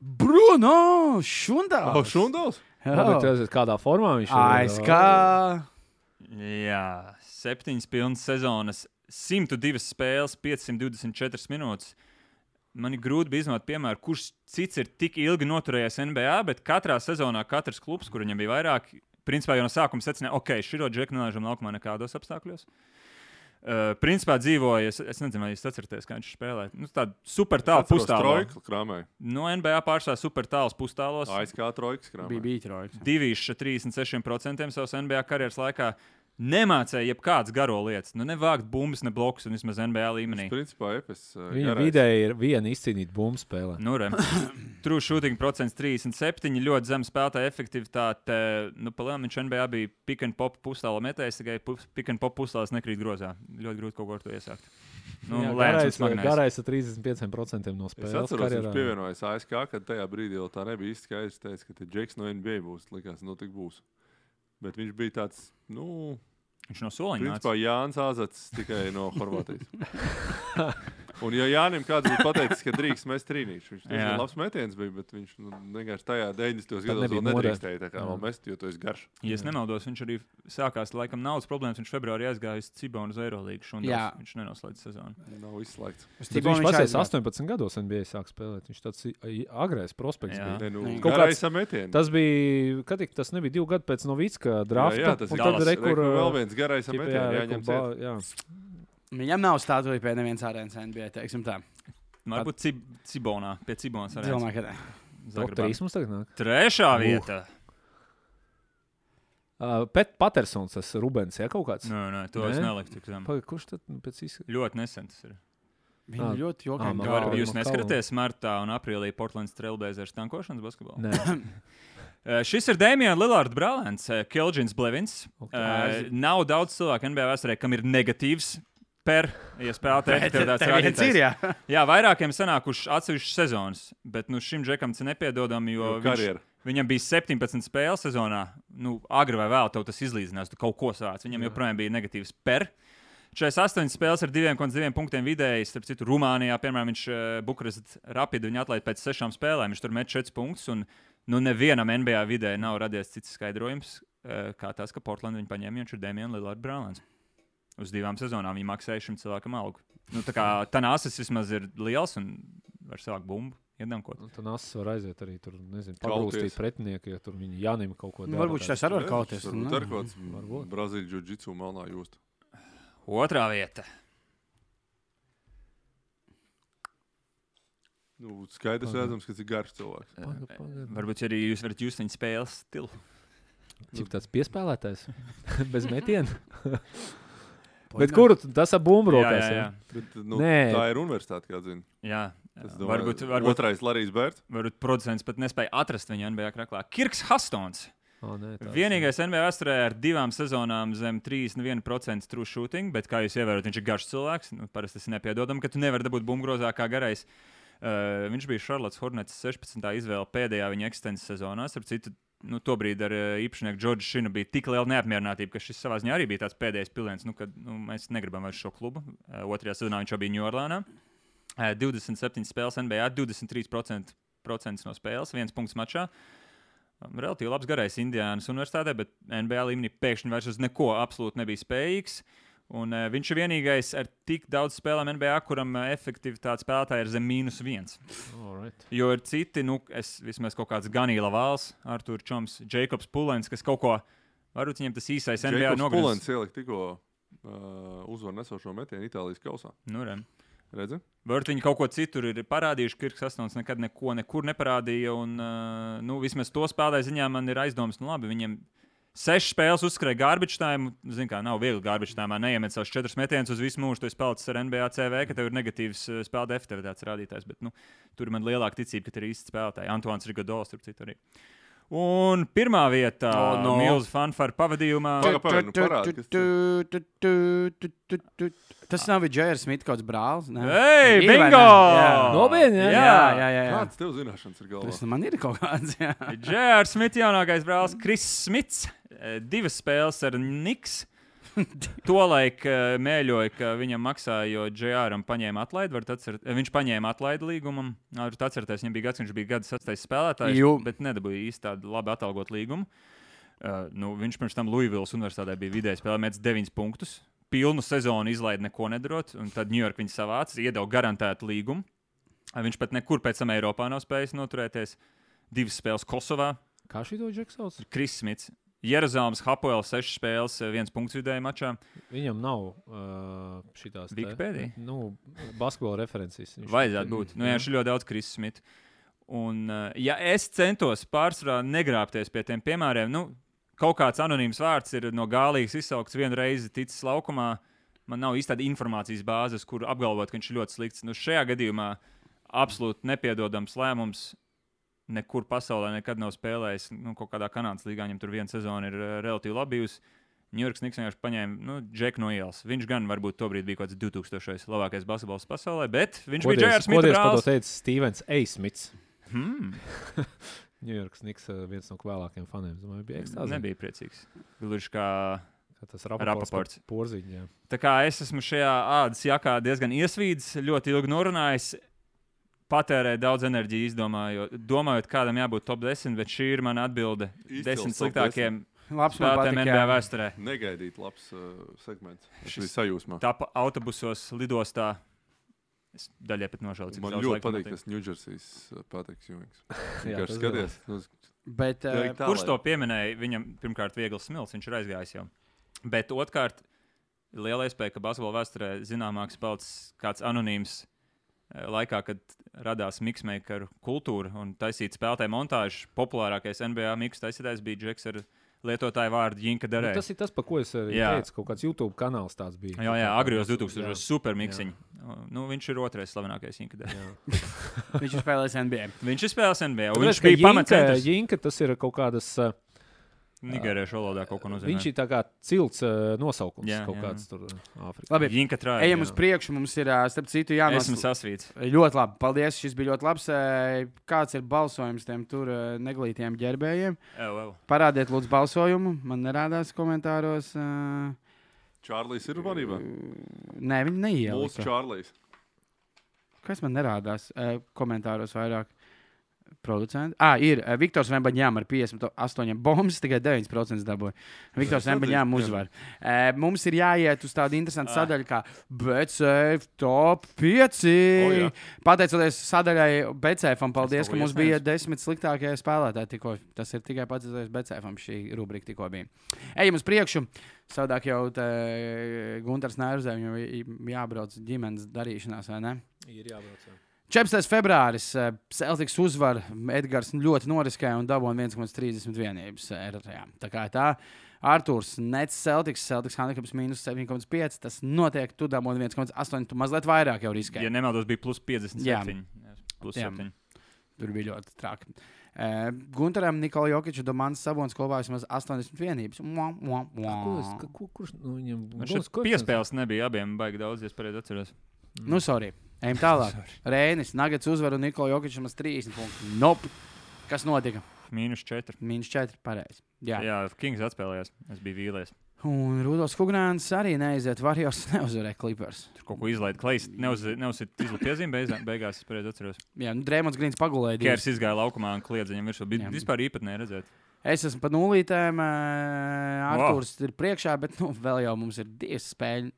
S1: Bruno! Šundā!
S3: Oh, Šundals?
S4: Labi, tas ir kādā formā viņš
S1: Aizkā!
S2: Jā, septiņas pilnas sezonas, 102 spēles, 524 minūtes. Man ir grūti bija izdomāt, piemēram, kurš cits ir tik ilgi noturējies NBA, bet katrā sezonā katrs klubs, kur viņam bija vairāk, principā jau no sākuma secināja, ok, šī džeku nelaižam laukumā nekādos apstākļos. Uh, principā dzīvoja, es, es nezinu, vai jūs atceraties, kā viņš spēlēja. Nu, tāda super tāla pustāla.
S3: Trojka krāmē.
S2: No NBA pārstāvja super tāls pustālos.
S3: ASK trojka krāmē.
S1: Bija bītrojks.
S2: Divīša 36% savas NBA karjeras laikā nemācīja jebkādas garo lietas. Nu, nevākt bumbas, ne blokus, un vismaz NBA līmenī.
S3: Principā Epes. eh,
S4: Viņa
S3: garais.
S4: vidēji ir viena izcīnīta bumbu spēle.
S2: Nu, re. True shooting procents 37, ļoti zema spēlētāja efektivitāte. Nu, palēnām viņš NBA bija pick and pop pustāla metējis, tikai pu- pick and pop pustāls nekrīt grozā. Ļoti grūti kaut ko ar to iesākt. Nu,
S4: Jā,
S2: lēns un
S4: garais,
S2: smagnējs.
S4: garais ar 35% no
S3: Es
S4: spēles.
S3: atceros, ka
S4: karjerā.
S3: viņš pievienojās ASK, kad tajā brīdī vēl tā nebija īsti skaidrs. Teica, ka tas Džeks no NBA būs. Likās, nu, tik būs. Bet viņš bija tāds, nu,
S2: Viņš no soliņa nāca.
S3: principā Jānis Āzats tikai no Horvātijas. Un, ja Jānis kāds būtu pateicis, ka drīkst mest trīnīšu, viņš
S2: Jā.
S3: bija labs metiens, bija, bet viņš nu, vienkārši tajā 90.
S4: Tad
S3: gados
S4: nebija
S3: vēl
S4: modē.
S3: nedrīkstēja tā kā
S4: Jā.
S3: vēl mest, jo tu esi garš.
S2: Ja es nemaldos, viņš arī sākās laikam naudas problēmas. Viņš februārī aizgāja uz Cibonu uz Eirolīgu.
S1: Jā.
S2: Viņš nenoslēdz sezonu.
S3: Nav izslēgts.
S1: Uz
S4: Bet
S1: Cibonu
S4: Viņš pats
S1: aizbrauca.
S4: 18 gados NBA sāk spēlēt. Viņš tāds i- agrais prospekts.
S2: Jā.
S4: Bija.
S3: Ne, nu,
S1: Nē.
S4: Kaut
S3: Kaut
S4: kāds-
S3: kāds metiens.
S4: Tas bija, kad tik, tas nebija divi gadi pēc Novicka
S3: Jā,
S4: drafta.
S3: jā, tas
S4: un
S3: ir
S4: tad
S2: Dallas.
S4: re, kur,
S3: Rekur, vēl
S4: uh,
S3: viens garais
S4: tipa,
S3: metiens
S4: re, kur
S3: jāņem
S4: ba-
S3: ciet.
S4: jā.
S1: Viņam nav stāstījis pie nevienas ārēnas NBA. Teiksim tā.
S2: Nu, Varbūt Cib Cibonā, pie Cibonas arī.
S1: Domāju, ka nē.
S4: Top
S2: Zagrebā.
S4: 3 mums tagad nāk.
S2: Trešā
S1: Uhuh.
S2: vieta.
S4: Uh, Pēc Patersons, tas Rubens, ja kaut kāds.
S2: Nē, nē, to es
S4: Nē?
S2: neliktu. tik zem.
S4: Paga, kurš tad nu, pēc izskatījuma?
S2: Ļoti nesen tas ir.
S1: Viņam
S4: Ah.
S1: ir ļoti
S4: Ah,
S1: joki.
S4: man
S2: Var,
S4: Makalu,
S2: jūs
S4: Makalu.
S2: neskatāties martā un aprīlī Portlands Trailblazers tankošanas basketbolu?
S4: Nē,
S2: Uh, Šis ir Dēmijs Lillards brālēns, Kilģins Blevins.
S4: Ok.
S2: Uh, nav daudz cilvēku NBA vēsturē, kam ir negatīvs. Per, ja spēlētāji
S1: Tev
S2: tāds
S1: viens ir,
S2: rādītājs.
S1: jā.
S2: Jā, vairākiem sanākušas atsevišķas sezonas, bet nu, šim džekam tas ir nepiedodami, jo
S3: Jo
S2: viņš,
S3: karjera.
S2: viņam bija 17 spēles sezonā. Nu, agri vai vēl tev tas izlīdzinās, tu kaut ko sāc. Viņam joprojām bija negatīvs per. 48 spēles ar 2,2 punktiem vidēji. Starp citu, Rumānijā, piemēram, viņš Bukarestā rapidu viņa atlaida pēc sešām spēlēm. Viņš tur met 4 punktus. Un, nu, nevienam NBA vidē nav radies cits skaidrojums, eh, kā tas, ka Portlandā viņa paņēma, jo viņš ir Dēmijs Lillards Brālēns. Uz divām sezonām viņa maksāja šim cilvēkam algu. Nu, tā kā tā nāsas vismaz ir liels un var savākt bumbu. Iedamkot.
S4: nu, tad nāsas var aiziet arī tur, nezinu,
S3: Kauties.
S4: pagrūstīt pretinieku, ja tur viņi jānima kaut ko.
S1: Nu,
S4: dara
S1: varbūt
S4: tāds.
S1: šis arī var kaut kas
S2: nu,
S1: nu,
S3: Tur ir
S1: tāds.
S3: kaut kāds
S4: Varbūt.
S3: brazīļu džudžitsu melnā jūsta.
S2: Otrā vieta.
S3: Nu, skaidrs
S4: Pagaid.
S3: redzams, ka tas ir garš cilvēks.
S4: Paga, paga.
S2: Varbūt arī jūs varat just viņa spēles stilu.
S4: Cik tāds piespēlētājs? Bez metiena. Bet kuru tu- tas ar bumbu
S2: jā,
S4: rokās?
S2: jā, jā.
S3: Bet, nu,
S4: Nē.
S3: tā ir universitāte, kā zina.
S2: jā.
S3: Es
S2: jā.
S3: domāju,
S2: Varbūt, varbūt,
S3: Otrais Larijs Bērts.
S2: varbūt producents pat nespēja atrast viņu NBA krāklā. Kirks Hastons.
S4: O, nē, tāds-
S2: Vienīgais NBA vēsturē ar divām sezonām zem 31% true shooting, bet, kā jūs ievērojat, viņš ir garš cilvēks. Nu, parasti tas ir nepiedodami, ka tu nevari dabūt bumbuļgrozā kā garais. Uh, viņš bija Charlotte Hornets 16. izvēle pēdējā viņa eksistences sezonā. Starp citu, nu, tobrīd ar uh, īpašnieku Džordžu Šinu bija tik liela neapmierinātība, ka šis savā ziņā arī bija tāds pēdējais piliens, nu, kad nu, mēs negribam vairs šo klubu. Uh, otrajā sezonā viņš jau bija Ņūorlānā. Uh, 27 spēles NBA, 23% procents no spēles, viens punkts mačā. Relatīvi labs garais Indijānas universitātē, bet NBA līmenī pēkšņi vairs uz neko absolūti nebija spējīgs. Un, uh, viņš ir vienīgais ar tik daudz spēlēm NBA, kuram uh, efektivitāte spēlētāja ir zem mīnus viens.
S4: Alright.
S2: Jo ir citi, nu, es vismaz kaut kāds Ganīla Vāls, Arthurs Čoms, Jēkabs Pulens, kas kaut ko, varbūt viņam tas īsais NBA
S3: Jēkabs
S2: nogrieziens.
S3: Pulens ielika tikko uh, uzvaru nesošo metienu Itālijas kausā.
S2: Nu, re.
S3: Redzi?
S2: Varbūt viņi kaut ko citur ir parādījuši. Kirks Astons nekad neko nekur neparādīja. Un, uh, nu, vismaz to spēlētāju ziņā man ir aizdomas, nu, labi, viņiem sešas spēles uzskrēja gārbičtājiem. Ziniet, kā nav viegli gārbičtājumā neiemēt savus četrus metienus uz visu mūžu. Tu esi palicis ar NBA CV, ka tev ir negatīvs uh, spēlētāja efektivitātes rādītājs. Bet nu, tur man lielāka ticība, ka tur ir īsti spēlētāji. Antūns Rigodols, starp citu, arī. Un pirmā vietā,
S1: Oh, no.
S2: no Milzu fanfāru pavadījumā,
S3: Paga, paga, nu parādi, kas
S1: Tas nav Džērs Smits, kāds brālis. nē?
S2: Ei,
S1: Ir, vai
S2: bingo!
S1: ne? Jā.
S4: Nopietni, jā?
S1: Jā, jā, jā. jā.
S3: Kādas tev zināšanas ir galvā?
S1: Tas nu man ir kaut kāds. Jā.
S2: Džērs Smits, jaunākais brālis, Kris Smits, eh, divas spēles ar Niks. Tolaik eh, mēļoja, ka viņam maksāja, jo Džēram paņēma atlaidi. varat atcert- eh, Viņš paņēma atlaidi līgumam. Varat Atcerieties, viņam bija gads, viņš bija gada sastais spēlētājs,
S1: Jū.
S2: bet nedabūja īsti tādu labi atalgotu līgumu. Eh, nu, viņš pirms tam Louisville's universitātē bija vidēji spēlējis 9 punktus. Pilnu sezonu izlaiž neko nedarot, un tad Ņujorka viņa savāca, iedeva garantētu līgumu. Eh, Viņš pat nekur pēc tam Eiropā nav spējis noturēties. Divas spēles Kosovā,
S4: Kā šī to džeksauts?
S2: Kris Smits. Jeruzalemas Hapoel 6 spēles, 1 punkts vidēji mačā.
S4: Viņam nav uh, šitās te,
S2: Wikipēdija?
S4: Nu, basketbola referencijas. Viņš-
S2: Vajadzētu būt. Nu, jā, viņš ir ļoti daudz Kris Smits. Un, uh, ja es centos pārsvarā negrābties pie tiem piemēriem, nu, kaut kāds anonīms vārds ir no gālijas izsaukts vienu reizi ticis laukumā. Man nav īsti tāda informācijas bāzes, kur apgalvot, ka viņš ir ļoti slikts. Nu, šajā gadījumā absolūti nepiedodams lēmums. Nekur pasaulē nekad nav spēlējis. Nu, kaut kādā kanādas līgā viņam tur viena sezona ir eh, relatīvi labi bijusi. Ņujorkas Niks vienkārši paņēma nu, džeku no ielas. Viņš gan varbūt tobrīd bija kaut kāds 2000. labākais basketbols pasaulē, bet viņš
S4: Ko
S2: bija
S4: Dievs-
S2: Džērs
S4: ko Dievs par to
S2: Mitrāls.
S4: teica Stevens Eismits?
S2: Hmm,
S4: Ņujorkas Niks, uh, viens no vēlākajiem faniem. Es Domāju, bija ekstāze.
S2: nebija priecīgs. Gluži kā
S4: Kā Tas raports.
S2: Rapaports.
S4: Porziņā.
S2: Tā kā es esmu šajā ādas jakā diezgan iesvīdis, ļoti ilgi norunājis, patērēju daudz enerģijas, izdomājot, domājot, kādam jābūt top 10, bet šī ir mana atbilde. 10
S3: Izcils top
S2: sliktākiem
S1: Labs man
S2: spēlētājiem
S1: patīk.
S2: NBA
S1: jā.
S2: vēsturē.
S3: Negaidīt labs uh, segments. Es
S2: Šis-
S3: biju sajūsmā.
S2: Tāpat autobusos, lidostā. Es daļai pat nožēloju, cik
S3: Man
S2: daudz
S3: ļoti
S2: laika man
S3: patīk
S2: tiek.
S3: tas Ņūdžersijas Patriks Jungs. Viņš
S4: Jā, tas
S3: skaties. nu,
S1: Bet, eh,
S3: Vajag tā,
S2: Kurš
S3: lai-
S2: to pieminēja? Viņam pirmkārt, viegls smilts, viņš ir aizgājis jau. Bet otrkārt, liela iespēja, ka basketbola vēsturē zināmāks palicis kāds anonīms eh, laikā, kad radās miksmeikara kultūra un taisīt spēlētāju montāžu. Populārākais NBA miksu taisītājs bija Džeks ar lietotāju vārdu Jinka
S4: Nu,
S2: Darē.
S4: tas ir tas, par ko es arī jā.
S2: Jā.
S4: teicu. Kaut kāds YouTube kanāls tāds bija.
S2: Jā, jā, agrijos 2000.
S4: Jā.
S2: gados supermiksiņš. Nu, viņš ir otrais slavenākais Jinka Darē.
S1: Viņš ir spēlējis NBA.
S2: Viņš ir spēlējis NBA. un
S4: Viņš
S2: Viņš bija
S4: pamats.
S2: pamatcentrs.
S4: Jinka, tas ir kaut kādas. Uh,
S2: Nigēriešu valodā kaut ko nozīmē.
S4: viņš ir tā kā cilts uh, nosaukums
S2: Jā,
S4: jā, kaut
S2: jā.
S4: jā. kāds tur uh, Āfrikā.
S1: Labi,
S2: Jinka Trāja.
S1: ejam uz priekšu. Mums ir, ā, starp citu, jānos...
S2: Esmu sasvīts.
S1: Ļoti labi. Paldies. Šis bija ļoti labs. Ē, Kāds ir balsojums tiem tur ē, neglītiem ģērbējiem?
S2: Ev, ev.
S1: Parādiet, lūdzu, balsojumu. Man nerādās komentāros. ā,
S3: Čārlis ir uzmanībā.
S1: Nē, viņi
S3: Mūsu
S1: neielika.
S3: Čārlis.
S1: Kas man nerādās ē, komentāros vairāk? Producents. Ah, ir ē, Viktors Vembaņām ar 58 bombas, tikai 9% dabūja. Viktors Vembaņām uzvar. Ē, Mums ir jāiet uz tādu interesantu
S2: Ah.
S1: sadaļu kā BCF top 5.
S3: O, jā.
S1: Pateicoties sadaļai BCFam, paldies,
S2: Es
S1: ka
S2: vēl
S1: mums
S2: iespējams.
S1: bija desmit sliktākie spēlētāji. Tikko. Tas ir tikai pateicoties BCFam, šī rubrika tikko bija. Ejam uz priekšu. Savādāk jau te Gunārs Nērzē, viņam ir jābrauc ģimenes darīšanās, vai ne?
S4: Ir jābrauc. Jā.
S1: 14. februāris eh, Celtics uzvar. Edgars ļoti noriskēja un dabūja 1,31 vienības erorā. eh, Tā kā tā. Arthurs Nets, Celtics, Celtics handicaps mīnus 7,5. Tas notiek, tu dabūji 1,8. Tu mazliet vairāk jau riskēji.
S2: Ja nemaldos, bija plus
S1: Jā.
S2: 57. Jā. Plus
S1: Jā.
S2: 7.
S1: Tur bija ļoti traki. Uh, Gunteram, Nikolai Jokičam, Domāns Savons kopā vismaz 80 vienības. Mua, mua,
S4: Ko es,
S1: mua.
S4: ka, ko, kurš nu, no viņiem
S2: Man
S4: Gols,
S2: šeit
S4: ko es nezinu.
S2: piespēles nebija abiem, baigi daudz, ja es pareizi atceros.
S4: Mm.
S1: Nu, sorry. Ejam tālāk. Rēnis, Nagats uzvar un Nikolai Jokičam uz 30 punktu. Nope. Kas notika?
S2: Mīnus 4.
S1: Mīnus 4. Pareizi. Jā.
S2: Jā, Jā Kings atspēlējās. Es biju vīlies.
S1: Un Rudolf Kungrāns arī neaiziet. Varjos neuzvarēja Clippers.
S2: Tur kaut ko izlaiž. Klais neuzsita izlūpiezīme beigās, beigās, es pareizi atceros.
S1: Jā, nu, Dreamlands Grīns pagulēja. divas.
S2: Kērs izgāja laukumā un kliedza viņam virsū. Bija
S1: Jā.
S2: vispār īpatnē redzēt.
S1: Es esmu pa nulītēm. Arktūrs
S2: Oh.
S1: ir priekšā, bet nu, vēl jau mums ir divas spēļas.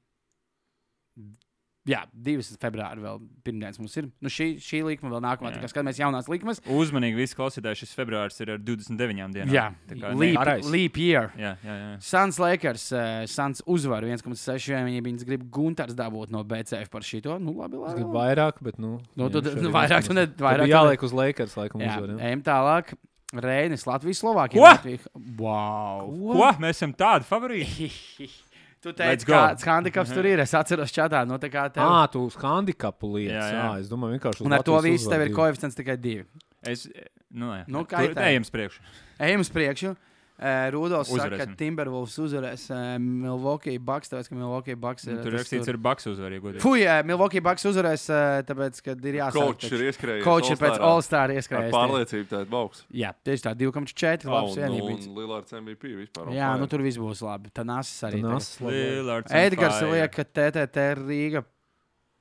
S1: Jā, 2. februārī vēl pirmdienas mums ir. Nu, šī, šī līnija vēl nākamā.
S2: Jā.
S1: Tā kā skatāmies jaunās līnijas,
S2: Uzmanīgi visi klausītāji, šis februāris ir ar 29 dienām.
S1: Jā,
S2: Tā kā
S1: leap,
S4: Pareizi.
S1: leap year.
S2: Jā, jā, jā.
S1: Suns Lakers, uh, Suns uzvar 1,6. Viņi viņas grib Gunters dabūt no BCF par šito. Nu, labi,
S4: Es
S1: labi.
S4: gribu
S1: labi.
S4: vairāk, bet. Nu,
S1: Nu,
S4: viņiem
S1: tad,
S4: šeit
S1: nu,
S4: ir
S1: vairāk tu
S4: jāsmaz.
S1: ne,
S4: Tad
S1: vairāk tu
S4: bija
S1: ne-
S4: jāliek uz Lakers, laikam,
S1: Jā,
S4: uzvarēt.
S1: ejam tālāk. Rēnis, Latvijas Slovākija.
S2: Ko?
S1: Latvija- Wow!
S2: Ko? Mēs esam tādi favorīti.
S1: Tu
S2: Let's
S1: teici,
S2: go.
S1: kāds handicaps tur ir. Es atceros čatā, nu tā kā tev.
S4: Ā, tu uz handikapu lietas.
S2: Jā,
S4: Jā,
S2: jā.
S4: jā. Ā, es domāju, vienkārši uz
S1: Un ar to
S4: Latvijas
S1: visu tev ir
S4: uzvārdu.
S1: koeficients tikai divi.
S2: Es, nu, jā.
S1: Nu,
S2: Tur-
S1: kaitē.
S2: Ejam uz priekšu.
S1: Ejam uz priekšu. Eh, Rudolfs saka, ka
S2: Uzvarēsim.
S1: Timberwolves uzvarēs eh, Milwaukee Bucks, tāpēc, ka Milwaukee Bucks ir.
S2: Tur
S1: tas
S2: rakstīts, ir Baks uzvarīgs.
S1: Fui, eh, Milwaukee Bucks uzvarēs, eh, tāpēc, ka ir jāsaka.
S3: Kočs ir ieskrējis.
S1: Koč ir pēc
S3: All-Starā.
S1: All-Star
S3: Ar
S1: ieskrējas.
S3: pārliecību tāda bauks.
S1: Jā, tieši tā, 2,4 labs vienības.
S3: Lielārs MVP vispār.
S1: Jā, nu tur viss būs labi. Tā nāsas arī. tagad.
S4: Nāc, labi.
S1: Edgars liek, ka TTT Rīga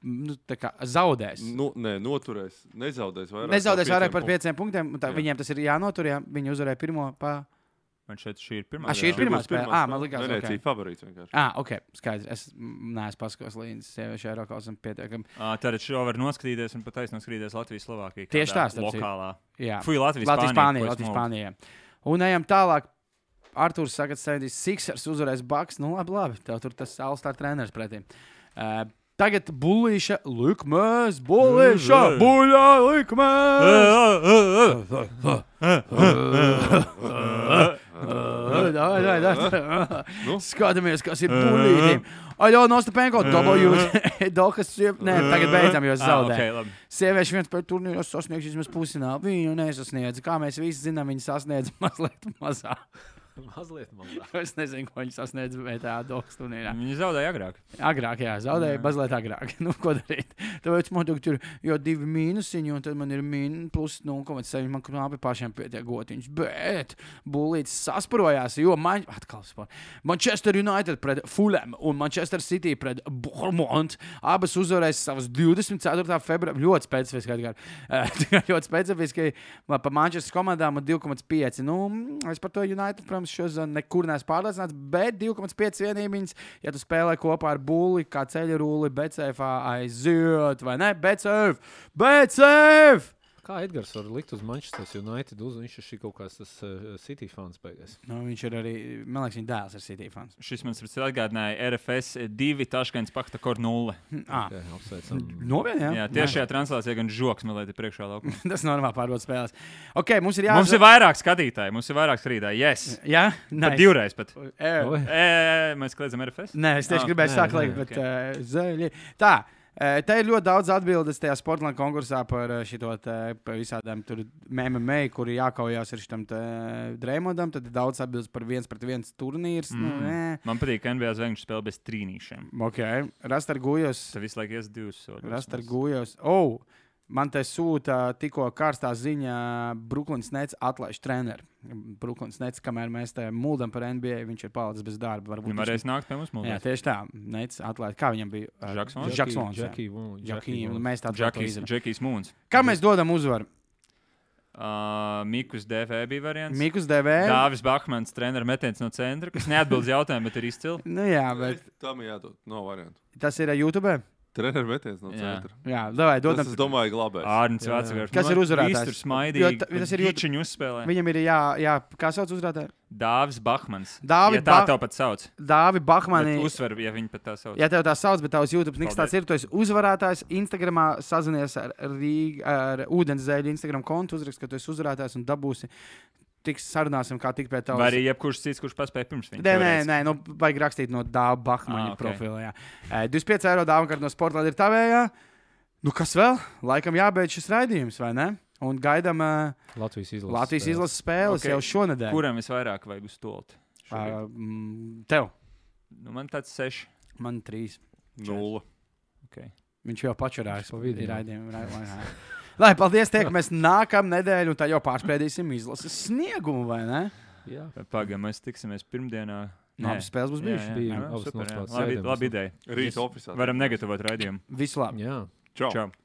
S1: nu, tā kā zaudēs.
S3: Nu, nē, noturēs. Nezaudēs vairāk.
S1: Nezaudēs vairāk par
S3: pieciem
S1: 5 punktiem. un Tā,
S3: Jā.
S1: viņiem tas ir jānotur. Jā. Viņi uzvarēja pirmo. Pa...
S2: Man šeit šī ir pirmā.
S1: Ah, šī ir
S2: jā.
S1: pirmā
S3: punktiem.
S1: spēle. Ā, man likās,
S3: Nē, nē,
S1: ok.
S3: cik favorīts vienkārši.
S1: Ah, ok, skaidrs. Es mm, neesmu paskatījis līdzi sieviešu Eiropas un pietiekami.
S2: Ā, Tad Ah, šo var noskatīties un pat aiznoskatīties Latvijas Slovākijā.
S1: Tieši tā, starp citu.
S2: lokālā.
S1: Jā,
S2: Fui, Latvijas,
S1: Latvijas Spānija.
S2: ko es
S1: Latvijas
S2: mūlu.
S1: Spānija. Un ejam tālāk. Arthurs saka, ka 76 uzvarēs Baks. Nu, labi, labi. Tev tur tas Alstar treneris pretī. Uh, tagad bulīša likmēs, bulīša,
S2: Ē, ē.
S1: buļā likmēs. Ai, ai, ai, ai.
S2: Nu?
S1: Skatāmies, kas ir buļbuļsaktas. Aļo, Nostapenko, dabūjot Dokas. Nē, tagad beidzam, jo es
S2: Ā,
S1: zaudēju.
S2: Ah, ok, labi.
S1: Sieviešu viens pēc turnīra sasniedz vismaz pusfinālu. Viņu nesasniedz. Kā mēs visi zinām, viņi sasniedz mazliet mazāk.
S4: Mazliet mazāk.
S1: Es nezinu, ko viņi sasniedz VTA dokas turnīrā.
S2: Viņi zaudēja agrāk.
S1: Agrāk, jā, zaudēju, mazliet agrāk. Nu, ko darīt? Tāpēc man tur ir jau divi mīnusiņi, un tad man ir mīnus plus 0,7. Man kāpj pašiem pietiek gotiņš. Bet Bulīts sasprojās, jo man atkal spēlē. Manchester United pret Fulham un Manchester City pret Bournemouth abas uzvarēs savas 24. februāra. Ļoti specifiski, Edgar. Eh, tikai ļoti specifiski. Labi, pa Manchester komandām un 2,5. Nu, mm, es par to United, protams, šo zonu nekur neesmu pārliecināts, bet 2,5 vienības, ja tu spēlē kopā ar Bulli, kā ceļu rulli, bet ceļā aiziet, vai ne? Bet ceļā! Bet ceļā!
S4: Kā Edgars var likt uz Manchester United? Uz, viņš ir šī kaut kāds tas, uh, City fans beigās.
S1: Nu, viņš ir arī, man liekas, viņa dēls ir City fans.
S2: Šis man ir atgādinājis RFS 2, Taškēns Pakta Kor 0.
S1: Ah,
S4: Jā, apsveicam.
S1: Nopietni,
S2: Jā, tieši šajā translācijā gan žoks, man liekas, priekšā laukumā.
S1: Tas normāli pārbaudas spēlēs. Ok, mums ir
S2: Mums ir
S1: jāatzīst.
S2: vairāk skatītāji, mums ir vairāk skatītāji. Yes.
S1: Jā,
S2: Nice.
S1: nice.
S2: Divreiz pat.
S1: Eh,
S4: Oi.
S2: E, mēs kliedzam RFS.
S1: Nē, es tieši
S2: Ah,
S1: oh, gribēju
S4: nē,
S1: sākt
S4: nē,
S1: likt, bet okay. uh, zaļi. Tā. eh, Te ir ļoti daudz atbildes tajā Sportlandā konkursā par šo visādām mēmēm, kuri jākaujās ar šim drēmodam. Tad ir daudz atbildes par viens pret viens turnīrs. Mm. Nu, nē.
S2: Man patīk, ka NBA zvaigžņu spēle bez trīnīšiem.
S1: ok, rast ar gujos.
S2: Tas visu laiku ies divus soļus.
S1: Rast ar gujos. Oh, man te sūta tikko karstā ziņa, Brooklyns Nets atlaiž treneru. Brooklyns Nets, kamēr mēs te mūldam par NBA, viņš ir palicis bez darba. Varbūt
S2: Viņam
S1: viņš-
S2: varēs nākt pie mums.
S1: Jā, tieši tā. Nets atlaid. Kā viņam bija? Ar-
S2: Žaksons?
S1: Žaksons, Nu, jā. Jakī, un
S4: Džekijs.
S1: mēs tādu
S2: Džekijs,
S1: izdarām.
S2: Džekijs Mūns.
S1: Kā mēs dodam uzvaru?
S2: Uh, Mikus DV bija variants.
S1: Mikus DV.
S2: Dāvis Bakmans, treneris metiens no centra, kas neatbild uz jautājumu, bet ir izcili.
S1: Nu, jā, bet
S3: Bet... Tam ir jādod no variantu.
S1: tas ir ā, YouTube.
S3: Treneris metiens no
S2: Jā.
S3: centra.
S1: Jā, davai,
S3: Tas,
S1: dodam.
S3: es domāju, glabājas.
S2: Ārnis
S4: Jā, jā.
S2: Vācijārs.
S1: Kas ir uzvarētājs?
S2: Tur
S1: Jo
S2: smaidīja.
S1: ta- tas
S2: Tas
S1: ir
S2: ir
S1: jūt-
S2: jūtiņu uzspēlē.
S1: Viņam ir jā, jā, kā sauc uzrādāju?
S2: Dāvis Bakmans.
S1: Dāvi
S2: ja tā
S1: Ba-
S2: tev pat sauc.
S1: Dāvi
S2: Man
S1: Bahmani.
S2: uzsver, ja viņi pat tā sauc.
S1: Ja tev tā sauc, bet tavs YouTube niks tāds
S2: Paldies.
S1: ir, tu esi uzvarētājs. Instagramā sazinies ar, Rīg, ar ūdenzēļu Instagram kontu, uzrakst, ka tu esi uzvarētājs un dabūsi. Tiks sarunāsim, kā tikt pie tā.
S2: Vai arī jebkurš cits, kurš paspēja pirms viņa.
S1: Nē, nē, nē, nu, vajag rakstīt no Dāvidas Bahmaņa
S2: Ah,
S1: ah, okay.
S2: ok.
S1: profilā. jā. Eh, 25 eiro dāvana no sporta ir tavējā. Nu, kas vēl? Laikam jābeidz šis raidījums, vai ne? Un gaidām uh,
S4: Latvijas izlases.
S1: Latvijas
S4: spēles.
S1: izlases spēles
S2: Ok.
S1: okay. jau šonadēļ.
S2: Kuram visvairāk vajag uz stolti?
S1: Uh, mm, tev,
S2: Nu, man tāds seši.
S1: man trīs.
S3: Nulle.
S1: Viņš jau pačurājās
S4: Viņš pa vidi, jā.
S1: raidījumā. Lai paldies, tiekamies nākamā nedēļa, un tā jau pārspēdīsim izlases sniegumu, vai ne?
S4: Jā.
S2: Pagaidām, mēs tiksimies pirmdienā.
S1: No abas spēles būs bijušas.
S4: Bija
S2: jā,
S4: abas
S2: super, jā.
S4: nospēlētas.
S2: Labi,
S4: Sēdēm
S2: labi
S4: esam.
S2: ideja.
S3: Rīt oficiāli.
S2: Varam negatavot raidījumu.
S1: Vislabāk!
S4: Jā.
S3: Čau.
S2: Čau!